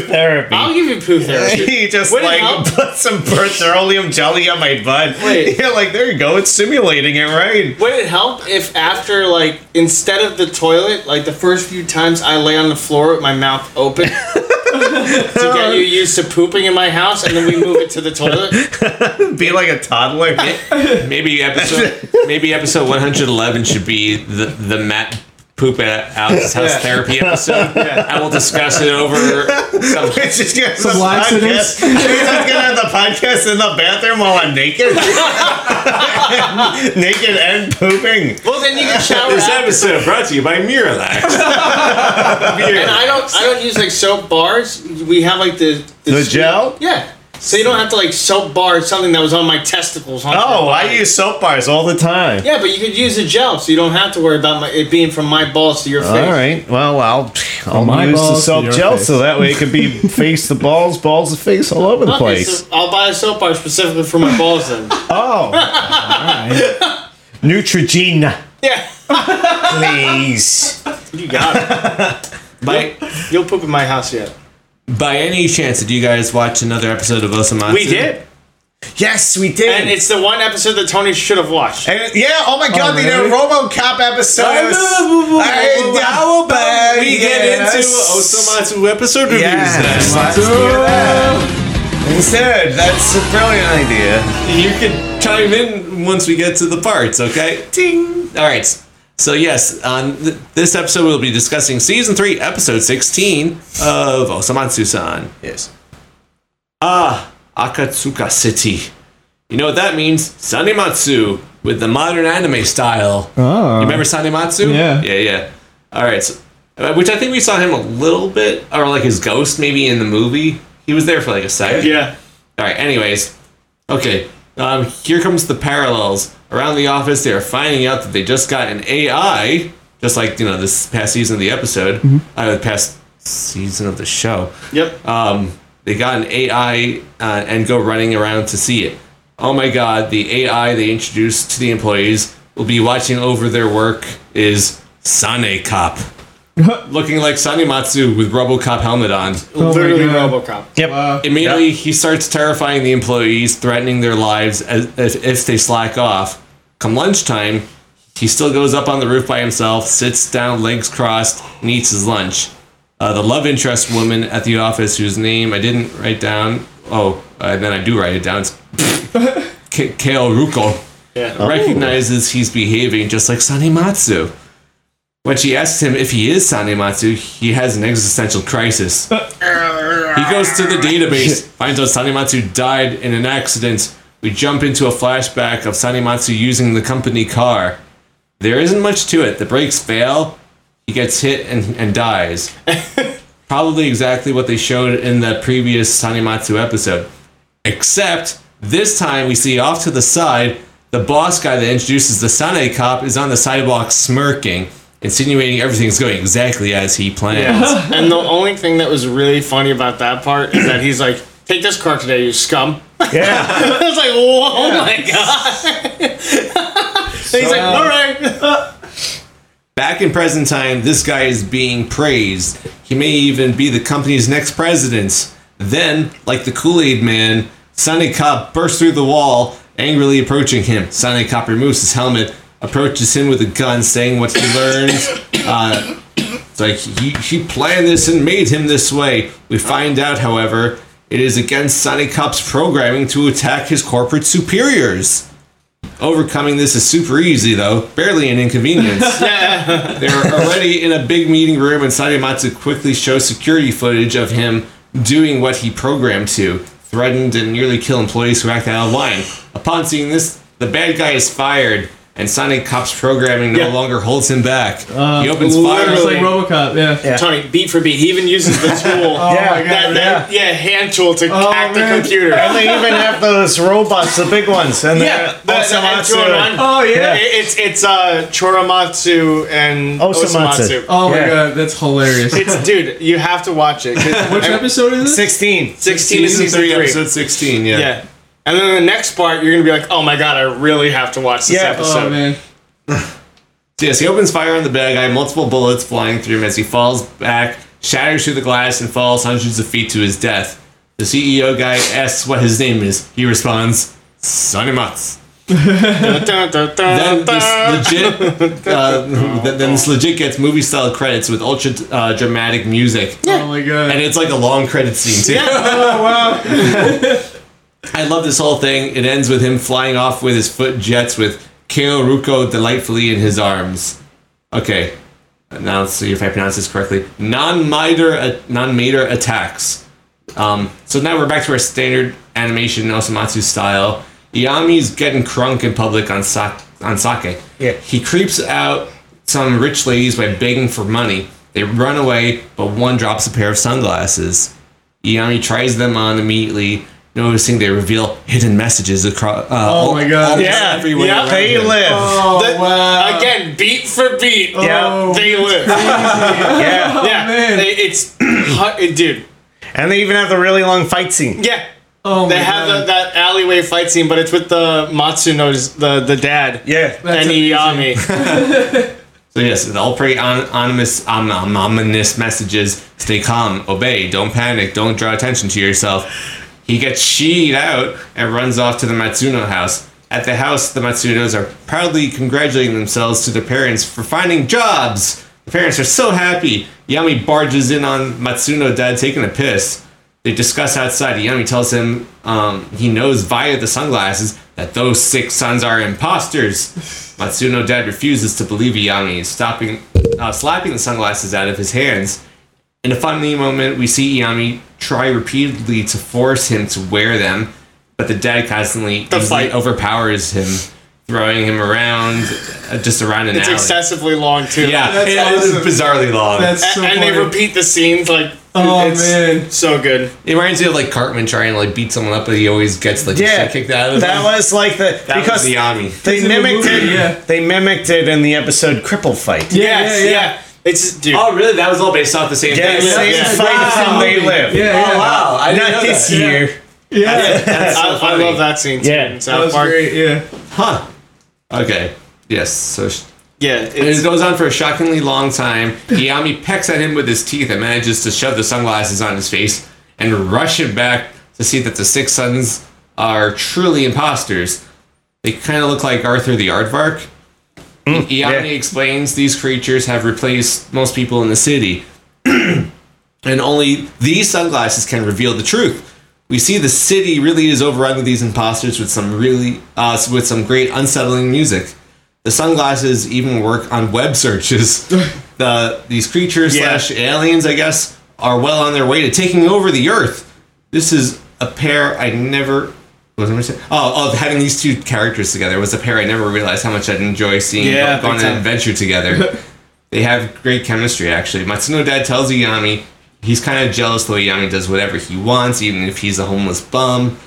therapy.
I'll give you poo therapy.
he just
Would it
like
help?
put some petroleum jelly on my butt.
Wait.
Yeah, like there you go. It's simulating it right.
Would it help if after like instead of the toilet, like the first few times I lay on the floor with my mouth open to get you used to pooping in my house, and then we move it to the toilet?
Be like a toddler.
Maybe episode maybe episode 111 should be the the Matt poop at Alex's house therapy episode. I will discuss it over some
It's just gonna have
Some
the
laxatives.
podcast. It's just gonna have the podcast in the bathroom while I'm naked. naked and pooping.
Well, then you can shower.
This
after.
episode brought to you by Miralax.
And I don't, I don't use like soap bars. We have like the
The gel?
Yeah. So you don't have to like soap bar something that was on my testicles. On
Oh, I use soap bars all the time.
Yeah, but you could use a gel, so you don't have to worry about my, it being from my balls to your face.
All right. Well, I'll
my
I'll use the
balls to
soap
your
gel
face.
so that way it could be face the balls, balls the face all over the
Okay,
place.
so I'll buy a soap bar specifically for my balls then.
Oh, Neutrogena,
yeah.
please.
You got it.
by,
You'll poop in my house yet.
by any chance, did you guys watch another episode of Osamatsu?
We did.
Yes, we did.
And it's the one episode that Tony should have watched.
And- yeah, oh my god, they did a RoboCop episode. I was,
We get into Osamatsu episode reviews then.
Yes, let's do that. Instead, that's a brilliant idea.
You can chime in once we get to the parts, okay? Ding. All right. So yes, on th- this episode we'll be discussing season three, episode sixteen of Osamatsu-san.
Yes.
Ah, Akatsuka City. You know what that means? Sanematsu with the modern anime style. You remember Sanematsu?
Yeah.
Yeah, yeah. All right. So, uh, which I think we saw him a little bit, or like his ghost maybe in the movie. He was there for like a second.
Yeah.
All right. Anyways, okay. Um, here comes the parallels. Around the office, they are finding out that they just got an AI, just like you know this past season of the episode, uh, the past season of the show.
Yep.
Um, they got an AI uh, and go running around to see it. Oh my God! The AI they introduced to the employees will be watching over their work is Sane Cop, looking like Sanematsu with RoboCop helmet on.
Oh
Literally
my God.
Robocop.
Yep.
Uh,
Immediately, he starts terrifying the employees, threatening their lives as, as if they slack off. Come lunchtime, he still goes up on the roof by himself, sits down, legs crossed, and eats his lunch. Uh, the love interest woman at the office, whose name I didn't write down. Oh, uh, then I do write it down. It's K- Kale Ruko. Recognizes he's behaving just like Sanimatsu. When she asks him if he is Sanimatsu, he has an existential crisis. He goes to the database, finds out Sanimatsu died in an accident. We jump into a flashback of Sanimatsu using the company car. There isn't much to it. The brakes fail, he gets hit and, and dies. Probably exactly what they showed in the previous Sanimatsu episode. Except this time we see off to the side the boss guy that introduces the Sane cop is on the sidewalk smirking, insinuating everything's going exactly as he planned.
and the only thing that was really funny about that part is that he's like, "Take this car today, you scum."
Yeah.
I was like, "Whoa, oh my god!" and he's like, "All right."
Back in present time, this guy is being praised. He may even be the company's next president. Then, like the Kool Aid man, Sonny Cop bursts through the wall, angrily approaching him. Sonny Cop removes his helmet, approaches him with a gun, saying what he learned. Uh, it's like he, he planned this and made him this way. We find out, however, it is against Sonny Cop's programming to attack his corporate superiors. Overcoming this is super easy, though, barely an inconvenience. They're already in a big meeting room, and Sadamatsu quickly shows security footage of him doing what he programmed to, threatened and nearly kill employees who act out of line. Upon seeing this, the bad guy is fired, and Sonic Cop's programming no longer holds him back.
Uh,
he opens fire.
It's like RoboCop. Yeah.
Tony, beat for beat, he even uses the tool.
yeah.
That, that, yeah, hand tool to
Oh,
hack the
man.
computer.
And they even have those robots, the big ones, and
Yeah,
they're
that's
also
that's
onto-
Oh yeah.
Yeah.
It's it's uh Choromatsu and
Osamatsu.
Osamatsu.
Oh
Yeah.
my god, that's hilarious.
It's dude, you have to watch it. 'cause
Which episode is this?
Sixteen.
Sixteen is season three.
episode 16, yeah.
Yeah, and then the next part, you're gonna be like, oh my god, I really have to watch this
Yeah.
episode.
Oh man.
Yes, he opens fire on the bad guy, multiple bullets flying through him as he falls back, shatters through the glass, and falls hundreds of feet to his death. The CEO guy asks what his name is. He responds, Sonny Mutz. then this legit, uh, th- then this legit gets movie style credits with ultra uh, dramatic music,
Oh my god.
and it's like a long credit scene too. I love this whole thing. It ends with him flying off with his foot jets with Keo Ruko delightfully in his arms. Okay. Now let's see if I pronounce this correctly. Non-miter, uh, non-mater attacks. Um, so now we're back to our standard animation Osamatsu style. Yami's getting crunk in public on, sa- on sake. Yeah. He creeps out some rich ladies by begging for money. They run away, but one drops a pair of sunglasses. Iami tries them on immediately, noticing they reveal hidden messages across. Uh, oh
my God.
Yeah, everywhere. around
They
him.
live.
Oh wow.
Again, beat for beat.
Yeah.
They live.
Yeah.
yeah.
Oh, man.
They, it's dude.
And they even have the really long fight scene.
Yeah.
Oh my
They have
god.
the, that alleyway fight scene, but it's with the Matsuno's the the dad
Yeah.
and Iyami.
So yes, it's all pretty on, ominous, om, om, ominous messages. Stay calm, obey, don't panic, don't draw attention to yourself. He gets sheed out and runs off to the Matsuno house. At the house, the Matsunos are proudly congratulating themselves to their parents for finding jobs. The parents are so happy. Yami barges in on Matsuno dad taking a piss. They discuss outside. Yami tells him um, he knows via the sunglasses that those six sons are imposters. Matsuno dad refuses to believe Yami, stopping, uh, slapping the sunglasses out of his hands. In a funny moment, we see Iami try repeatedly to force him to wear them, but the dad constantly easily
fight.
overpowers him, throwing him around, uh, just around an
It's
alley.
excessively long too.
yeah, it is bizarrely long.
That's
A-
so
and
funny.
they repeat the scenes like
Oh
it's
man.
so good.
It reminds me of like Cartman trying to like beat someone up, but he always gets like
Yeah.
yeah, shit kicked out of him.
That was like the
That
because
was Yami.
they
in the
mimicked
movie,
it.
yeah.
They mimicked it in the episode Cripple Fight. Yeah.
yes, yeah, It's dude.
Oh, really? That was all based off the same
Yeah,
thing.
same
Yeah.
fight from They Live.
Yeah, yeah.
Oh wow! I didn't
Not
know
this
that.
year.
I, I
funny.
love that scene. Too,
Yeah.
in
That
South
was
Park.
great, yeah.
Huh? Okay. Yes. So sh-
Yeah,
and
it's,
it goes on for a shockingly long time. Yami pecks at him with his teeth and manages to shove the sunglasses on his face and rush him back to see that the six sons are truly imposters. They kind of look like Arthur the Aardvark.
Mm,
Iami explains these creatures have replaced most people in the city, and only these sunglasses can reveal the truth. We see the city really is overrun with these imposters with some really uh, with some great unsettling music. The sunglasses even work on web searches. the these creatures slash aliens, I guess, are well on their way to taking over the Earth. This is a pair I never. What was I gonna say? Oh, oh, having these two characters together was a pair I never realized how much I'd enjoy seeing
Yeah,
go on
big
an
time.
adventure together. they have great chemistry, actually. Matsuno Dad tells Iyami he's kind of jealous though Iyami does whatever he wants, even if he's a homeless bum.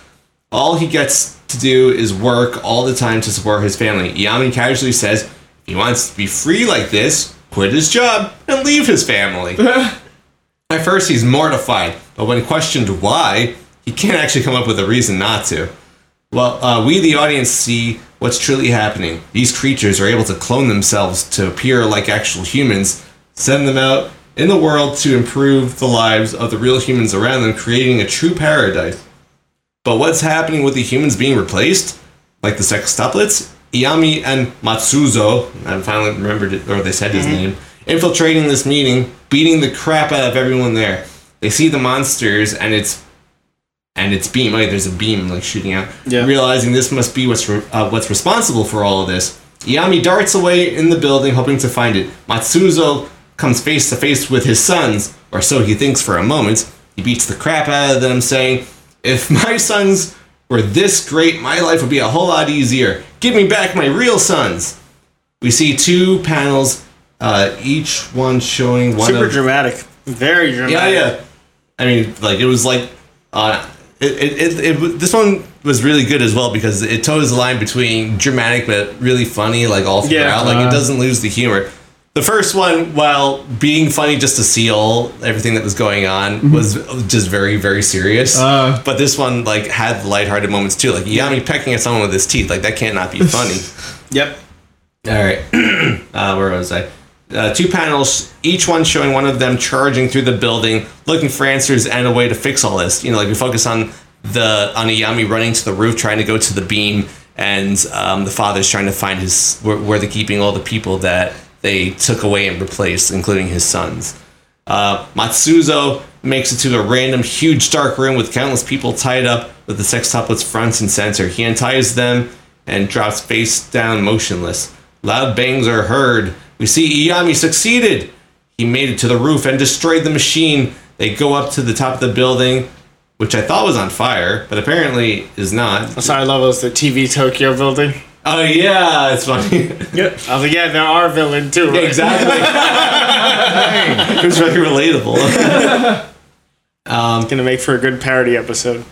All he gets to do is work all the time to support his family. Yami casually says he wants to be free like this, quit his job, and leave his family. At first, he's mortified, but when questioned why, he can't actually come up with a reason not to. Well, uh, we, the audience, see what's truly happening. These creatures are able to clone themselves to appear like actual humans, send them out in the world to improve the lives of the real humans around them, creating a true paradise. But what's happening with the humans being replaced? Like the sextuplets? Iami and Matsuzo, I finally remembered it, or they said his name, infiltrating this meeting, beating the crap out of everyone there. They see the monsters and it's and its beam. Like there's a beam like shooting out.
Yeah.
Realizing this must be what's re- uh, what's responsible for all of this, Iami darts away in the building, hoping to find it. Matsuzo comes face to face with his sons, or so he thinks for a moment. He beats the crap out of them, saying, "If my sons were this great, my life would be a whole lot easier. Give me back my real sons." We see two panels, uh, each one showing one
super
of
dramatic. Very dramatic.
yeah, yeah. I mean, like it was like uh, it, it, it, it. w- This one was really good as well because it toes the line between dramatic but really funny, like all throughout.
Yeah, uh-huh.
like it doesn't lose the humor. The first one, while being funny just to seal everything that was going on,
Mm-hmm.
was just very, very serious.
Uh.
but this one, like, had lighthearted moments too. Like Yami pecking at someone with his teeth, like that can't not be funny.
Yep.
All right. uh, where was I? Uh, two panels, each one showing one of them charging through the building, looking for answers and a way to fix all this. You know, like we focus on the on Yami running to the roof, trying to go to the beam, and um, the father's trying to find his where, where they're keeping all the people that they took away and replaced, including his sons. Uh, Matsuzo makes it to a random huge dark room with countless people tied up with the sextuplets fronts and center. He unties them and drops face down motionless. Loud bangs are heard. We see Iyami succeeded. He made it to the roof and destroyed the machine. They go up to the top of the building, which I thought was on fire, but apparently is not.
Sorry, I love was the TV Tokyo building.
Oh yeah, it's funny.
I was like, yeah, they're our villain too. Right?
exactly. it was very relatable.
Gonna make for a good parody episode.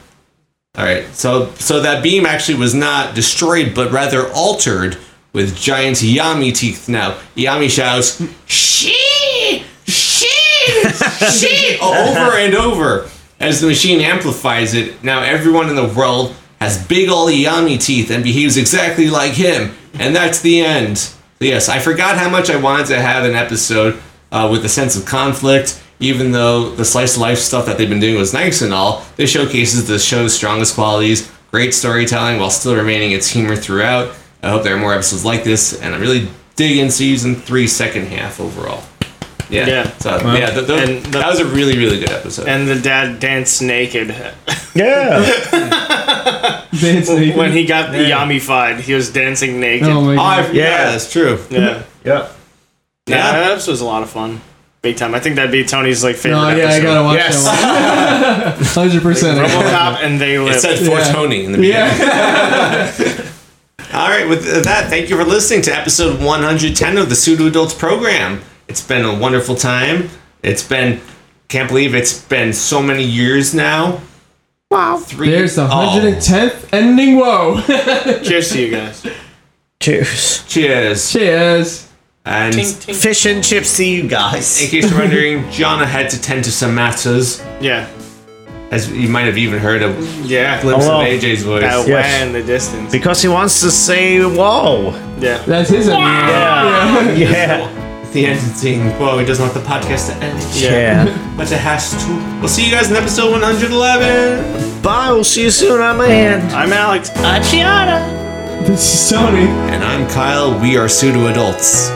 All right. So so that beam actually was not destroyed, but rather altered with giant Yami teeth. Now Yami shouts, "She, she, she!" over and over as the machine amplifies it. Now everyone in the world has big old Yami teeth and behaves exactly like him, and that's the end. Yes, I forgot how much I wanted to have an episode uh, with a sense of conflict. Even though the slice of life stuff that they've been doing was nice and all, this showcases the show's strongest qualities, great storytelling while still remaining its humor throughout. I hope there are more episodes like this, and I'm really digging season three second half overall. Yeah.
Yeah.
So yeah, th- th-
And the-
that was a really really good episode.
And the dad danced naked
Yeah.
Dance naked.
when he got yamified. He was dancing naked.
oh my
Oh,
god.
I- yeah.
Yeah.
that's true.
Yeah,
yeah.
yeah, that episode was a lot of fun, big time. I think that'd be Tony's like favorite.
Oh yeah, I
episode.
gotta watch
Yes.
that one. Hundred percent.
RoboCop and they live.
It said for
Yeah.
Tony in the beginning.
Yeah.
All right, with that, thank you for listening to episode 110 of the Pseudo Adults program. It's been a wonderful time. It's been, can't believe it's been so many years now. Wow. Three
There's the
Oh,
hundred and tenth ending. Whoa.
Cheers to you guys.
Cheers.
Cheers.
Cheers.
And
Fish and chips to you guys.
in case you're wondering, Jana had to tend to some matters,
Yeah,
as you might have even heard a
yeah.
glimpse
Hello.
of AJ's voice.
That
Yes.
way in the distance.
Because he wants to say whoa.
Yeah.
That's his ending.
Yeah. Yeah.
The ending. Whoa, he doesn't want the podcast to end.
yeah.
But it has to. We'll see you guys in episode 111.
Bye. We'll see you soon. I'm Ann.
I'm Alex.
I'm Gianna.
This is Tony.
And I'm Kyle. We are Pseudo Adults.